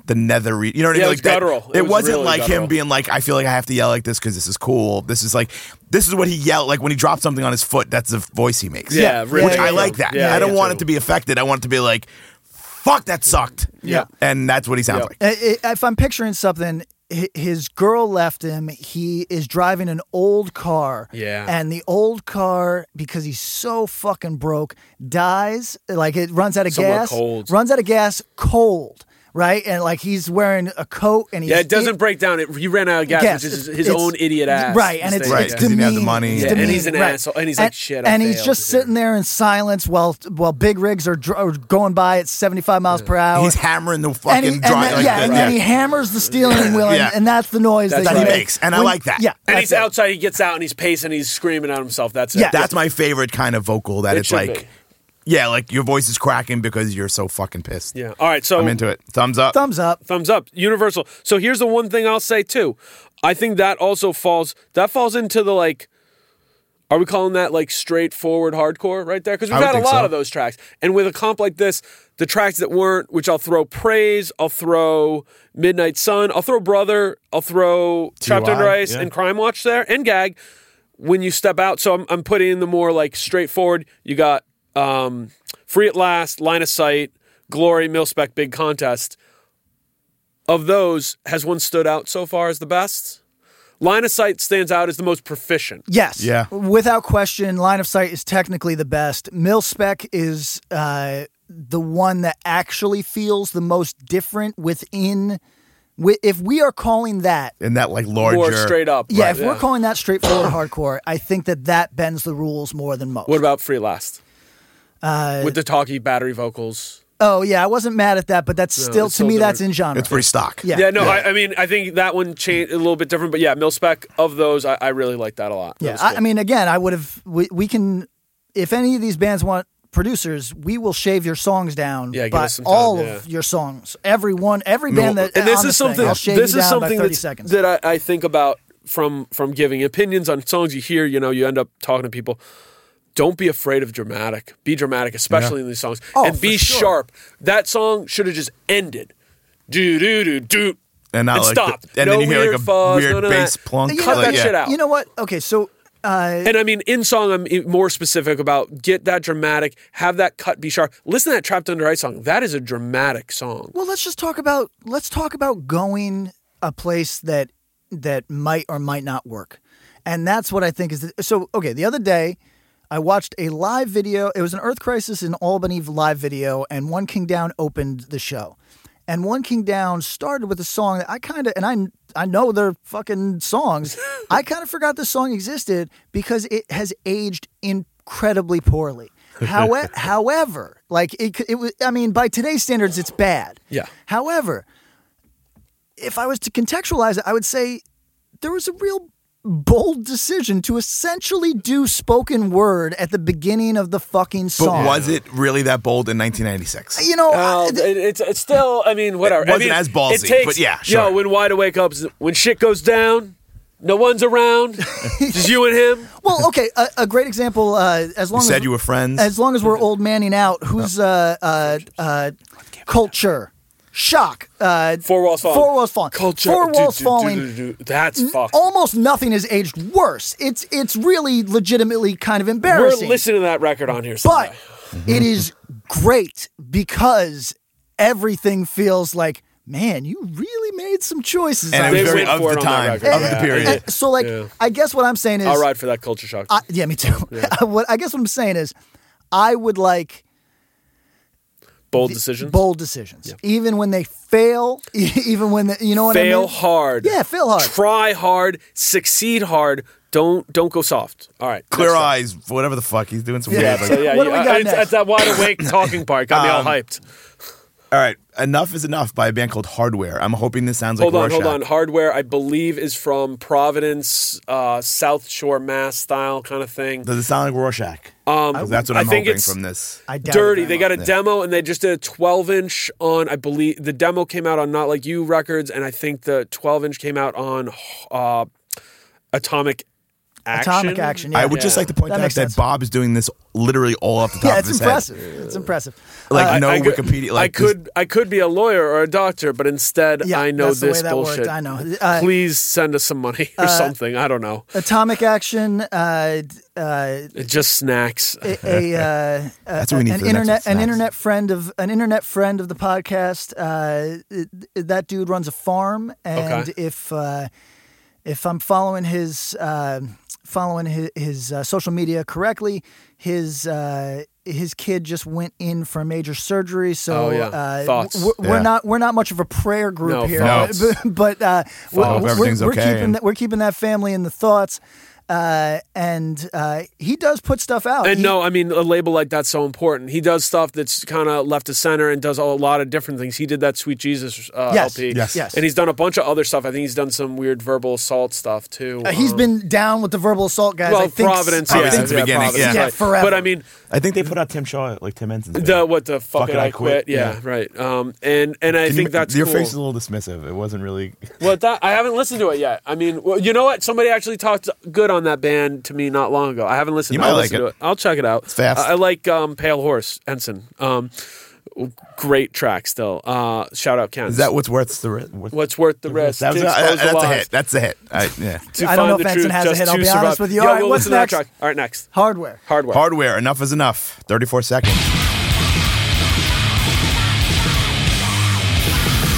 Speaker 4: the nether. Re- you know what
Speaker 3: Yeah,
Speaker 4: I
Speaker 3: it
Speaker 4: mean?
Speaker 3: was
Speaker 4: Like that-
Speaker 3: guttural. It
Speaker 4: It,
Speaker 3: was
Speaker 4: wasn't
Speaker 3: really
Speaker 4: like
Speaker 3: guttural.
Speaker 4: him being like, I feel like I have to yell like this because this is cool. This is like this is what he yelled like when he dropped something on his foot. That's the voice he makes.
Speaker 3: Yeah, really
Speaker 4: Which I
Speaker 3: true.
Speaker 4: like that.
Speaker 3: Yeah,
Speaker 4: I don't
Speaker 3: yeah,
Speaker 4: want
Speaker 3: true.
Speaker 4: it to be affected. I want it to be like, fuck that sucked.
Speaker 2: Yeah.
Speaker 4: And that's what he sounds
Speaker 3: Yeah.
Speaker 4: like.
Speaker 2: I- I- If I'm picturing something, hi- his girl left him. He is driving an old car.
Speaker 3: Yeah.
Speaker 2: And the old car, because he's so fucking broke, dies. Like it runs out of
Speaker 3: Somewhere
Speaker 2: gas.
Speaker 3: cold.
Speaker 2: Runs out of gas cold. Right. And like he's wearing a coat and he's.
Speaker 3: Yeah, it doesn't break down. It, he ran out of gas,
Speaker 2: Yes,
Speaker 3: which is
Speaker 2: it's-
Speaker 3: his
Speaker 2: it's-
Speaker 3: own idiot ass.
Speaker 2: Right, and it's,
Speaker 3: mistake.
Speaker 4: Right,
Speaker 2: it's
Speaker 4: 'cause he didn't have the
Speaker 2: demeaning,
Speaker 4: money.
Speaker 2: it's
Speaker 4: Yeah, and
Speaker 2: demeaning,
Speaker 3: he's an
Speaker 2: right.
Speaker 3: asshole, and he's like, "Shit, I
Speaker 2: and he's
Speaker 3: failed."
Speaker 2: just sitting there in silence while while big rigs are, dr- are going by at seventy five miles per hour.
Speaker 4: He's hammering the fucking
Speaker 2: and he,
Speaker 4: dry-
Speaker 2: and then,
Speaker 4: like
Speaker 2: yeah,
Speaker 4: the-
Speaker 2: and then he hammers the steering wheel, and,
Speaker 4: Yeah.
Speaker 2: and that's the noise
Speaker 3: That's
Speaker 2: that
Speaker 3: right.
Speaker 2: he
Speaker 3: He
Speaker 4: makes, and I like that.
Speaker 2: Yeah,
Speaker 3: And
Speaker 2: that's
Speaker 3: he's
Speaker 2: it.
Speaker 3: outside. He gets out and he's pacing. He's screaming at himself. That's it.
Speaker 2: Yeah.
Speaker 4: That's my favorite kind of vocal that
Speaker 3: It
Speaker 4: it's
Speaker 3: should
Speaker 4: like,
Speaker 3: be.
Speaker 4: yeah, like your voice is cracking because you're so fucking pissed.
Speaker 3: Yeah. All right. So
Speaker 4: I'm into it. Thumbs up.
Speaker 2: Thumbs up.
Speaker 3: thumbs up universal so here's the one thing i'll say too i think that also falls that falls into the like Are we calling that like straightforward hardcore right there? Because we've
Speaker 4: would
Speaker 3: had a
Speaker 4: think
Speaker 3: lot
Speaker 4: so.
Speaker 3: of those tracks. And with a comp like this, the tracks that weren't, which I'll throw Praise, I'll throw Midnight Sun, I'll throw Brother, I'll throw Trapped
Speaker 4: TY,
Speaker 3: Under Ice
Speaker 4: yeah.
Speaker 3: and Crime Watch there and Gag. When you step out, so I'm, I'm putting in the more like straightforward. You got um, Free at Last, Line of Sight, Glory, Milspec, Big Contest. Of those, has one stood out so far as the best? Line of Sight stands out as the most proficient.
Speaker 2: Yes.
Speaker 4: Yeah.
Speaker 2: Without question, line of sight is technically the best. Mil spec is uh, the one that actually feels the most different within. Wi- if we are calling that,
Speaker 4: and that like larger.
Speaker 3: More straight up.
Speaker 2: yeah,
Speaker 3: right,
Speaker 2: if we're calling that straightforward hardcore, I think that that bends the rules more than most.
Speaker 3: What about Free Last?
Speaker 2: Uh,
Speaker 3: With the talkie battery vocals.
Speaker 2: oh yeah, I wasn't mad at that, but that's still to
Speaker 3: it's still
Speaker 2: me that's
Speaker 3: different.
Speaker 2: in genre.
Speaker 4: It's pretty stock.
Speaker 2: Yeah.
Speaker 3: Yeah, no, I, I mean, I think that one changed a little bit different, but yeah, Milspec of those, I, I really like that a lot. That
Speaker 2: Yeah,
Speaker 3: was
Speaker 2: I,
Speaker 3: cool.
Speaker 2: I mean, again, I would have. We, we can, if any of these bands want producers, we will shave your songs down.
Speaker 3: Yeah, give
Speaker 2: but
Speaker 3: us some time,
Speaker 2: all
Speaker 3: yeah.
Speaker 2: of your songs, every one, every band that.
Speaker 3: and this
Speaker 2: on
Speaker 3: is
Speaker 2: thing,
Speaker 3: something.
Speaker 2: I'll shave
Speaker 3: this
Speaker 2: you
Speaker 3: is
Speaker 2: down
Speaker 3: something
Speaker 2: by thirty
Speaker 3: that's,
Speaker 2: seconds.
Speaker 3: that I, I think about from from giving opinions on songs you hear. You know, you end up talking to people. Don't be afraid of dramatic. Be dramatic, especially in these songs,
Speaker 2: Oh,
Speaker 3: and
Speaker 2: for
Speaker 3: be
Speaker 2: sure.
Speaker 3: sharp. That song should have just ended. Do do do do.
Speaker 4: And not
Speaker 3: it
Speaker 4: like the-
Speaker 3: stopped.
Speaker 4: and
Speaker 3: no
Speaker 4: then you hear, like,
Speaker 3: weird
Speaker 4: a
Speaker 3: fuzz,
Speaker 4: weird
Speaker 3: none of that.
Speaker 4: bass plunk,
Speaker 3: Cut
Speaker 4: like,
Speaker 3: that
Speaker 4: yeah.
Speaker 3: shit out.
Speaker 2: You know what? Okay, so uh,
Speaker 3: And I mean, in song, I'm e- more specific about get that dramatic, have that cut be sharp. Listen to that Trapped Under Ice song. That is a dramatic song.
Speaker 2: well, let's just talk about let's talk about going a place that that might or might not work, and that's what I think is. The, so okay, the other day. I watched a live video. It was an Earth Crisis in Albany live video, and One King Down opened the show. And One King Down started with a song that I kind of, and I, I know they're fucking songs. I kind of forgot this song existed because it has aged incredibly poorly. However, however, like it, c- it was, I mean, by today's standards, it's bad.
Speaker 3: Yeah.
Speaker 2: However, if I was to contextualize it, I would say there was a real bold decision to essentially do spoken word at the beginning of the fucking
Speaker 4: But
Speaker 2: song.
Speaker 4: was it really that bold in 1996?
Speaker 2: You know,
Speaker 3: Well,
Speaker 2: I- th-
Speaker 3: it- it's, it's still, I mean, whatever.
Speaker 4: It wasn't
Speaker 3: I mean,
Speaker 4: as ballsy,
Speaker 3: it takes,
Speaker 4: but yeah,
Speaker 3: Yo,
Speaker 4: sure.
Speaker 3: when Wide Awake Up's, when shit goes down, no one's around, just you and him.
Speaker 2: well, okay, a, a great example. Uh, as long
Speaker 4: You said
Speaker 2: as
Speaker 4: you were Oh. friends.
Speaker 2: as long as we're old manning out, who's uh, uh, uh, culture shock? Uh,
Speaker 3: Four walls falling.
Speaker 2: Four walls falling.
Speaker 3: Culture.
Speaker 2: Four
Speaker 3: do,
Speaker 2: walls
Speaker 3: do, do,
Speaker 2: falling.
Speaker 3: do, do, do. That's fucked.
Speaker 2: Almost nothing has aged worse. It's it's really legitimately kind of
Speaker 3: We're
Speaker 2: embarrassing.
Speaker 3: listening to that record on here.
Speaker 2: but
Speaker 3: Someday.
Speaker 2: it is great because everything feels like man you really made some choices
Speaker 4: and
Speaker 2: out
Speaker 4: it
Speaker 3: They
Speaker 4: was
Speaker 2: there.
Speaker 4: very
Speaker 3: went
Speaker 4: of
Speaker 3: for it
Speaker 4: the
Speaker 3: on that
Speaker 4: time, of
Speaker 3: record,
Speaker 4: the
Speaker 3: yeah.
Speaker 4: period.
Speaker 2: And so like
Speaker 3: Yeah.
Speaker 2: i guess what i'm saying is
Speaker 3: I'll ride for that culture shock.
Speaker 2: I- yeah me too what i guess what i'm saying is i would like
Speaker 3: bold decisions.
Speaker 2: bold decisions even when they fail even when they, you know what i
Speaker 3: fail
Speaker 2: mean
Speaker 3: hard.
Speaker 2: Yeah, fail hard.
Speaker 3: Try hard. Succeed hard. Don't don't go soft. All right.
Speaker 4: Clear
Speaker 3: next up.
Speaker 4: eyes, whatever the fuck he's doing. Some
Speaker 2: Yeah,
Speaker 4: weird,
Speaker 2: so
Speaker 4: like-
Speaker 3: Yeah,
Speaker 2: What do
Speaker 3: yeah,
Speaker 2: we got
Speaker 3: I- it's,
Speaker 2: next? Um,
Speaker 3: it's that wide awake talking part got me all hyped.
Speaker 4: All right, enough is enough by a band called Hardware. I'm hoping this sounds like
Speaker 3: Hold on,
Speaker 4: Rorschach.
Speaker 3: hold on. Hardware, I believe, is from Providence, uh, South Shore, Mass style kind of thing.
Speaker 4: Does it sound like Rorschach?
Speaker 3: Um,
Speaker 4: 'Cause that's what
Speaker 3: I
Speaker 4: I'm
Speaker 3: think
Speaker 4: hoping
Speaker 3: it's
Speaker 4: from this.
Speaker 2: I doubt it
Speaker 3: dirty.
Speaker 2: very
Speaker 3: They
Speaker 2: much.
Speaker 3: got a demo and they just did a 12 inch on, I believe, the demo came out on Not Like You Records, and I think the 12 inch came out on uh, Atomic Action.
Speaker 2: atomic action yeah.
Speaker 4: I would just like to point
Speaker 2: That
Speaker 4: out
Speaker 2: makes
Speaker 4: that
Speaker 2: sense.
Speaker 4: Bob is doing this literally all off the top
Speaker 2: yeah
Speaker 4: of
Speaker 2: it's
Speaker 4: his
Speaker 2: impressive it's impressive
Speaker 4: head. Like no
Speaker 3: I could-
Speaker 4: Wikipedia. Like
Speaker 3: I could I could be a lawyer or a doctor, but instead
Speaker 2: Yeah,
Speaker 3: I know
Speaker 2: that's the
Speaker 3: this
Speaker 2: way that Uh, worked.
Speaker 3: bullshit.
Speaker 2: I know. Uh,
Speaker 3: Please send us some money or something. I don't know.
Speaker 2: atomic action uh, d- uh,
Speaker 3: Just snacks.
Speaker 2: a, uh,
Speaker 4: That's what we need
Speaker 2: an
Speaker 4: for the
Speaker 2: internet
Speaker 4: next one,
Speaker 2: an
Speaker 4: snacks.
Speaker 2: internet friend of an internet friend of the podcast. Uh, it- it- that dude runs a farm, and
Speaker 3: Okay.
Speaker 2: if uh, if I'm following his uh, following his, his uh, social media correctly, his uh, his kid just went in for major surgery. So
Speaker 3: Oh, yeah.
Speaker 2: uh,
Speaker 3: Thoughts.
Speaker 2: w- we're
Speaker 4: Yeah.
Speaker 2: not we're not much of a prayer group
Speaker 3: No,
Speaker 2: here,
Speaker 3: thoughts.
Speaker 2: but, but uh, we're,
Speaker 4: Hope
Speaker 2: we're-
Speaker 4: everything's
Speaker 2: we're
Speaker 4: okay
Speaker 2: keeping
Speaker 4: and-
Speaker 2: that, we're keeping that family in the thoughts. Uh, and uh, he does put stuff out.
Speaker 3: And
Speaker 2: He-
Speaker 3: no, I mean a label like that's so important. He does stuff that's kind of left to center and does a lot of different things. He did that Sweet Jesus uh,
Speaker 2: Yes,
Speaker 3: LP,
Speaker 2: yes, yes.
Speaker 3: and he's done a bunch of other stuff. I think he's done some weird verbal assault stuff too.
Speaker 2: Uh, he's
Speaker 3: Um,
Speaker 2: been down with the verbal assault guys.
Speaker 3: well,
Speaker 2: I think,
Speaker 3: Providence,
Speaker 2: I
Speaker 3: yeah,
Speaker 2: think-
Speaker 4: the beginning,
Speaker 3: Providence,
Speaker 4: yeah.
Speaker 2: Yeah,
Speaker 3: right.
Speaker 2: forever.
Speaker 3: But I mean,
Speaker 4: I think they put out Tim Shaw like Tim Ensign's.
Speaker 3: The, what the fuck,
Speaker 4: Fuck
Speaker 3: it,
Speaker 4: it,
Speaker 3: I
Speaker 4: I quit.
Speaker 3: quit? Yeah,
Speaker 4: Yeah.
Speaker 3: right. Um, and and I
Speaker 4: Can
Speaker 3: think
Speaker 4: you-
Speaker 3: that's
Speaker 4: your
Speaker 3: cool.
Speaker 4: face is a little dismissive. It wasn't really.
Speaker 3: Well, that, I haven't listened to it yet. I mean, well, you know what? Somebody actually talked good on that band to me not long ago. I haven't listened.
Speaker 4: You might
Speaker 3: I'll
Speaker 4: like
Speaker 3: listen
Speaker 4: it.
Speaker 3: to it. I'll check it out. It's
Speaker 4: fast.
Speaker 3: I, I like um, Pale Horse Ensign. Um, great track still. Uh, shout out Ken.
Speaker 4: Is that what's worth the ri- worth,
Speaker 3: what's worth the risk?
Speaker 4: That was,
Speaker 3: to expose the
Speaker 4: that's a
Speaker 3: lies,
Speaker 4: hit. That's a hit. I, yeah.
Speaker 3: to
Speaker 2: I don't know
Speaker 3: find
Speaker 2: if
Speaker 3: the
Speaker 2: Ensign
Speaker 3: truth,
Speaker 2: has a
Speaker 3: just
Speaker 2: hit, I'll
Speaker 3: to
Speaker 2: be honest
Speaker 3: survive.
Speaker 2: with you.
Speaker 3: Yeah,
Speaker 2: All right,
Speaker 3: we'll
Speaker 2: what's
Speaker 3: listen to that
Speaker 2: next?
Speaker 3: track. All right, next.
Speaker 2: Hardware.
Speaker 3: Hardware.
Speaker 4: Hardware. Enough is enough. Thirty-four seconds.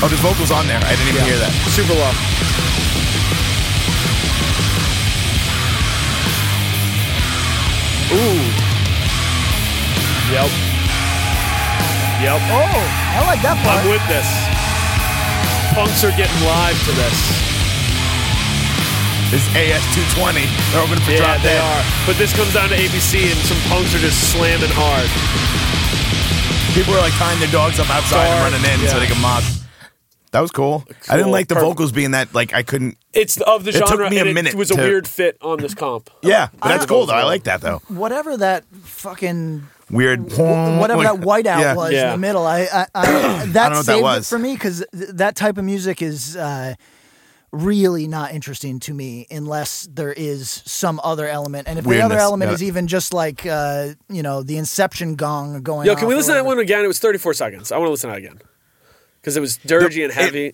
Speaker 4: Oh, there's vocals on there. I didn't even hear that.
Speaker 3: Super low. Ooh. Yep. Yep.
Speaker 2: Oh, I like that
Speaker 3: I'm
Speaker 2: part.
Speaker 3: with this. Punks are getting live to this.
Speaker 4: It's AS220. They're open for
Speaker 3: Yeah,
Speaker 4: drop
Speaker 3: they
Speaker 4: dead.
Speaker 3: are. But this comes down to ABC, and some punks are just slamming hard.
Speaker 4: People are like tying their dogs up outside
Speaker 3: Dark,
Speaker 4: and running in so
Speaker 3: yeah.
Speaker 4: they can mob. That was cool. I didn't
Speaker 3: Cool.
Speaker 4: like the
Speaker 3: Perfect.
Speaker 4: vocals being that like I couldn't.
Speaker 3: It's of the
Speaker 4: took
Speaker 3: genre,
Speaker 4: me a
Speaker 3: and
Speaker 4: minute
Speaker 3: it was a
Speaker 4: to-
Speaker 3: weird fit on this comp.
Speaker 4: Yeah, but that's
Speaker 3: don't
Speaker 4: cool
Speaker 3: know.
Speaker 4: though. I like that though.
Speaker 2: Whatever that fucking
Speaker 4: Weird.
Speaker 2: whatever that whiteout
Speaker 4: Mm, Yeah.
Speaker 2: was in
Speaker 3: Yeah.
Speaker 2: the middle. I, I, I that
Speaker 4: I don't know what that
Speaker 2: saved it
Speaker 4: was.
Speaker 2: for me because th- that type of music is uh, really not interesting to me unless there is some other element. And if the
Speaker 4: Weirdness,
Speaker 2: other element
Speaker 4: yeah.
Speaker 2: is even just like uh, you know the Inception gong going.
Speaker 3: Yo, can we
Speaker 2: off or
Speaker 3: listen to that
Speaker 2: whatever.
Speaker 3: one again? It was 34 seconds. I want to listen to that again. Because it was dirgy and
Speaker 4: it-
Speaker 3: heavy.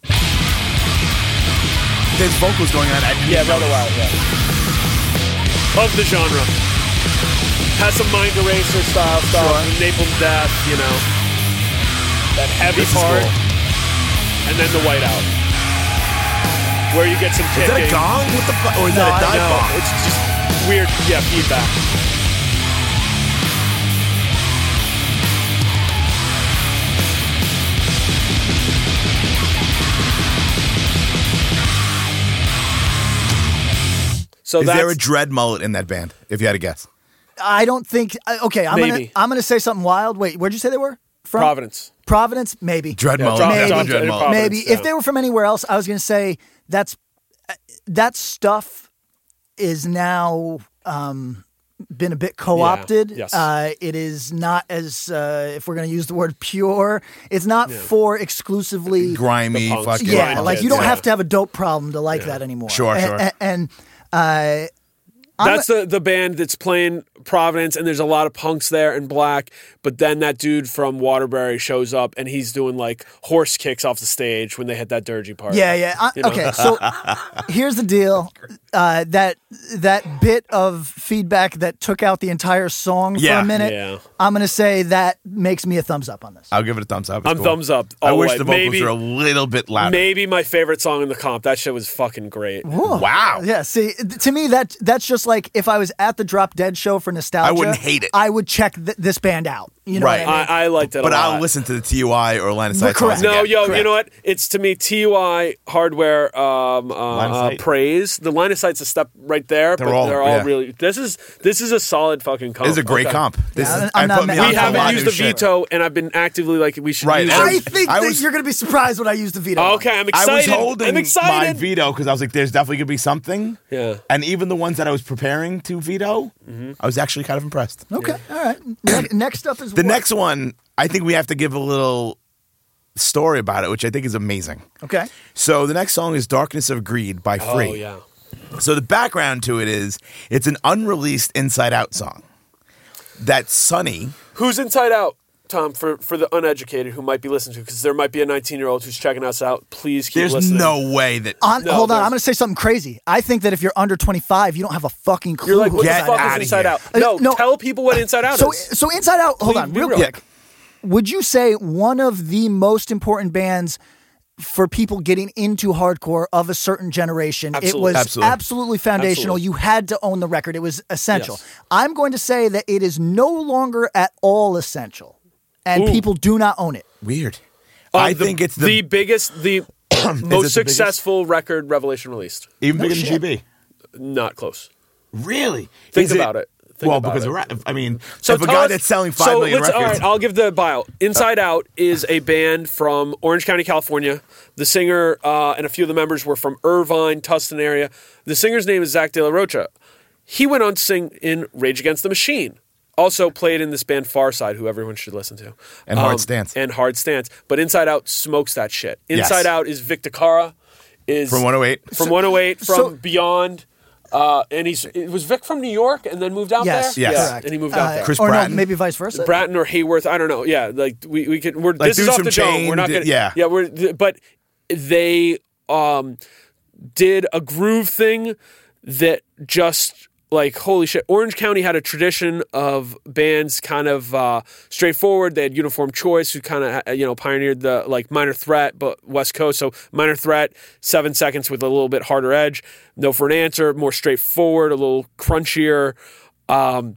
Speaker 4: There's vocals going on. I didn't
Speaker 3: Yeah,
Speaker 4: even
Speaker 3: Brother
Speaker 4: notice.
Speaker 3: Wild, yeah. Of the genre. Has some mind eraser style stuff, Napalm Death, you know. That heavy
Speaker 4: This is
Speaker 3: part,
Speaker 4: cool.
Speaker 3: and then the whiteout. Where you get some
Speaker 4: Is
Speaker 3: kicking.
Speaker 4: that a gong? What the fuck? Or is
Speaker 3: No,
Speaker 4: that a
Speaker 3: I
Speaker 4: dive
Speaker 3: know.
Speaker 4: bomb?
Speaker 3: It's just weird, yeah, feedback. So
Speaker 4: Is
Speaker 3: that's,
Speaker 4: there a dread mullet in that band? If you had to guess,
Speaker 2: I don't think. I- Okay, I'm gonna
Speaker 3: Maybe.
Speaker 2: I'm gonna say something wild. Wait, where'd you say they were from?
Speaker 3: Providence.
Speaker 2: Providence, maybe.
Speaker 4: dread
Speaker 3: Yeah,
Speaker 4: mullet.
Speaker 3: John-
Speaker 4: Definitely
Speaker 2: John-
Speaker 4: dread
Speaker 3: John-
Speaker 4: mullet.
Speaker 3: Providence,
Speaker 2: maybe if
Speaker 3: yeah.
Speaker 2: they were from anywhere else i was going to say that's uh, that stuff is now um been a bit co-opted
Speaker 3: yes.
Speaker 2: uh it is not as uh if we're going to use the word pure it's not for exclusively
Speaker 4: grimy
Speaker 3: punks.
Speaker 4: fucking.
Speaker 2: yeah
Speaker 3: grindheads,
Speaker 2: like you don't
Speaker 3: yeah.
Speaker 2: have to have a dope problem to like that anymore
Speaker 4: Sure,
Speaker 2: A-
Speaker 4: sure.
Speaker 2: a- and uh I'm
Speaker 3: That's the, the band that's playing Providence, and there's a lot of punks there and black. But then that dude from Waterbury shows up, and he's doing like horse kicks off the stage when they hit that dirgy part.
Speaker 2: Yeah, yeah. I,
Speaker 3: You know?
Speaker 2: Okay, so here's the deal: uh, that that bit of feedback that took out the entire song
Speaker 4: Yeah. Uh,
Speaker 2: for a minute.
Speaker 3: Yeah.
Speaker 2: I'm gonna say that makes me a thumbs up on this.
Speaker 4: I'll give it a thumbs up. It's
Speaker 3: I'm
Speaker 4: cool.
Speaker 3: thumbs up.
Speaker 4: I
Speaker 3: all
Speaker 4: wish
Speaker 3: way.
Speaker 4: the vocals
Speaker 3: maybe,
Speaker 4: were a little bit louder.
Speaker 3: maybe my favorite song in the comp. That shit was fucking great.
Speaker 2: Whoa.
Speaker 4: Wow.
Speaker 2: Yeah. See, th- to me, that that's just like if I was at the Drop Dead show for nostalgia,
Speaker 4: I wouldn't hate it.
Speaker 2: I would check th- this band out. You know,
Speaker 4: Right.
Speaker 2: What I mean?
Speaker 3: I, I liked it.
Speaker 4: But
Speaker 3: a lot.
Speaker 4: I'll listen to the TUI or Line of Sight.
Speaker 2: Correct.
Speaker 4: songs
Speaker 3: No,
Speaker 4: again.
Speaker 3: yo, you know what? It's to me TUI hardware um, uh,
Speaker 4: of
Speaker 3: uh,
Speaker 4: sight.
Speaker 3: praise. The line of sight's a step right there,
Speaker 4: They're
Speaker 3: but
Speaker 4: all-
Speaker 3: they're all
Speaker 4: yeah.
Speaker 3: really. This is this is a solid fucking comp.
Speaker 4: This is a great
Speaker 3: Okay.
Speaker 4: comp. This
Speaker 2: Yeah,
Speaker 4: is,
Speaker 2: I'm
Speaker 4: I
Speaker 2: not
Speaker 4: put me
Speaker 2: mad.
Speaker 4: on
Speaker 2: Not
Speaker 3: We
Speaker 4: to a lot
Speaker 3: haven't
Speaker 4: of
Speaker 3: used
Speaker 4: new
Speaker 3: the
Speaker 4: shit.
Speaker 3: veto, and I've been actively like we should
Speaker 4: Right,
Speaker 3: use
Speaker 4: and
Speaker 2: I
Speaker 3: it.
Speaker 4: I'm-
Speaker 2: think
Speaker 4: I
Speaker 2: that
Speaker 4: was-
Speaker 2: you're gonna be surprised when I use the veto.
Speaker 3: Okay, I'm
Speaker 4: I was
Speaker 3: excited.
Speaker 4: holding
Speaker 3: I'm
Speaker 4: my
Speaker 3: excited.
Speaker 4: veto because I was like, "There's definitely gonna be something."
Speaker 3: Yeah. Mm-hmm.
Speaker 4: And even the ones that I was preparing to veto, I was actually kind of impressed.
Speaker 2: Okay. All right. Ne- next up is
Speaker 4: The
Speaker 2: what?
Speaker 4: next one, I think we have to give a little story about it, which I think is amazing.
Speaker 2: Okay.
Speaker 4: So the next song is "Darkness of Greed" by Free.
Speaker 3: Oh yeah.
Speaker 4: So the background to it is it's an unreleased Inside Out song that Sonny.
Speaker 3: Who's inside out? Tom, for, for the uneducated who might be listening to, because there might be a 19 year old who's checking us out. Please keep
Speaker 4: There's
Speaker 3: listening.
Speaker 4: no way that
Speaker 2: On,
Speaker 3: No,
Speaker 2: hold on,
Speaker 3: there's-
Speaker 2: I'm going to say something crazy. I think that if you're under 25, you don't have a fucking clue.
Speaker 3: You're like, what
Speaker 2: who
Speaker 3: the
Speaker 2: Inside
Speaker 3: fuck
Speaker 2: Out
Speaker 3: is
Speaker 4: outta
Speaker 2: is.
Speaker 3: Inside
Speaker 4: here.
Speaker 3: Out?
Speaker 2: Uh,
Speaker 3: No,
Speaker 2: no.
Speaker 3: tell people what Inside Out
Speaker 2: So,
Speaker 3: is.
Speaker 2: so Inside Out. Hold
Speaker 3: Please
Speaker 2: on,
Speaker 3: be
Speaker 2: real
Speaker 3: real.
Speaker 2: quick. Would you say one of the most important bands for people getting into hardcore of a certain generation? It
Speaker 3: Absolutely.
Speaker 2: was
Speaker 4: Absolutely.
Speaker 2: absolutely foundational.
Speaker 3: Absolutely.
Speaker 2: You had to own the record. It was essential.
Speaker 3: Yes.
Speaker 2: I'm going to say that it is no longer at all essential, and people do not own it.
Speaker 4: weird.
Speaker 3: Um,
Speaker 4: I
Speaker 3: the-
Speaker 4: think it's the,
Speaker 3: the biggest, the most
Speaker 4: biggest?
Speaker 3: successful record Revelation released.
Speaker 4: even bigger than GB.
Speaker 3: Not close.
Speaker 4: Really?
Speaker 3: Think about it. Think
Speaker 4: well,
Speaker 3: about
Speaker 4: because
Speaker 3: it.
Speaker 4: we're at- I mean,
Speaker 3: So
Speaker 4: so if a
Speaker 3: tell
Speaker 4: guy
Speaker 3: us-
Speaker 4: that's selling five
Speaker 3: so
Speaker 4: million
Speaker 3: let's- All
Speaker 4: records,
Speaker 3: right, I'll give the bio. Inside Out is a band from Orange County, California. The singer uh, and a few of the members were from Irvine, Tustin area. The singer's name is Zach De La Rocha. He went on to sing in Rage Against the Machine. Also played in this band Far Side, who everyone should listen to. Um,
Speaker 4: And Hard Stance.
Speaker 3: And Hard Stance. But Inside Out smokes that shit.
Speaker 4: Yes.
Speaker 3: Inside Out is Vic Dakara. Is
Speaker 4: From 108.
Speaker 3: From 108, from
Speaker 2: so-
Speaker 3: Beyond. Uh, and he's it was Vic from New York and then moved out
Speaker 2: Yes,
Speaker 3: there?
Speaker 4: Yes.
Speaker 3: Yeah,
Speaker 2: correct.
Speaker 3: And he moved out
Speaker 2: Uh,
Speaker 3: there.
Speaker 4: Chris
Speaker 2: or
Speaker 4: Bratton.
Speaker 2: no, maybe vice versa.
Speaker 3: Bratton or Hayworth. I don't know. Yeah, like we we could. We're this is
Speaker 4: Dudes
Speaker 3: off
Speaker 4: from
Speaker 3: the dome. We're not
Speaker 4: Chained,
Speaker 3: gonna.
Speaker 4: yeah.
Speaker 3: yeah. We're th- but they um did a groove thing that just like holy shit. Orange County had a tradition of bands kind of uh, straightforward. They had Uniform Choice, who kind of you know pioneered the like Minor Threat, but West Coast. So Minor Threat, Seven Seconds with a little bit harder edge. No for an answer, more straightforward, a little crunchier. Um,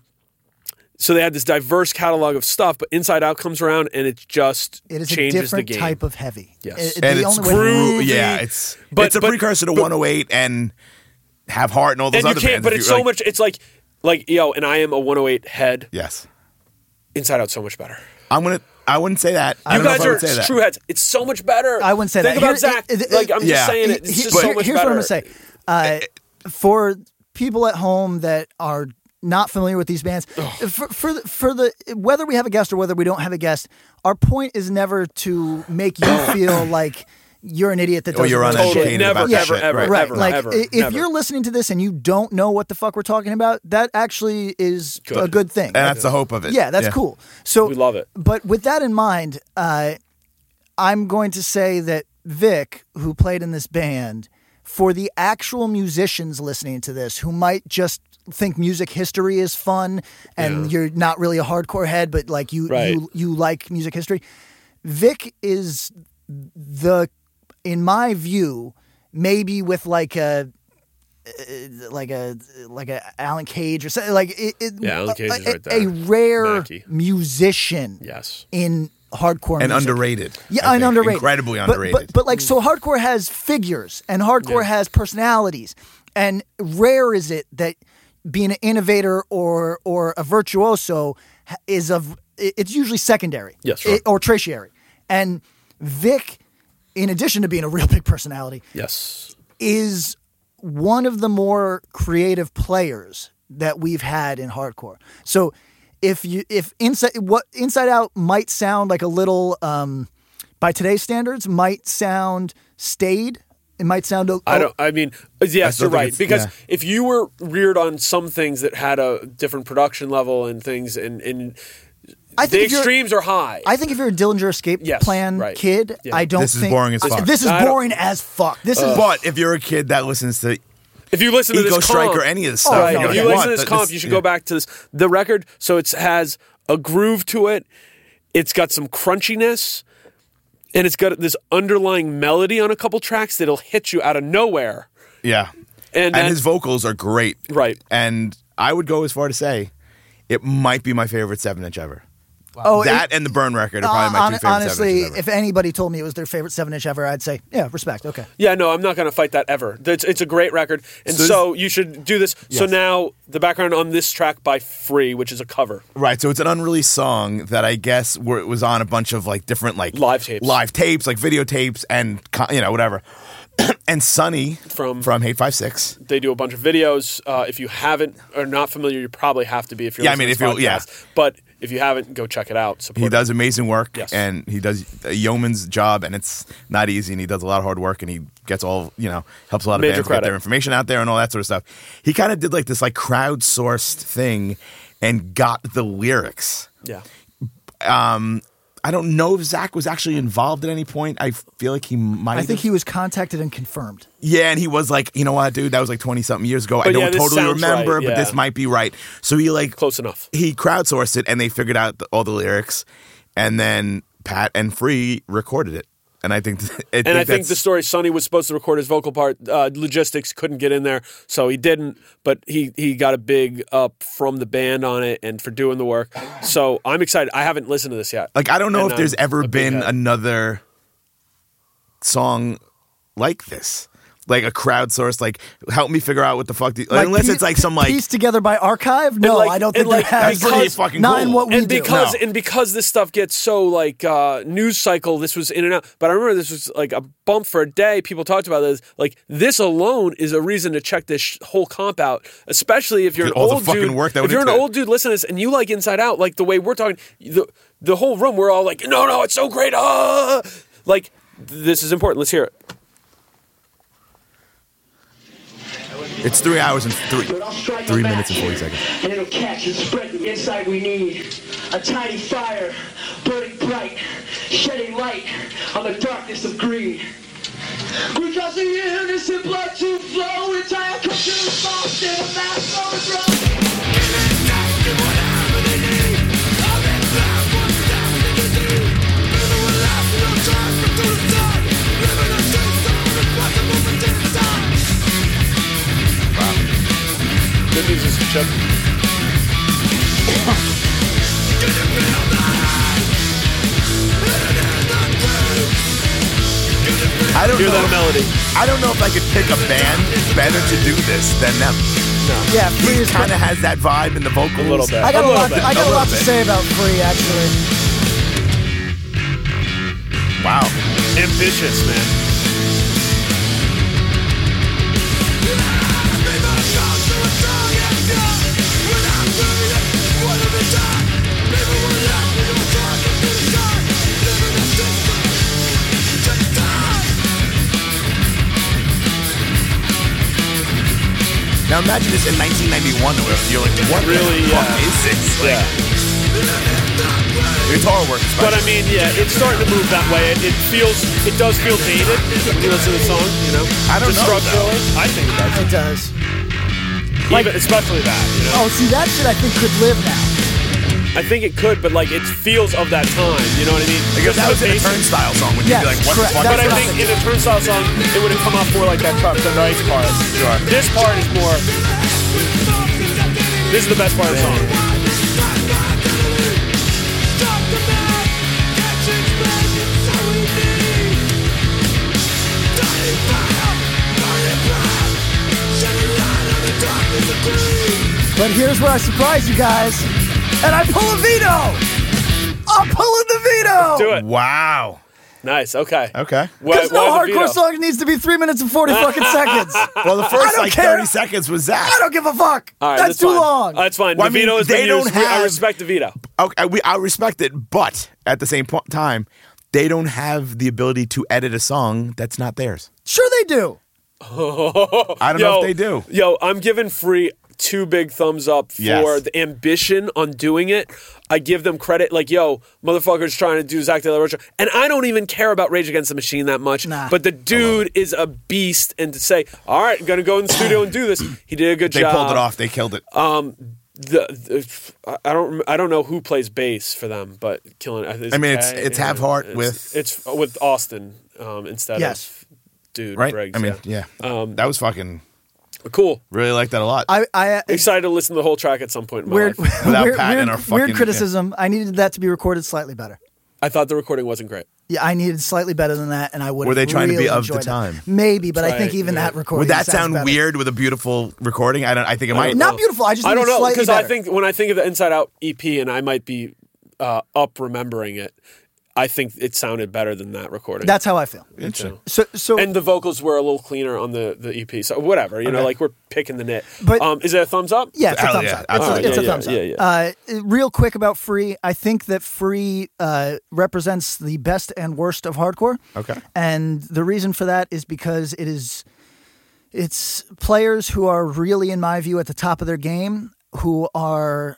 Speaker 3: so they had this diverse catalog of stuff, but Inside Out comes around and it just
Speaker 2: It is a
Speaker 3: changes
Speaker 2: different
Speaker 3: the game.
Speaker 2: type of heavy.
Speaker 3: Yes.
Speaker 2: It-
Speaker 4: and
Speaker 2: the
Speaker 4: it's
Speaker 2: only way-
Speaker 4: groovy. yeah, it's
Speaker 3: But-
Speaker 4: it's a
Speaker 3: but-
Speaker 4: precursor to
Speaker 3: but-
Speaker 4: 108 and have heart and all those
Speaker 3: and you
Speaker 4: other
Speaker 3: can't,
Speaker 4: bands.
Speaker 3: but
Speaker 4: If
Speaker 3: it's
Speaker 4: you're
Speaker 3: so
Speaker 4: like-
Speaker 3: much. It's like, like yo, and I am a 108 head.
Speaker 4: Yes,
Speaker 3: Inside Out's so much better.
Speaker 4: I'm gonna. I wouldn't say that. I
Speaker 3: You
Speaker 4: don't know if
Speaker 3: guys
Speaker 4: I
Speaker 3: are
Speaker 4: would say that.
Speaker 3: true heads. It's so much better.
Speaker 2: I wouldn't say
Speaker 3: Think
Speaker 2: that.
Speaker 3: about
Speaker 2: Here-
Speaker 3: Zach.
Speaker 2: it- it-
Speaker 3: like I'm
Speaker 4: yeah.
Speaker 3: just saying it. It's
Speaker 2: He-
Speaker 3: just
Speaker 2: but-
Speaker 3: so much
Speaker 2: here's
Speaker 3: better.
Speaker 2: what I'm going to say. Uh, for people at home that are not familiar with these bands, for, for, the, for the whether we have a guest or whether we don't have a guest, our point is never to make you feel like you're an idiot that
Speaker 4: Or
Speaker 2: doesn't
Speaker 4: Oh. you're
Speaker 2: know shit.
Speaker 4: uneducated
Speaker 3: Totally. Never,
Speaker 4: about that
Speaker 3: ever,
Speaker 4: shit.
Speaker 3: ever,
Speaker 4: right.
Speaker 2: Right,
Speaker 3: ever,
Speaker 2: like
Speaker 3: ever,
Speaker 2: i- if
Speaker 3: never.
Speaker 2: you're listening to this and you don't know what the fuck we're talking about, that actually is a good thing.
Speaker 4: and that's the hope of it.
Speaker 2: Yeah, that's cool. So
Speaker 3: We love it.
Speaker 2: But with that in mind, uh, I'm going to say that Vic, who played in this band, for the actual musicians listening to this, who might just think music history is fun and you're not really a hardcore head, but like you
Speaker 3: Right.
Speaker 2: you you like music history. Vic is the, in my view, maybe with like a uh, like a like a Alan Cage or something like it, it,
Speaker 3: Yeah, Alan Cage
Speaker 2: a,
Speaker 3: is right
Speaker 2: a- a
Speaker 3: there.
Speaker 2: rare
Speaker 3: Mackey.
Speaker 2: musician
Speaker 3: Yes.
Speaker 2: in hardcore
Speaker 4: And
Speaker 2: music.
Speaker 4: underrated.
Speaker 2: yeah
Speaker 4: I
Speaker 2: and
Speaker 4: think.
Speaker 2: underrated
Speaker 4: Incredibly
Speaker 2: But-
Speaker 4: underrated.
Speaker 2: but, but, like so hardcore has figures and hardcore has personalities and rare is it that being an innovator or or a virtuoso ha- is of it- it's usually secondary
Speaker 3: Yes, sure.
Speaker 2: i- or tertiary and Vic in addition to being a real big personality
Speaker 3: yes.
Speaker 2: is one of the more creative players that we've had in hardcore. So if you if inside what Inside Out might sound like a little um by today's standards might sound stayed. It might sound a,
Speaker 3: I don't. I mean, yes, you're
Speaker 4: still think
Speaker 3: right.
Speaker 4: it's-
Speaker 3: Because
Speaker 4: yeah.
Speaker 3: if you were reared on some things that had a different production level and things, and and
Speaker 2: I
Speaker 3: the
Speaker 2: if you're-
Speaker 3: extremes are high.
Speaker 2: I think if you're a Dillinger Escape
Speaker 3: Yes,
Speaker 2: Plan
Speaker 3: right.
Speaker 2: kid,
Speaker 3: Yeah.
Speaker 2: I don't
Speaker 4: This is
Speaker 2: think
Speaker 4: boring as fuck.
Speaker 2: This is
Speaker 3: I don't- Uh,
Speaker 2: boring as fuck. This is
Speaker 4: But if you're a kid that listens to
Speaker 3: if you listen to
Speaker 4: Eco
Speaker 3: this
Speaker 4: Strike
Speaker 3: comp,
Speaker 4: or any of this
Speaker 2: Oh,
Speaker 4: stuff,
Speaker 2: no,
Speaker 4: you're
Speaker 3: if
Speaker 4: like,
Speaker 3: you
Speaker 4: "What
Speaker 3: listen to this
Speaker 4: the-
Speaker 3: comp, you should
Speaker 4: yeah.
Speaker 3: go back to this the record. So it has a groove to it. It's got some crunchiness, and it's got this underlying melody on a couple tracks that'll hit you out of nowhere.
Speaker 4: Yeah,
Speaker 3: And
Speaker 4: and,
Speaker 3: that-
Speaker 4: his vocals are great.
Speaker 3: Right.
Speaker 4: and I would go as far to say it might be my favorite seven inch ever.
Speaker 2: oh, it- Uh,
Speaker 4: that and the Burn record are probably my
Speaker 2: hon-
Speaker 4: two favorite
Speaker 2: honestly,
Speaker 4: seven inches ever.
Speaker 2: if anybody told me it was their favorite seven inch ever, I'd say yeah, respect. Okay,
Speaker 3: Yeah, no, I'm not going to fight that ever. It's, it's a great record, and so,
Speaker 4: So
Speaker 3: you should do this. So now the background on this track by Free, which is a cover.
Speaker 4: Right, so it's an unreleased song that I guess where it was on a bunch of like different like
Speaker 3: Live tapes.
Speaker 4: live tapes, like videotapes, and co- you know whatever. and Sonny
Speaker 3: From-
Speaker 4: from Hate Five Six.
Speaker 3: They do a bunch of videos. Uh, if you haven't or not familiar, you probably have to be. If you're
Speaker 4: Yeah, I
Speaker 3: listening
Speaker 4: mean,
Speaker 3: to this
Speaker 4: if you- yeah.
Speaker 3: podcast. but if you haven't, go check it out. Support
Speaker 4: He
Speaker 3: it.
Speaker 4: does amazing work,
Speaker 3: Yes.
Speaker 4: and he does a yeoman's job, and it's not easy. And he does a lot of hard work, and he gets all you know helps a lot of
Speaker 3: Major
Speaker 4: bands
Speaker 3: credit.
Speaker 4: get their information out there and all that sort of stuff. He kind of did like this like crowdsourced thing, and got the lyrics.
Speaker 3: Yeah,
Speaker 4: I don't know if Zach was actually involved at any point. I feel like he might.
Speaker 2: I think
Speaker 4: have
Speaker 2: he was contacted and confirmed.
Speaker 4: Yeah, and he was like, you know what, dude, that was like twenty something years ago. I
Speaker 3: But yeah,
Speaker 4: don't
Speaker 3: this
Speaker 4: totally
Speaker 3: sounds
Speaker 4: remember,
Speaker 3: right,
Speaker 4: but this
Speaker 3: yeah.
Speaker 4: might be right. So he like
Speaker 3: close enough.
Speaker 4: he crowdsourced it, and they figured out the, all the lyrics, and then Pat and Free recorded it. And I think, I
Speaker 3: And I think
Speaker 4: that's-
Speaker 3: the story Sonny was supposed to record his vocal part. Uh, logistics couldn't get in there, so he didn't. But he he got a big up from the band on it and for doing the work. So I'm excited. I haven't listened to this yet.
Speaker 4: like I don't know
Speaker 3: and
Speaker 4: if there's
Speaker 3: I'm
Speaker 4: ever
Speaker 3: a big
Speaker 4: been
Speaker 3: head.
Speaker 4: another song like this. like a crowdsourced, like help me figure out what the fuck. The, unless
Speaker 2: pie-
Speaker 4: it's like some like
Speaker 2: pieced together by archive. No,
Speaker 3: like-
Speaker 2: I don't
Speaker 3: and
Speaker 2: think
Speaker 3: like-
Speaker 2: that has
Speaker 4: That's pretty fucking
Speaker 2: not in
Speaker 4: cool.
Speaker 2: what we
Speaker 3: and
Speaker 2: do.
Speaker 3: because
Speaker 4: No.
Speaker 3: and because this stuff gets so like uh, news cycle, this was in and out. But I remember this was like a bump for a day. People talked about this. Like this alone is a reason to check this sh- whole comp out, especially if you're an
Speaker 4: All the
Speaker 3: old
Speaker 4: fucking
Speaker 3: dude.
Speaker 4: work that
Speaker 3: if
Speaker 4: went
Speaker 3: you're an
Speaker 4: into it.
Speaker 3: old dude, listen to this, and you like Inside Out, like the way we're talking, the the whole room, we're all like, no, no, it's so great, ah, like this is important. Let's hear it.
Speaker 4: it's three hours and three three minutes and forty seconds.
Speaker 5: And it'll catch and spread the insight we need. A tiny fire, burning bright, shedding light on the darkness of greed. We're causing innocent blood to flow, entire culture is lost in a mass overthrow.
Speaker 3: Good news is Chuck.
Speaker 4: I don't
Speaker 3: Hear
Speaker 4: know.
Speaker 3: that melody.
Speaker 4: I don't know if I could pick a band better to do this than them.
Speaker 2: yeah,
Speaker 4: He
Speaker 2: free is
Speaker 4: kind of has that vibe in the vocals. A
Speaker 3: little bit.
Speaker 2: I got a,
Speaker 3: little
Speaker 2: lot.
Speaker 3: bit,
Speaker 2: I
Speaker 4: a
Speaker 2: got a,
Speaker 4: little
Speaker 2: lot to
Speaker 4: bit.
Speaker 2: say about free actually.
Speaker 4: Wow.
Speaker 3: Ambitious, man.
Speaker 4: Now imagine this in 1991. Where you're like, what
Speaker 3: Really,
Speaker 4: the fuck
Speaker 3: yeah.
Speaker 4: is this? Like, the guitar work. is
Speaker 3: But I
Speaker 4: fine.
Speaker 3: mean, yeah, it's starting to move that way. It, it feels, it does feel dated. When you listen to the song, you know,
Speaker 4: I don't
Speaker 3: Just
Speaker 4: know, though.
Speaker 3: structurally, I think it does.
Speaker 2: It does.
Speaker 3: Even- especially that. You
Speaker 2: Oh,
Speaker 3: know?
Speaker 2: see that shit I think could live now.
Speaker 3: I think it could, but like it feels of that time. You know what I mean?
Speaker 4: because
Speaker 3: Just
Speaker 4: that was
Speaker 3: the
Speaker 4: in a
Speaker 3: bass-
Speaker 4: turnstile song. Would you
Speaker 2: Yes,
Speaker 4: be like, what
Speaker 2: correct.
Speaker 4: the fuck?
Speaker 3: But
Speaker 4: is
Speaker 3: I
Speaker 2: That's
Speaker 4: this?
Speaker 3: think in a turnstile song, it would have come off more like that truck, the nice part.
Speaker 4: Sure.
Speaker 3: This part is more. This is the best part of the song.
Speaker 2: But here's where I surprise you guys, and I pull a veto. I'm pulling the veto.
Speaker 3: Do it.
Speaker 4: Wow.
Speaker 3: Nice. Okay.
Speaker 4: Okay.
Speaker 3: Why-
Speaker 2: Because no
Speaker 3: why the
Speaker 2: hardcore
Speaker 3: veto?
Speaker 2: song needs to be three minutes and forty fucking seconds. I
Speaker 4: Well, the first
Speaker 2: don't
Speaker 4: like
Speaker 2: care.
Speaker 4: 30 seconds was that.
Speaker 2: don't give a fuck.
Speaker 3: All right,
Speaker 2: that's, too
Speaker 3: fine. Uh,
Speaker 2: long.
Speaker 3: That's fine.
Speaker 4: Well, I
Speaker 3: the
Speaker 4: mean,
Speaker 3: veto is
Speaker 4: they don't
Speaker 3: I
Speaker 4: have-
Speaker 3: respect the veto.
Speaker 4: okay, we, I respect it, but at the same po- time, they don't have the ability to edit a song that's not theirs.
Speaker 2: sure they do.
Speaker 4: I don't know if they do.
Speaker 3: Yo, I'm giving free two big thumbs up for
Speaker 4: Yes.
Speaker 3: the ambition on doing it. I give them credit. Like, yo, motherfuckers trying to do Zach De La Rocha. And I don't even care about Rage Against the Machine that much.
Speaker 2: Nah.
Speaker 3: But the dude is a beast. And to say, all right, I'm going to go in the studio and do this, he did a good
Speaker 4: They
Speaker 3: job.
Speaker 4: pulled it off. They killed it.
Speaker 3: The, the- I- I don't I don't know who plays bass for them, but killing. is
Speaker 4: I mean,
Speaker 3: it
Speaker 4: it's-
Speaker 3: Kay?
Speaker 4: it's
Speaker 3: Yeah.
Speaker 4: Have-Hart
Speaker 3: It's-
Speaker 4: with-
Speaker 3: it's with Austin um, instead
Speaker 2: Yes.
Speaker 3: of dude
Speaker 4: right?
Speaker 3: Briggs,
Speaker 4: I mean, yeah.
Speaker 3: Um,
Speaker 4: that was fucking.
Speaker 3: cool.
Speaker 4: Really liked that a lot.
Speaker 2: I, I
Speaker 3: Excited to listen to the whole track at some point. In my
Speaker 2: weird,
Speaker 3: life.
Speaker 4: Without
Speaker 2: weird,
Speaker 4: Pat in
Speaker 2: weird,
Speaker 4: our fucking-
Speaker 2: weird criticism. I needed that to be recorded slightly better.
Speaker 3: I thought the recording wasn't great.
Speaker 2: Yeah, I needed slightly better than that, and I would.
Speaker 4: Were they trying to be
Speaker 2: really
Speaker 4: of the
Speaker 2: enjoyed it.
Speaker 4: time?
Speaker 2: Maybe, but I
Speaker 3: Try
Speaker 2: think
Speaker 3: it,
Speaker 2: even
Speaker 3: yeah.
Speaker 2: that recording
Speaker 4: Would that sound
Speaker 2: sounds better.
Speaker 4: weird with a beautiful recording? I don't. I think it might.
Speaker 2: Not beautiful. I just
Speaker 3: I
Speaker 2: think
Speaker 3: don't
Speaker 2: it's
Speaker 3: know
Speaker 2: slightly
Speaker 3: because I
Speaker 2: better.
Speaker 3: think when I think of the Inside Out EP, and I might be uh, up remembering it. I think it sounded better than that recording.
Speaker 2: That's how I feel.
Speaker 4: Interesting.
Speaker 2: So, so
Speaker 3: and the vocals were a little cleaner on the, the EP. So whatever, you know, like we're picking the nit.
Speaker 2: But-
Speaker 3: um, is it a thumbs up?
Speaker 2: yeah, it's a
Speaker 4: Hell
Speaker 2: thumbs
Speaker 4: Oh, yeah.
Speaker 2: up. It's, a,
Speaker 3: Alright,
Speaker 2: it's
Speaker 3: yeah,
Speaker 2: a thumbs
Speaker 3: yeah,
Speaker 2: up.
Speaker 3: yeah,
Speaker 2: Uh, real quick about Free, I think that Free uh, represents the best and worst of hardcore.
Speaker 4: Okay.
Speaker 2: and the reason for that is because it is, it's players who are really, in my view, at the top of their game, who are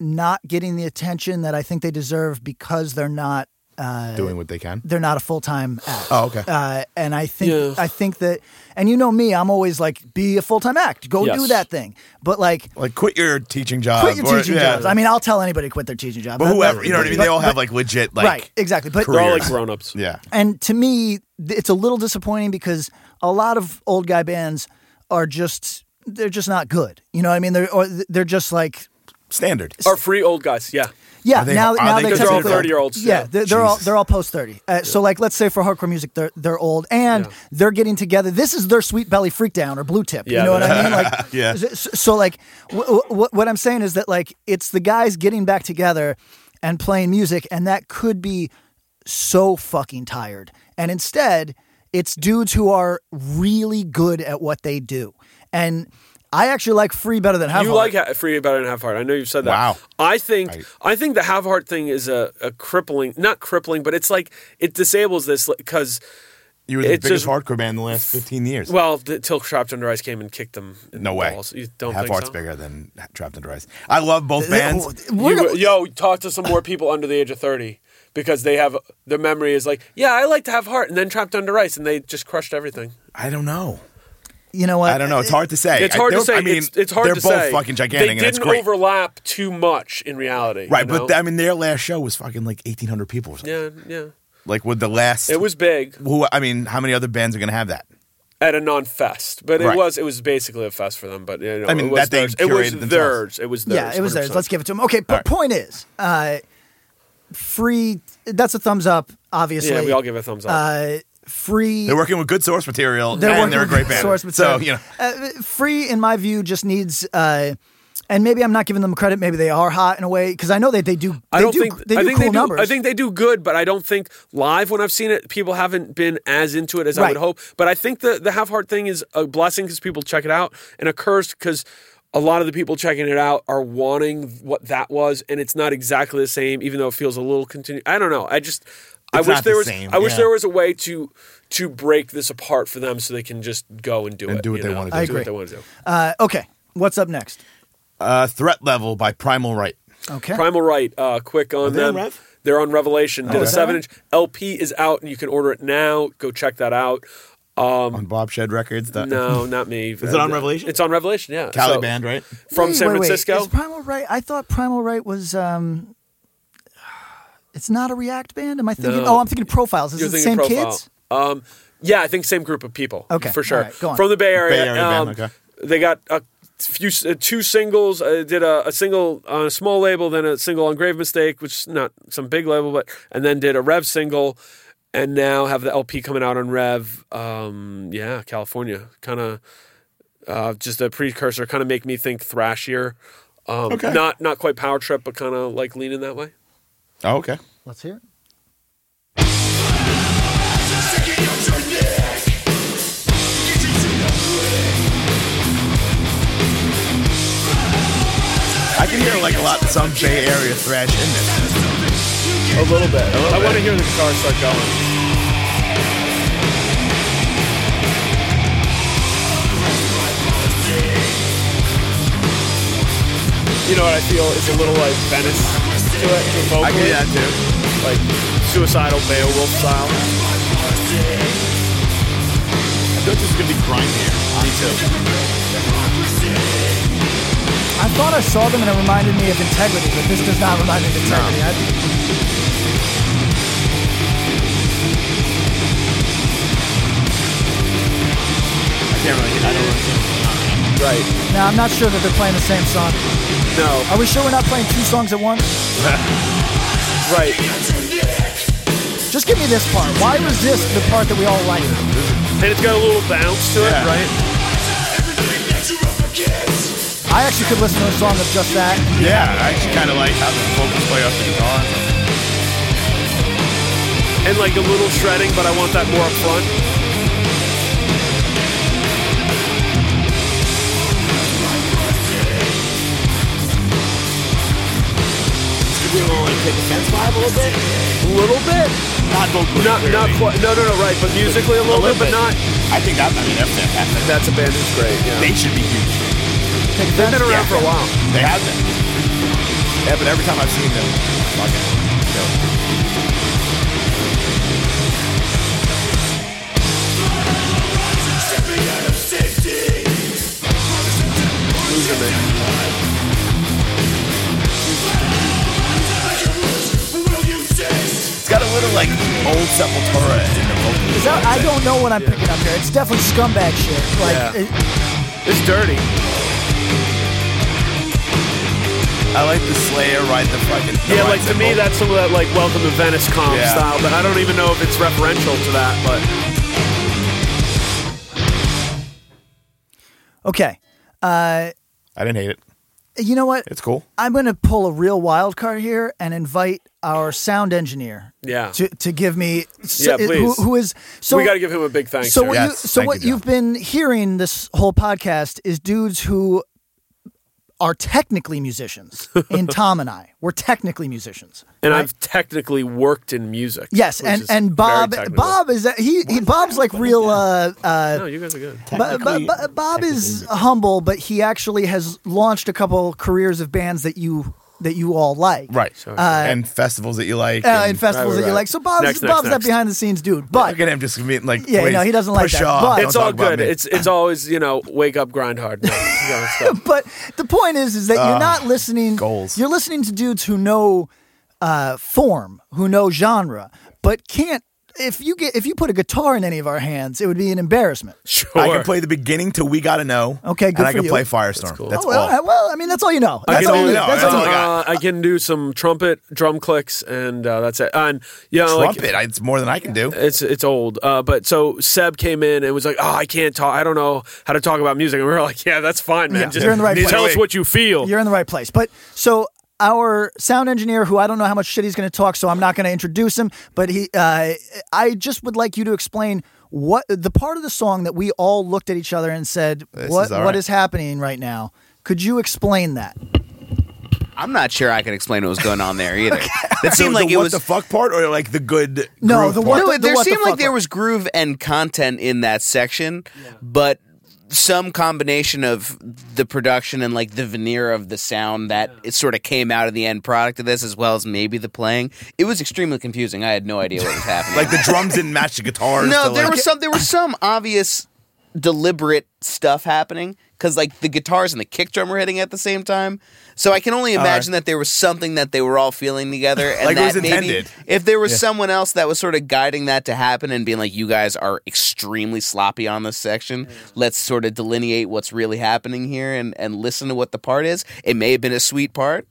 Speaker 2: not getting the attention that I think they deserve because they're not
Speaker 4: Doing what they can.
Speaker 2: they're not a full time act.
Speaker 4: Oh, okay.
Speaker 2: Uh, and I think
Speaker 3: Yeah.
Speaker 2: I think that, and you know me, I'm always like, be a full time act, go
Speaker 3: Yes.
Speaker 2: do that thing. But like,
Speaker 4: like quit your teaching job.
Speaker 2: quit your
Speaker 4: or-
Speaker 2: teaching
Speaker 4: yeah.
Speaker 2: jobs. I mean, I'll tell anybody to quit their teaching job.
Speaker 4: but
Speaker 2: That-
Speaker 4: whoever,
Speaker 2: that-
Speaker 4: you know what I mean.
Speaker 2: but-
Speaker 4: They all have
Speaker 2: but-
Speaker 4: like legit, like
Speaker 2: right, exactly. But
Speaker 3: They're all like
Speaker 4: Careers.
Speaker 3: grown ups.
Speaker 4: yeah.
Speaker 2: and to me, th- it's a little disappointing because a lot of old guy bands are just they're just not good. You know what I mean? They're or they're just like
Speaker 4: Standard.
Speaker 3: Are free old guys. Yeah.
Speaker 2: Yeah,
Speaker 4: Are they-
Speaker 2: now
Speaker 4: are
Speaker 2: now
Speaker 4: they
Speaker 2: they
Speaker 4: considered
Speaker 2: technically-
Speaker 3: 30-year-olds?
Speaker 2: Yeah,
Speaker 3: Yeah.
Speaker 2: they're, they're all
Speaker 4: Jesus.
Speaker 2: they're all post thirty. Uh, So like, let's say for hardcore music, they're they're old and they're getting together. This is their sweet belly freakdown or blue tip.
Speaker 3: Yeah,
Speaker 2: you know what I
Speaker 3: they're-
Speaker 2: mean? Like,
Speaker 4: Yeah.
Speaker 2: So, so, like, w- w- what I'm saying is that like it's the guys getting back together and playing music, and that could be so fucking tired. And instead, it's dudes who are really good at what they do. And I actually like free better than have
Speaker 3: you
Speaker 2: Hard.
Speaker 3: like ha- free about it and half heart. I know you've said that.
Speaker 4: Wow.
Speaker 3: I think I, think the have heart thing is a, a crippling, not crippling, but it's like it disables this because
Speaker 4: You were the
Speaker 3: It's
Speaker 4: biggest
Speaker 3: just-
Speaker 4: hardcore band in the last 15 years.
Speaker 3: well, the, till Trapped Under Ice came and kicked them. In
Speaker 4: no
Speaker 3: the
Speaker 4: way.
Speaker 3: Balls. You don't
Speaker 4: Half
Speaker 3: think
Speaker 4: Heart's
Speaker 3: so?
Speaker 4: bigger than Trapped Under Ice. I love both bands.
Speaker 2: We're
Speaker 3: You-
Speaker 2: gonna-
Speaker 3: yo, talk to some more people under the age of thirty because they have their memory is like, yeah, I like to have heart, and then Trapped Under Ice, and they just crushed everything.
Speaker 4: I don't know.
Speaker 2: you know what?
Speaker 4: I don't know. It's hard to say.
Speaker 3: It's hard
Speaker 4: I,
Speaker 3: to
Speaker 4: they're-
Speaker 3: say.
Speaker 4: I mean,
Speaker 3: it's, it's hard
Speaker 4: they're
Speaker 3: to
Speaker 4: both
Speaker 3: say.
Speaker 4: fucking gigantic,
Speaker 3: They
Speaker 4: and
Speaker 3: didn't
Speaker 4: it's great.
Speaker 3: overlap too much in reality,
Speaker 4: right,
Speaker 3: you know?
Speaker 4: but I mean, their last show was fucking like 1,800 people. Or something.
Speaker 3: yeah, yeah,
Speaker 4: Like with the last.
Speaker 3: it was big
Speaker 4: Who I mean, how many other bands are going to have that?
Speaker 3: at a non-fest, but it
Speaker 4: Right.
Speaker 3: was it was basically a fest for them. But you know,
Speaker 4: I mean,
Speaker 3: it was
Speaker 4: that they
Speaker 3: theirs. It was
Speaker 4: curated themselves.
Speaker 3: theirs. It was theirs.
Speaker 2: Yeah, it was theirs.
Speaker 3: 100%.
Speaker 2: Let's give it to him. Okay, but point is, uh, free. That's a thumbs up, obviously.
Speaker 3: Yeah, we all give a thumbs up.
Speaker 2: Uh, free.
Speaker 4: They're working with good source material,
Speaker 2: They're working
Speaker 4: and they're a
Speaker 2: with
Speaker 4: great
Speaker 2: good
Speaker 4: band.
Speaker 2: source material.
Speaker 4: So you know,
Speaker 2: Uh, free, in my view, just needs. Uh, and maybe I'm not giving them credit. Maybe they are hot in a way because I know that they do. They
Speaker 3: I don't
Speaker 2: do,
Speaker 3: think
Speaker 2: they do
Speaker 3: I think
Speaker 2: cool
Speaker 3: they do.
Speaker 2: numbers.
Speaker 3: I think they do good, but I don't think live when I've seen it, people haven't been as into it as I
Speaker 2: Right.
Speaker 3: would hope. But I think the the half heart thing is a blessing because people check it out, and a curse because a lot of the people checking it out are wanting what that was, and it's not exactly the same, even though it feels a little continu I don't know. I just I
Speaker 4: It's
Speaker 3: wish
Speaker 4: not
Speaker 3: there
Speaker 4: the
Speaker 3: was
Speaker 4: same,
Speaker 3: I wish
Speaker 4: yeah.
Speaker 3: there was a way to to break this apart for them so they can just go and do
Speaker 4: And
Speaker 3: it
Speaker 4: do what
Speaker 3: you
Speaker 4: they
Speaker 3: know?
Speaker 4: wanna
Speaker 3: Do
Speaker 2: do.
Speaker 3: what
Speaker 2: I
Speaker 3: they want to do.
Speaker 2: Uh, okay, what's up next?
Speaker 4: uh, Threat Level by Primal Right.
Speaker 2: Okay.
Speaker 3: Primal Right, uh, quick on
Speaker 4: they on
Speaker 3: them.
Speaker 4: Rev?
Speaker 3: They're on Revelation. Did
Speaker 4: Okay.
Speaker 3: a seven inch LP is out, and you can order it now. Go check that out. Um,
Speaker 4: on Bob Shed Records. The
Speaker 3: no, not me. Is
Speaker 4: it on Revelation?
Speaker 3: It's on Revelation. Yeah,
Speaker 4: Cali
Speaker 3: So,
Speaker 4: band, right?
Speaker 3: from San
Speaker 2: Wait, wait, wait.
Speaker 3: Francisco.
Speaker 2: Is Primal Right? I thought Primal Right was. Um, it's not a React band. Am I thinking?
Speaker 3: No.
Speaker 2: Oh, I'm thinking Profiles. Is
Speaker 3: You're
Speaker 2: it the same
Speaker 3: thinking profile.
Speaker 2: kids?
Speaker 3: Um, yeah, I think same group of people.
Speaker 2: Okay,
Speaker 3: for sure.
Speaker 2: all right, go on.
Speaker 3: From the Bay Area.
Speaker 4: Area
Speaker 3: um,
Speaker 4: band, okay.
Speaker 3: They got a few uh, two singles. Uh, did a, a single on a small label, then a single on Grave Mistake, which is not some big label, but and then did a Rev single, and now have the LP coming out on Rev. Um, yeah, California, kind of uh, just a precursor, kind of make me think thrashier. Um,
Speaker 4: Okay.
Speaker 3: Not not quite Power Trip, but kind of like leaning that way.
Speaker 4: Oh, okay.
Speaker 2: Let's hear it.
Speaker 4: I can hear like a lot some Bay Area thrash in this.
Speaker 3: A little bit. I want to hear the guitar start going. You know what I feel is a little like Venice to it, to
Speaker 4: I can
Speaker 3: vocally,
Speaker 4: hear that too.
Speaker 3: like suicidal Beowulf style.
Speaker 4: I think this is gonna be grindier. Me too.
Speaker 2: I thought I saw them and it reminded me of Integrity, but this does not remind me of Integrity. I-
Speaker 4: I can't really. I don't really.
Speaker 3: Right.
Speaker 2: now, I'm not sure that they're playing the same song.
Speaker 3: No.
Speaker 2: Are we sure we're not playing two songs at once?
Speaker 3: Right.
Speaker 2: Just give me this part. Why was this the part that we all like?
Speaker 3: And it's got a little bounce to it,
Speaker 4: Yeah.
Speaker 3: right?
Speaker 2: I actually could listen to a song of just that.
Speaker 4: Yeah, I actually kind of like how the vocals play off the guitar.
Speaker 3: And like a little shredding, but I want that more up front. A little bit.
Speaker 4: Not vocally.
Speaker 3: Not not
Speaker 4: clearly.
Speaker 3: quite. No, no, no. Right, but musically a little,
Speaker 4: little
Speaker 3: bit,
Speaker 4: bit.
Speaker 3: but not.
Speaker 4: I think that. I mean, that's fantastic.
Speaker 3: That's a band who's great. Yeah.
Speaker 4: They should be huge.
Speaker 2: Take
Speaker 3: They've been around
Speaker 4: Yeah.
Speaker 3: for a while.
Speaker 4: They have been. Yeah, but every time I've seen them, fucking. you know. It's got a little like old Sepultura in the vocals.
Speaker 2: Is that, I don't know what I'm picking up here. It's definitely scumbag shit. Like,
Speaker 3: Yeah.
Speaker 2: it-
Speaker 3: It's dirty.
Speaker 4: I I like the Slayer ride the fucking.
Speaker 3: Yeah, like to me, that's some of that like Welcome to Venice comp
Speaker 4: Yeah.
Speaker 3: style, but I don't even know if it's referential to that. But
Speaker 2: Okay. Uh,
Speaker 4: I didn't hate it.
Speaker 2: you know what?
Speaker 4: It's cool.
Speaker 2: I'm going to pull a real wild card here and invite our sound engineer.
Speaker 3: Yeah.
Speaker 2: To, to give me. s-
Speaker 3: Yeah,
Speaker 2: who-
Speaker 3: please.
Speaker 2: who is so
Speaker 3: we got to give him a big thanks.
Speaker 2: so
Speaker 3: here.
Speaker 2: what
Speaker 4: Yes,
Speaker 2: you so
Speaker 4: thank
Speaker 2: what
Speaker 4: you,
Speaker 2: you've been hearing this whole podcast is dudes who are technically musicians. In Tom and I, we're technically musicians.
Speaker 3: and I've technically worked in music.
Speaker 2: Yes,
Speaker 3: which
Speaker 2: and,
Speaker 3: is very
Speaker 2: and Bob
Speaker 3: technical.
Speaker 2: Bob is that he, he Bob's like real uh, uh,
Speaker 3: No, you guys are good.
Speaker 2: But, but, but Bob is humble, but he actually has launched a couple careers of bands that you that you all like,
Speaker 4: Right. and festivals that you like.
Speaker 2: Uh, in festivals
Speaker 3: Right,
Speaker 2: that
Speaker 3: right,
Speaker 2: you
Speaker 3: right.
Speaker 2: like. So Bob's
Speaker 3: Next, next,
Speaker 2: Bob's that
Speaker 3: next.
Speaker 2: behind the scenes dude, but
Speaker 4: Look at him just being like,
Speaker 2: Yeah,
Speaker 4: please,
Speaker 2: no, he doesn't like
Speaker 4: push
Speaker 2: that,
Speaker 4: Off.
Speaker 2: but-
Speaker 4: Don't
Speaker 3: It's all
Speaker 4: talk about
Speaker 3: good.
Speaker 4: me.
Speaker 3: It's it's always you know wake up grind hard. No, you know, it's-
Speaker 2: but the point is is that you're not listening.
Speaker 4: Ah, goals.
Speaker 2: You're listening to dudes who know uh, form, who know genre, but can't. If you get if you put a guitar in any of our hands, it would be an embarrassment.
Speaker 3: sure.
Speaker 4: I can play the beginning till we gotta know.
Speaker 2: Okay, good
Speaker 4: And I
Speaker 2: for
Speaker 4: can
Speaker 2: you.
Speaker 4: play Firestorm. That's
Speaker 2: oh, well,
Speaker 4: all.
Speaker 2: all right, well, I mean, that's all you know.
Speaker 3: I
Speaker 2: That's
Speaker 3: can,
Speaker 2: all you
Speaker 3: do,
Speaker 4: only-
Speaker 2: know. That's
Speaker 4: that's
Speaker 2: all
Speaker 4: all
Speaker 2: you
Speaker 4: I
Speaker 3: uh,
Speaker 4: got.
Speaker 3: I can do some trumpet drum clicks, and uh, that's it. And you know, like,
Speaker 4: Trumpet. I- It's more than I can do.
Speaker 3: It's it's old, uh, but so Seb came in and was like, "Oh, I can't talk. I don't know how to talk about music." And we were like, "Yeah, that's fine, man.
Speaker 2: Yeah,
Speaker 3: Just
Speaker 2: you're in the right
Speaker 3: tell
Speaker 4: place.
Speaker 3: us what you feel."
Speaker 2: You're in the right place. But so our sound engineer, who I don't know how much shit he's going to talk, so I'm not going to introduce him. But he, uh, I just would like you to explain what the part of the song that we all looked at each other and said,
Speaker 4: This
Speaker 2: "What
Speaker 4: is all
Speaker 2: what
Speaker 4: right.
Speaker 2: is happening right now?" Could you explain that?
Speaker 9: I'm not sure I can explain what was going on there either. It
Speaker 4: So
Speaker 9: seemed
Speaker 4: the
Speaker 9: like it
Speaker 4: what
Speaker 9: was
Speaker 4: the fuck part or like the good
Speaker 2: No,
Speaker 4: groove
Speaker 2: the
Speaker 4: part?
Speaker 2: what
Speaker 9: No,
Speaker 2: the-
Speaker 9: there
Speaker 2: what the
Speaker 9: seemed
Speaker 2: fuck
Speaker 9: like there
Speaker 2: part.
Speaker 9: was groove and content in that section, but some combination of the production and like the veneer of the sound that it sort of came out of the end product of this, as well as maybe the playing. It was extremely confusing. I had no idea what was happening.
Speaker 4: Like the drums didn't match the guitars.
Speaker 9: no,
Speaker 4: to,
Speaker 9: there
Speaker 4: like-
Speaker 9: was some there was some obvious deliberate stuff happening because like the guitars and the kick drum were hitting at the same time. So I can only imagine that there was something that they were all feeling together, and
Speaker 4: Like it
Speaker 9: that
Speaker 4: was
Speaker 9: maybe
Speaker 4: intended.
Speaker 9: if there was someone else that was sort of guiding that to happen and being like, "You guys are extremely sloppy on this section. Let's sort of delineate what's really happening here and and listen to what the part is." It may have been a sweet part.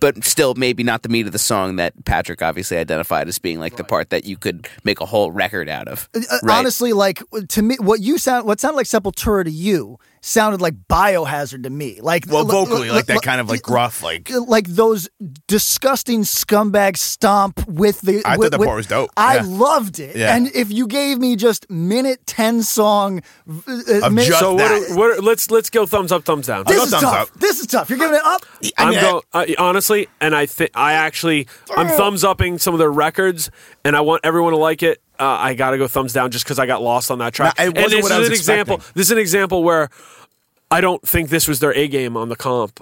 Speaker 9: But still, maybe not the meat of the song that Patrick obviously identified as being like the part that you could make a whole record out of.
Speaker 2: Uh,
Speaker 9: Right.
Speaker 2: Honestly, like to me, what you sound, what sounded like Sepultura to you, sounded like Biohazard to me. Like
Speaker 4: well
Speaker 2: l-
Speaker 4: vocally
Speaker 2: l-
Speaker 4: like
Speaker 2: l-
Speaker 4: that kind of like gruff like
Speaker 2: like those disgusting scumbag stomp with the.
Speaker 4: I thought
Speaker 2: with-
Speaker 4: that
Speaker 2: with-
Speaker 4: part was dope.
Speaker 2: I
Speaker 4: Yeah.
Speaker 2: loved it.
Speaker 4: Yeah.
Speaker 2: And if you gave me just minute ten song, uh,
Speaker 4: Of
Speaker 2: minute,
Speaker 4: just
Speaker 3: so what?
Speaker 4: that.
Speaker 3: Are, what are- let's let's go thumbs up, thumbs down.
Speaker 2: this
Speaker 4: I'll
Speaker 2: is
Speaker 4: thumbs
Speaker 2: tough.
Speaker 4: up.
Speaker 2: This is tough. You're giving it up.
Speaker 4: I
Speaker 3: I'm
Speaker 4: mean,
Speaker 3: go I, honestly, and I think I actually I'm thumbs upping some of their records, and I want everyone to like it. Uh, I gotta go thumbs down just because I got lost on that track.
Speaker 4: No, it wasn't
Speaker 3: and this
Speaker 4: what
Speaker 3: is
Speaker 4: I was
Speaker 3: an example.
Speaker 4: expecting.
Speaker 3: This is an example where I don't think this was their A game on the comp.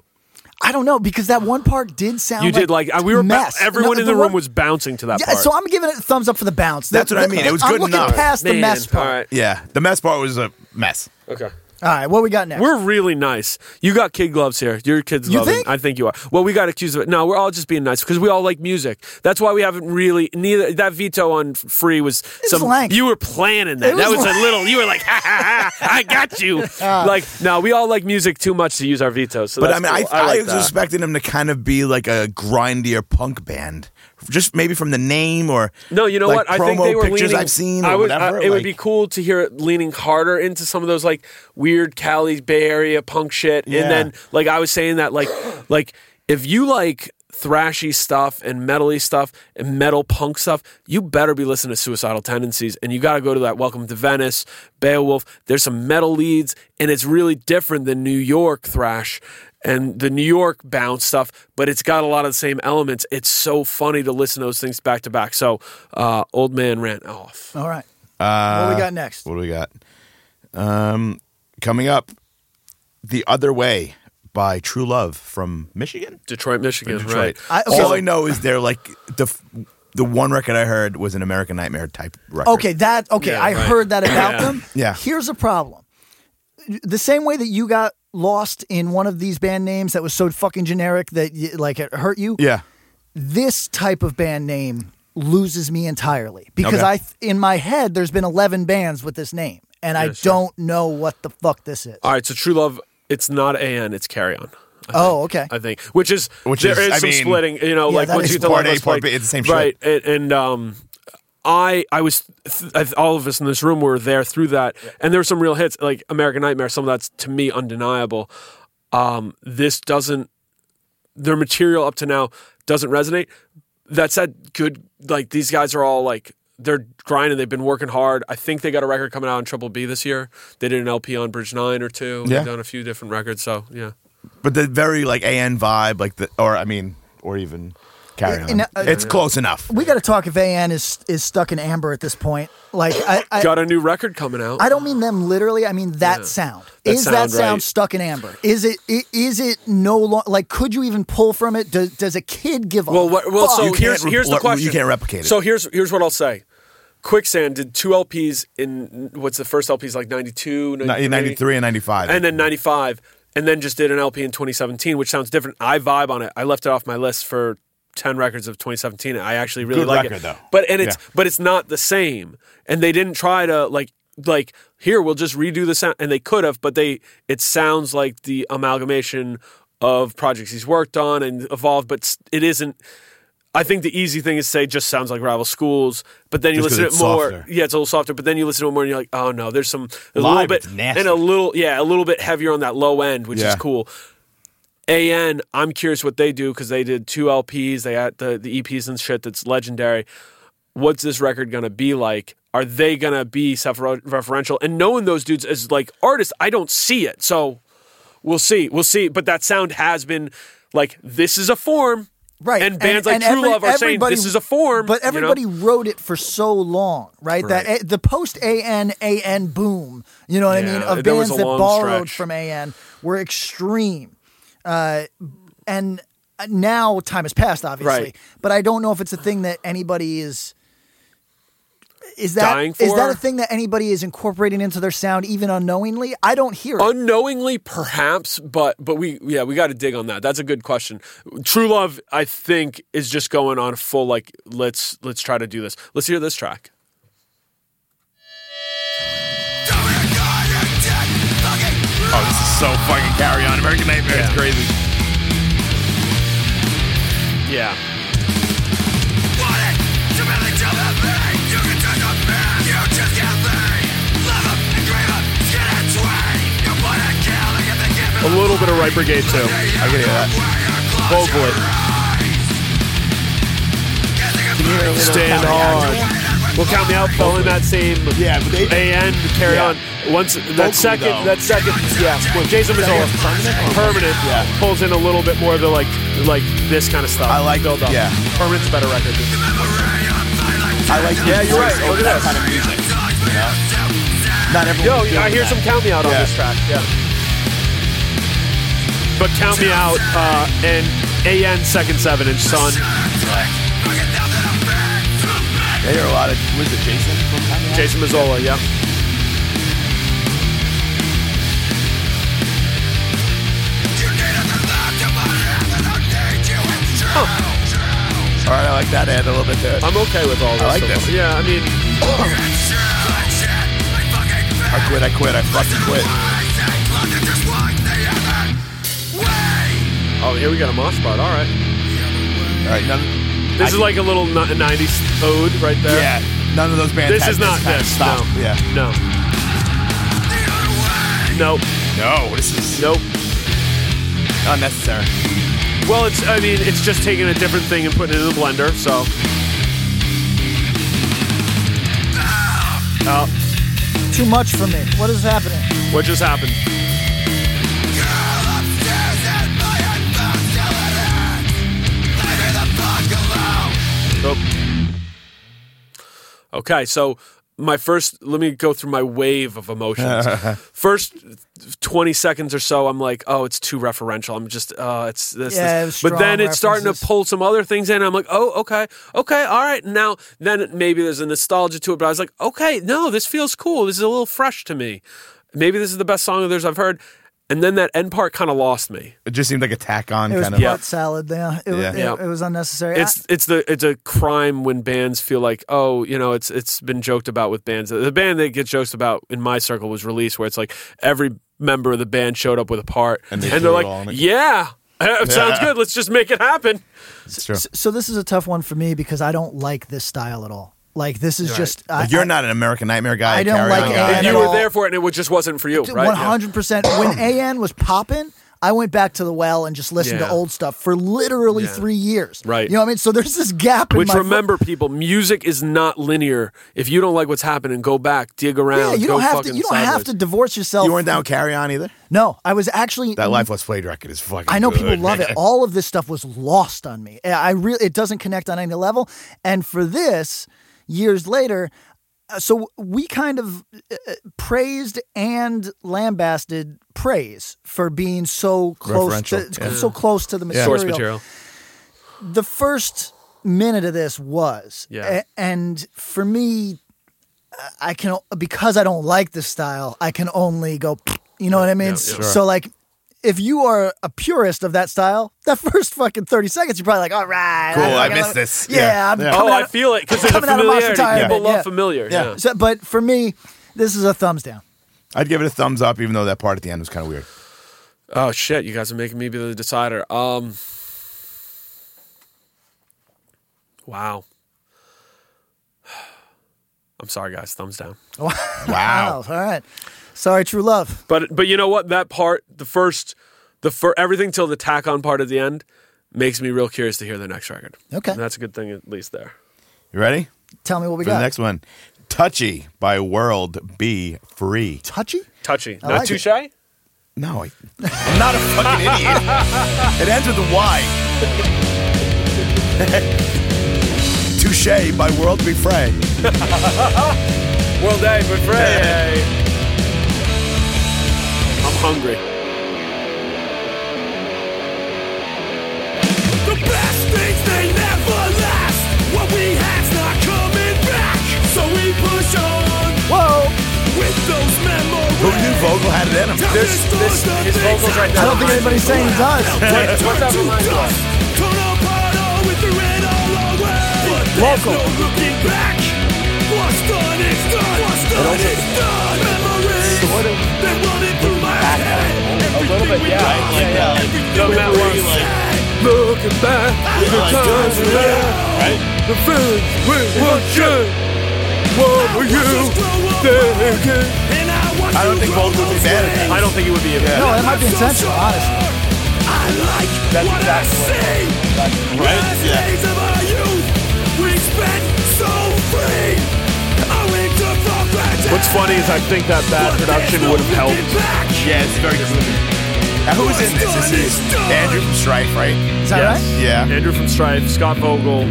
Speaker 2: I don't know because that one part did sound.
Speaker 3: You did like I- we were ba-
Speaker 2: mess.
Speaker 3: everyone
Speaker 2: No,
Speaker 3: in the, room
Speaker 2: one-
Speaker 3: was bouncing to that
Speaker 2: Yeah,
Speaker 3: part.
Speaker 2: so I'm giving it a thumbs up for the bounce.
Speaker 4: That's what I mean. It was
Speaker 2: I'm
Speaker 4: good
Speaker 2: looking
Speaker 4: enough.
Speaker 2: past the
Speaker 3: Man,
Speaker 2: mess part.
Speaker 3: All right.
Speaker 4: yeah the mess part was a mess
Speaker 3: Okay.
Speaker 2: All right, what we got next?
Speaker 3: We're really nice. You got kid gloves here. Your kids
Speaker 2: You
Speaker 3: love it.
Speaker 2: think?
Speaker 3: I think you are. Well, we got accused of it. No, we're all just being nice because we all like music. That's why we haven't really neither that veto on free was
Speaker 2: was
Speaker 3: some
Speaker 2: lank.
Speaker 3: you were planning
Speaker 2: It
Speaker 3: that.
Speaker 2: was Uh.
Speaker 3: that was
Speaker 2: lank.
Speaker 3: a little you were like, ha, ha, ha, I got you. like, no, we all like music too much to use our veto. So
Speaker 4: but I
Speaker 3: that's
Speaker 4: mean I,
Speaker 3: cool.
Speaker 4: I,
Speaker 3: like
Speaker 4: was
Speaker 3: that.
Speaker 4: expecting him to kind of be like a grindier punk band just maybe from the name or
Speaker 3: No, you know
Speaker 4: like,
Speaker 3: what? I
Speaker 4: promo
Speaker 3: think they were
Speaker 4: pictures
Speaker 3: leaning.
Speaker 4: I've seen or
Speaker 3: I would,
Speaker 4: whatever
Speaker 3: I- it would be
Speaker 4: like-
Speaker 3: cool to hear it leaning harder into some of those like weird Cali Bay Area punk shit.
Speaker 4: Yeah.
Speaker 3: And then, like I was saying that, like, like if you like thrashy stuff and metally stuff and metal punk stuff, you better be listening to Suicidal Tendencies. And you got to go to that Welcome to Venice, Beowulf. There's some metal leads, and it's really different than New York thrash. And the New York bounce stuff, but it's got a lot of the same elements. It's so funny to listen to those things back to back. So, uh, old man ran off.
Speaker 2: all right.
Speaker 4: Uh,
Speaker 2: what we got next?
Speaker 4: What do we got? Um, coming up, The Other Way by True Love from Michigan.
Speaker 3: Detroit, Michigan,
Speaker 4: Detroit.
Speaker 3: right?
Speaker 2: I-
Speaker 4: All
Speaker 2: okay.
Speaker 4: I know is they're like the f- the one record I heard was an American Nightmare type record.
Speaker 2: Okay, that okay.
Speaker 3: Yeah,
Speaker 2: I
Speaker 3: right.
Speaker 2: heard that about
Speaker 3: Yeah.
Speaker 2: them.
Speaker 4: Yeah.
Speaker 2: Here's a problem. The same way that you got lost in one of these band names that was so fucking generic that y like it hurt you.
Speaker 4: Yeah.
Speaker 2: This type of band name loses me entirely because
Speaker 4: Okay.
Speaker 2: I th- in my head there's been 11 bands with this name and I don't know what the fuck this is.
Speaker 3: All right, so True Love, it's not AN, it's Carry On.
Speaker 2: Oh, okay.
Speaker 3: I think, which is
Speaker 4: Which
Speaker 3: there
Speaker 4: is-
Speaker 3: is
Speaker 4: I
Speaker 3: some
Speaker 4: mean,
Speaker 3: splitting. You know,
Speaker 2: yeah,
Speaker 3: like
Speaker 2: that
Speaker 3: once
Speaker 2: is
Speaker 3: you get to
Speaker 4: part
Speaker 3: Love
Speaker 4: A,
Speaker 3: Us,
Speaker 4: part
Speaker 3: like-
Speaker 4: B, it's the same shit.
Speaker 3: right? And, and um, I I was th- I, all of us in this room were there through that, and there were some real hits like American Nightmare. Some of that's to me undeniable. Um, this doesn't their material up to now doesn't resonate. That said, good like these guys are all like they're grinding. They've been working hard. I think they got a record coming out on Triple B this year. They did an LP on Bridge Nine or two.
Speaker 4: Yeah.
Speaker 3: They've done a few different records. So yeah,
Speaker 4: but the very like AN vibe, like the or I mean, or even carry
Speaker 2: Yeah,
Speaker 4: on.
Speaker 2: no, uh,
Speaker 4: it's close enough.
Speaker 2: We got to talk if AN is is stuck in amber at this point. Like I I,
Speaker 3: got a new record coming out.
Speaker 2: I don't mean them literally. I mean that sound.
Speaker 3: That
Speaker 2: Is that
Speaker 3: sound,
Speaker 2: sound
Speaker 3: right.
Speaker 2: stuck in amber? Is it i- is it no longer like could you even pull from it? Does, does a kid give up?
Speaker 3: Well, what, well, so
Speaker 4: You can't
Speaker 3: here's
Speaker 4: re-
Speaker 3: here's
Speaker 4: what-
Speaker 3: the
Speaker 4: you
Speaker 3: question.
Speaker 4: can't replicate it.
Speaker 3: So here's here's what I'll say. Quicksand did two LPs in what's the first LPs like 92,
Speaker 4: Ni-
Speaker 3: 93,
Speaker 4: 93 and 95.
Speaker 3: and then 95 and then just did an LP in 2017 which sounds different. I vibe on it. I left it off my list for 10 records of 2017. I actually really
Speaker 4: Good
Speaker 3: like
Speaker 4: record,
Speaker 3: it.
Speaker 4: though.
Speaker 3: But and it's
Speaker 4: Yeah.
Speaker 3: but it's not the same. And they didn't try to like like here we'll just redo the sound and they could have but they it sounds like the amalgamation of projects he's worked on and evolved but s- it isn't I think the easy thing is to say just sounds like rival schools, but then you
Speaker 4: Just 'cause
Speaker 3: listen to
Speaker 4: it's
Speaker 3: it more.
Speaker 4: softer.
Speaker 3: Yeah, it's a little softer, but then you listen to it more and you're like, oh no, there's some a
Speaker 4: Live,
Speaker 3: little bit
Speaker 4: it's nasty.
Speaker 3: and a little yeah, a little bit heavier on that low end, which
Speaker 4: Yeah.
Speaker 3: is cool. AN, I'm curious what they do because they did two LPs, they got the, the EPs and shit that's legendary. What's this record gonna be like? Are they gonna be self-referential? And knowing those dudes as like artists, I don't see it. So we'll see, we'll see. But that sound has been like this is a form.
Speaker 2: right.
Speaker 3: And bands like True
Speaker 2: every-
Speaker 3: Love are saying
Speaker 2: everybody-
Speaker 3: this is a form.
Speaker 2: But
Speaker 3: you know?
Speaker 2: everybody wrote it for so long, right? That a, the post AN AN boom, you know what I
Speaker 3: Yeah,
Speaker 2: mean, of
Speaker 3: that was
Speaker 2: bands
Speaker 3: a
Speaker 2: that
Speaker 3: long
Speaker 2: borrowed
Speaker 3: stretch.
Speaker 2: from AN were extreme. Uh, and now time has passed obviously,
Speaker 3: Right.
Speaker 2: but I don't know if it's a thing that anybody is is that
Speaker 3: Dying
Speaker 2: is that
Speaker 3: for?
Speaker 2: a thing that anybody is incorporating into their sound even unknowingly? I don't hear it.
Speaker 3: unknowingly perhaps but but we yeah we got to dig on that that's a good question true love i think is just going on full like let's let's try to do this let's hear this track
Speaker 4: oh, this is so fucking carry on. American Nightmare It's crazy.
Speaker 3: yeah a little bit of right brigade too
Speaker 4: I can hear that.
Speaker 3: Oh, vocally
Speaker 4: Can you hear a little
Speaker 3: stand
Speaker 4: Carry
Speaker 3: hard
Speaker 4: On?
Speaker 3: well count me out following that same
Speaker 4: Yeah, but they-
Speaker 3: an carry on
Speaker 4: Yeah.
Speaker 3: once that second
Speaker 4: though.
Speaker 3: that second yeah well jason Mazzola, permanent
Speaker 4: Yeah.
Speaker 3: pulls in a little bit more of the like like this kind of stuff
Speaker 4: I like-
Speaker 3: build up
Speaker 4: yeah.
Speaker 3: permanent's a better record
Speaker 4: I like
Speaker 3: Yeah, you're right. Look at
Speaker 4: that
Speaker 3: this.
Speaker 4: kind of music. You know? Not
Speaker 3: Yo,
Speaker 4: everyone.
Speaker 3: I hear some count me out on
Speaker 4: Yeah.
Speaker 3: this track. Yeah. But count me out uh, and AN second seven inch son.
Speaker 4: I hear a lot of. Was it Jason? from Tiny House?
Speaker 3: Jason Mazzola, yeah.
Speaker 4: All right, I like that. Add a little bit to it.
Speaker 3: I'm okay with all this.
Speaker 4: like
Speaker 3: so
Speaker 4: this.
Speaker 3: far. Yeah, I mean,
Speaker 4: I quit. I quit. I fucking quit.
Speaker 3: oh, here we got a mosh spot. All right.
Speaker 4: All right, none.
Speaker 3: This is like a little n- 90s ode right there.
Speaker 4: Yeah, none of those bands.
Speaker 3: This is
Speaker 4: had
Speaker 3: not
Speaker 4: kind of
Speaker 3: this.
Speaker 4: Stop.
Speaker 3: No.
Speaker 4: Yeah.
Speaker 3: No. Nope.
Speaker 4: No, this is
Speaker 3: Nope.
Speaker 4: unnecessary.
Speaker 3: Well, it's, I mean, it's just taking a different thing and putting it in the blender, so. Oh,
Speaker 2: Too much for me. What is happening?
Speaker 3: what just happened? Oh. Okay, so my first, let me go through my wave of emotions. first 20 seconds or so, I'm like, oh, it's too referential. I'm just, uh, it's this.
Speaker 2: Yeah, it was
Speaker 3: this. But then
Speaker 2: strong
Speaker 3: it's starting to
Speaker 2: references.
Speaker 3: pull some other things in. I'm like, oh, okay, okay, all right. Now, then maybe there's a nostalgia to it, but I was like, okay, no, this feels cool. This is a little fresh to me. Maybe this is the best song of theirs I've heard. And then that end part kind of lost me.
Speaker 4: It just seemed like a tack on
Speaker 2: It was
Speaker 4: kind
Speaker 2: part
Speaker 4: of.
Speaker 2: salad. Yeah, it,
Speaker 4: Yeah.
Speaker 2: Was, it,
Speaker 3: Yeah.
Speaker 2: it was unnecessary. I-
Speaker 3: It's it's the it's a crime when bands feel like oh you know it's it's been joked about with bands the band that gets joked about in my circle was released where it's like every
Speaker 6: member of the band showed up with a part,
Speaker 4: And they
Speaker 6: are
Speaker 4: threw it
Speaker 6: like,
Speaker 4: all in it.
Speaker 6: "Yeah, sounds
Speaker 4: Yeah.
Speaker 6: good. Let's just make it happen."
Speaker 4: It's true.
Speaker 2: S- So this is a tough one for me because I don't like this style at all. Like this is just I,
Speaker 4: Like, you're not an American Nightmare guy.
Speaker 2: I don't
Speaker 4: Carry
Speaker 2: like
Speaker 4: on
Speaker 2: it
Speaker 4: guy.
Speaker 2: at
Speaker 6: you
Speaker 2: all.
Speaker 6: were there for it, and it just wasn't for you, right?
Speaker 2: One
Speaker 6: Yeah.
Speaker 2: hundred percent. When AN was popping, I went back to the well and just listened
Speaker 6: Yeah.
Speaker 2: to old stuff for literally three years.
Speaker 6: Right.
Speaker 2: You know what I mean? So there's this gap. in
Speaker 6: Which
Speaker 2: my
Speaker 6: remember, people, music is not linear. If you don't like what's happening, go back, dig around.
Speaker 2: yeah, you
Speaker 6: go
Speaker 2: don't have to.
Speaker 6: fucking
Speaker 2: You don't
Speaker 6: sideways.
Speaker 2: have to divorce yourself.
Speaker 4: You weren't down with Carry On either.
Speaker 2: No, I was actually.
Speaker 4: That Life Was Played record is fucking.
Speaker 2: Mm-hmm. I know people
Speaker 4: good,
Speaker 2: love
Speaker 4: man.
Speaker 2: it. All of this stuff was lost on me. I really, it doesn't connect on any level. And for this, years later, uh, so we kind of uh, praised and lambasted praise for being so close to
Speaker 4: Referential, yeah.
Speaker 2: so close to the material.
Speaker 6: source material.
Speaker 2: The first minute of this was,
Speaker 6: Yeah.
Speaker 2: A- and for me, I can because I don't like this style. I can only go. You know what I mean?
Speaker 6: yeah.
Speaker 2: So like, if you are a purist of that style, that first fucking thirty seconds, you're probably like, all right,
Speaker 4: Cool, I
Speaker 2: fucking
Speaker 4: missed
Speaker 2: love it.
Speaker 4: this.
Speaker 2: Yeah,
Speaker 4: Yeah.
Speaker 2: I'm
Speaker 4: Yeah.
Speaker 2: coming
Speaker 6: Oh,
Speaker 2: out
Speaker 6: I
Speaker 2: of-
Speaker 6: feel it because there's a
Speaker 2: coming out of Monster
Speaker 6: familiarity.
Speaker 2: Tire,
Speaker 6: People
Speaker 2: yeah.
Speaker 6: love familiar.
Speaker 4: Yeah.
Speaker 6: Yeah.
Speaker 2: So, but for me, this is a thumbs down.
Speaker 4: I'd give it a thumbs up, even though that part at the end was kind of weird.
Speaker 6: Oh shit! You guys are making me be the decider. Um. Wow. I'm sorry, guys. Thumbs down.
Speaker 4: Wow.
Speaker 2: Oh, all right. Sorry, true love.
Speaker 6: But but you know what? That part, the first, the fir- everything till the tack on part at the end, makes me real curious to hear the next record.
Speaker 2: Okay.
Speaker 6: And that's a good thing at least there.
Speaker 4: You ready
Speaker 2: Tell me what we
Speaker 4: for
Speaker 2: got.
Speaker 4: the next one? Touchy by World Be Free.
Speaker 2: Touchy.
Speaker 6: Touchy,
Speaker 2: I
Speaker 6: not
Speaker 2: like
Speaker 6: too
Speaker 2: it.
Speaker 6: shy.
Speaker 4: No, I, I'm not a fucking idiot. It ends with a Y. Touche by World Be Free.
Speaker 6: World Day, but Friday. I'm hungry.
Speaker 7: The best things they never last. What we had's not coming back. So we push on
Speaker 2: Whoa.
Speaker 7: with those memories.
Speaker 4: Who knew Vogel had it in him?
Speaker 7: This,
Speaker 6: this- his vocals right there.
Speaker 2: I don't think anybody's saying it does.
Speaker 6: What's that remind you of?
Speaker 2: Local.
Speaker 7: Local. Looking back. What's done is done. What's done is done. Memories. They running through my head. A little bit, yeah.
Speaker 6: No, Matt Rose. Looking back, the times are now. The feelings we want you. What were you thinking?
Speaker 4: I don't think Vogel would be bad at
Speaker 6: I don't think it would be a bad.
Speaker 2: No, Oh, that might be intentional. Honestly.
Speaker 7: I like what I see. Last days of our youth, we spent so free. Oh, I wake up from granted.
Speaker 6: What's funny is I think that bad
Speaker 7: But
Speaker 6: production
Speaker 7: there's no
Speaker 6: would have helped.
Speaker 7: looking back.
Speaker 4: Yeah, it's very groovy. Now, who's in this? This is Andrew from Strife, right?
Speaker 2: Is that
Speaker 6: Yes.
Speaker 2: right?
Speaker 4: Yeah.
Speaker 6: Andrew from Strife, Scott Vogel,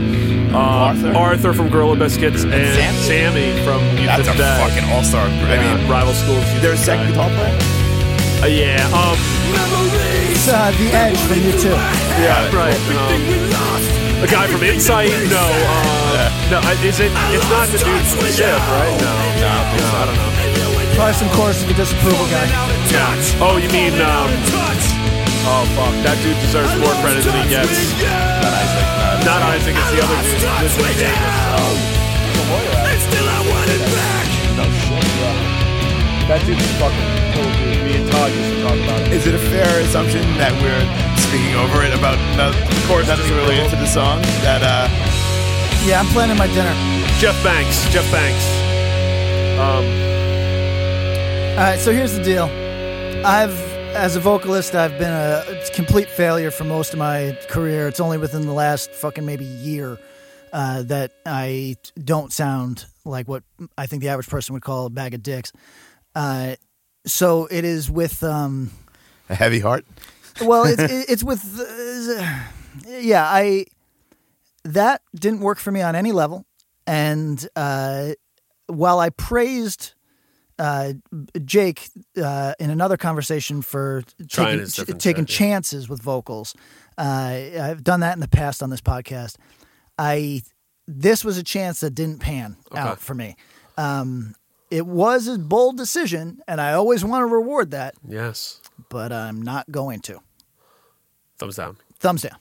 Speaker 6: uh, Arthur?
Speaker 4: Arthur?
Speaker 6: from Gorilla Biscuits, and, Sammy, from Youth
Speaker 4: That's a
Speaker 6: of Dead.
Speaker 4: fucking all-star. group. I mean,
Speaker 6: rival schools. Youth
Speaker 4: their
Speaker 6: of
Speaker 4: second
Speaker 6: Dead.
Speaker 4: guitar player.
Speaker 6: Uh, yeah, um,
Speaker 7: Memories.
Speaker 2: It's uh, the edge from you too.
Speaker 6: yeah, right. um,
Speaker 7: We lost.
Speaker 6: a guy from Insight? No, uh, no, I- is it? It's not the dude from the ship, right? No, no, I don't know.
Speaker 2: Probably some chorus of disapproval guy.
Speaker 6: Yeah. Oh, you mean? Um,
Speaker 7: Touch.
Speaker 6: oh, fuck. That dude deserves more credit than he gets. Not Isaac. It's the other dude. This is Davis.
Speaker 7: And still I want it back.
Speaker 6: That dude's fucking cool, dude. Me and Todd used to talk about it.
Speaker 4: Uh, Is it a fair assumption that we're speaking over it about no, of course nothing related to the song? That uh,
Speaker 2: Yeah, I'm planning my dinner.
Speaker 6: Jeff Banks. Jeff Banks. Um,
Speaker 2: All right, so here's the deal. I've, as a vocalist, I've been a complete failure for most of my career. It's only within the last fucking maybe year uh, that I don't sound like what I think the average person would call a bag of dicks. Uh, so it is with, um,
Speaker 4: a heavy heart.
Speaker 2: well, it's, it's with, uh, yeah, I that didn't work for me on any level. And uh, while I praised uh, Jake uh, in another conversation for
Speaker 6: Trying
Speaker 2: taking,
Speaker 6: is different,
Speaker 2: taking
Speaker 6: yeah.
Speaker 2: chances with vocals, uh, I've done that in the past on this podcast. I this was a chance that didn't pan out for me. Um, it was a bold decision, and I always want to reward that,
Speaker 6: yes.
Speaker 2: but I'm not going to.
Speaker 6: Thumbs down.
Speaker 2: Thumbs down.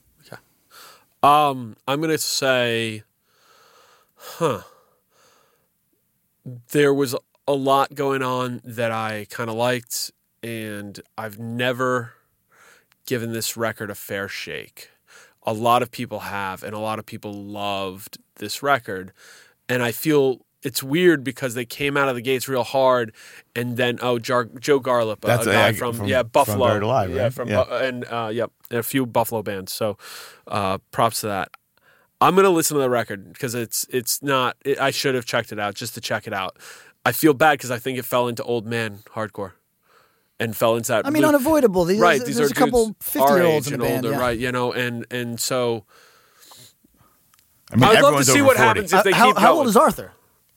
Speaker 6: Um, I'm gonna say, huh? There was a lot going on that I kind of liked, and I've never given this record a fair shake. A lot of people have, and a lot of people loved this record. And I feel it's weird because they came out of the gates real hard, and then oh, Jar- Joe Garlip, a-
Speaker 4: That's
Speaker 6: a
Speaker 4: a-
Speaker 6: guy
Speaker 4: yeah,
Speaker 6: from,
Speaker 4: from-
Speaker 6: yeah
Speaker 4: from
Speaker 6: Buffalo,
Speaker 4: Buried Alive,
Speaker 6: yeah,
Speaker 4: right?
Speaker 6: from
Speaker 4: Yeah.
Speaker 6: Bu- and uh, yep, and a few Buffalo bands. So uh, props to that. I'm gonna listen to the record because it's it's not. It, I should have checked it out just to check it out. I feel bad because I think it fell into old man hardcore, and fell into that.
Speaker 2: I mean,
Speaker 6: loop
Speaker 2: unavoidable. These,
Speaker 6: right,
Speaker 2: there's,
Speaker 6: these
Speaker 2: there's
Speaker 6: are
Speaker 2: a couple
Speaker 6: dudes our
Speaker 2: fifty-year-olds
Speaker 6: age
Speaker 2: in
Speaker 6: and
Speaker 2: the band,
Speaker 6: older,
Speaker 2: yeah.
Speaker 6: right? You know, and and so
Speaker 4: I mean,
Speaker 6: I'd love to
Speaker 4: everyone's
Speaker 6: see
Speaker 4: over
Speaker 6: what
Speaker 4: 40.
Speaker 6: happens if they
Speaker 2: Uh, how,
Speaker 6: keep
Speaker 2: how
Speaker 6: going.
Speaker 2: old is Arthur?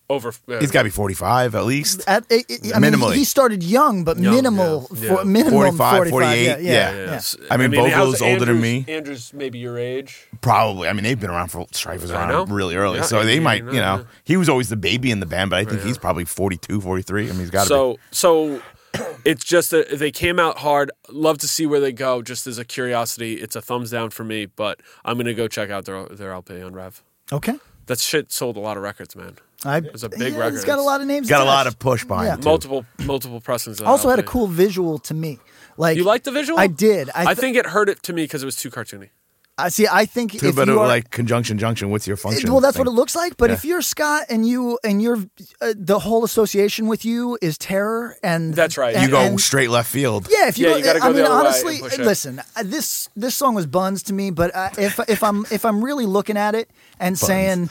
Speaker 6: over? uh,
Speaker 4: He's got to be 45 at least.
Speaker 2: At, it, it- I mean,
Speaker 4: Minimally.
Speaker 2: he started young, but
Speaker 6: Young,
Speaker 2: minimal,
Speaker 6: yeah, yeah.
Speaker 2: For, minimum
Speaker 4: 45, 48,
Speaker 2: Yeah, yeah,
Speaker 4: yeah.
Speaker 2: yeah.
Speaker 6: yes.
Speaker 4: I mean, Bogle
Speaker 6: how's
Speaker 4: is older than
Speaker 6: Andrews-
Speaker 4: me.
Speaker 6: Andrews maybe your age.
Speaker 4: Probably. I mean, they've been around for Strife was
Speaker 6: I
Speaker 4: around
Speaker 6: know.
Speaker 4: really early,
Speaker 6: Yeah,
Speaker 4: so they
Speaker 6: yeah,
Speaker 4: might.
Speaker 6: yeah,
Speaker 4: You
Speaker 6: yeah.
Speaker 4: know, he was always the baby in the band, but I think he's probably 42, 43. I mean, he's got to
Speaker 6: so so it's just that they came out hard. Love to see where they go. Just as a curiosity, it's a thumbs down for me. But I'm gonna go check out their their LP on Rev.
Speaker 2: Okay.
Speaker 6: That shit sold a lot of records, man.
Speaker 2: I,
Speaker 6: was a big
Speaker 2: yeah,
Speaker 6: record.
Speaker 2: It's got a lot of names.
Speaker 4: be. got a
Speaker 2: attached.
Speaker 4: lot of push behind
Speaker 2: Yeah.
Speaker 4: it. too.
Speaker 6: Multiple multiple pressings. of that
Speaker 2: Also had a
Speaker 6: LP.
Speaker 2: cool visual to me. Like
Speaker 6: You liked the visual?
Speaker 2: I did. I,
Speaker 6: I,
Speaker 2: th-
Speaker 6: think it hurt it to me because it was too cartoony.
Speaker 2: I see. I think
Speaker 4: Too,
Speaker 2: if
Speaker 4: but
Speaker 2: you are,
Speaker 4: like conjunction junction. What's your function?
Speaker 2: Well, that's
Speaker 4: thing?
Speaker 2: what it looks like. But
Speaker 4: Yeah.
Speaker 2: if you're Scott and you and your uh, the whole association with you is terror and
Speaker 6: That's right.
Speaker 4: You
Speaker 2: and-
Speaker 4: go
Speaker 2: and-
Speaker 4: straight left field.
Speaker 2: Yeah, if you,
Speaker 6: Yeah,
Speaker 2: go,
Speaker 6: you gotta
Speaker 2: I
Speaker 6: go the
Speaker 2: mean,
Speaker 6: other way
Speaker 2: honestly,
Speaker 6: and push it.
Speaker 2: listen. uh, This this song was buns to me, but uh, if if I'm if I'm really looking at it and saying,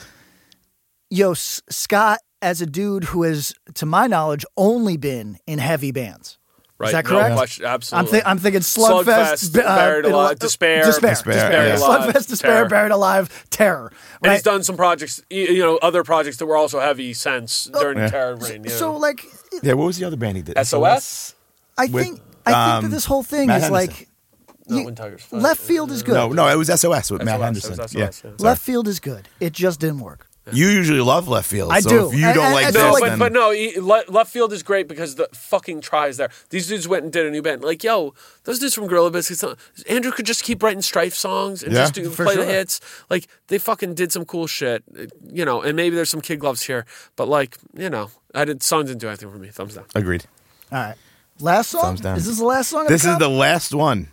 Speaker 2: "Yo, S- Scott," as a dude who has, to my knowledge, only been in heavy bands.
Speaker 6: Right?
Speaker 2: Is that
Speaker 6: No
Speaker 2: correct?
Speaker 6: question.
Speaker 2: I'm,
Speaker 6: Absolutely.
Speaker 2: thi- I'm thinking Slugfest, uh,
Speaker 6: Slugfest, Buried Alive, Despair.
Speaker 2: Despair,
Speaker 4: Despair,
Speaker 2: Despair,
Speaker 4: yeah.
Speaker 6: Alive,
Speaker 2: Slugfest, Despair,
Speaker 6: Terror.
Speaker 2: Buried Alive, Terror.
Speaker 6: And
Speaker 2: right?
Speaker 6: he's done some projects, y- you know, other projects that were also heavy since during
Speaker 4: Yeah.
Speaker 6: Terror Reign. Yeah.
Speaker 2: Oh. So, like,
Speaker 4: Yeah. What was the other band he did?
Speaker 6: SOS?
Speaker 2: I
Speaker 4: With,
Speaker 2: think I think
Speaker 4: um,
Speaker 2: that this whole thing
Speaker 4: Matt
Speaker 2: is
Speaker 4: Henderson.
Speaker 2: like
Speaker 6: Not
Speaker 2: you-
Speaker 6: when Tigers Fly.
Speaker 2: left field is good.
Speaker 4: No, no, it was SOS with Matt
Speaker 6: SOS,
Speaker 4: Henderson.
Speaker 6: SOS,
Speaker 4: yeah.
Speaker 6: yeah.
Speaker 2: left field is good. It just didn't work.
Speaker 4: You usually love left field.
Speaker 2: I
Speaker 4: so
Speaker 2: do.
Speaker 4: If you
Speaker 2: I-
Speaker 4: don't
Speaker 2: I-
Speaker 4: like
Speaker 2: I
Speaker 4: this,
Speaker 2: feel
Speaker 6: No,
Speaker 2: like-
Speaker 6: but,
Speaker 4: then
Speaker 6: but no, he- le- left field is great because the fucking try is there. These dudes went and did a new band. Like, yo, those dudes from Gorilla Biscuits. uh, Andrew could just keep writing Strife songs and
Speaker 4: Yeah,
Speaker 6: just do,
Speaker 2: for
Speaker 6: play the
Speaker 2: sure.
Speaker 6: hits. Like, they fucking did some cool shit, uh, you know. And maybe there's some kid gloves here, but like, you know, I did songs didn't do anything for me. Thumbs down.
Speaker 4: agreed.
Speaker 2: All right. Last song?
Speaker 4: Thumbs down.
Speaker 2: Is this the last song? of
Speaker 4: This is
Speaker 2: comp?
Speaker 4: the last one.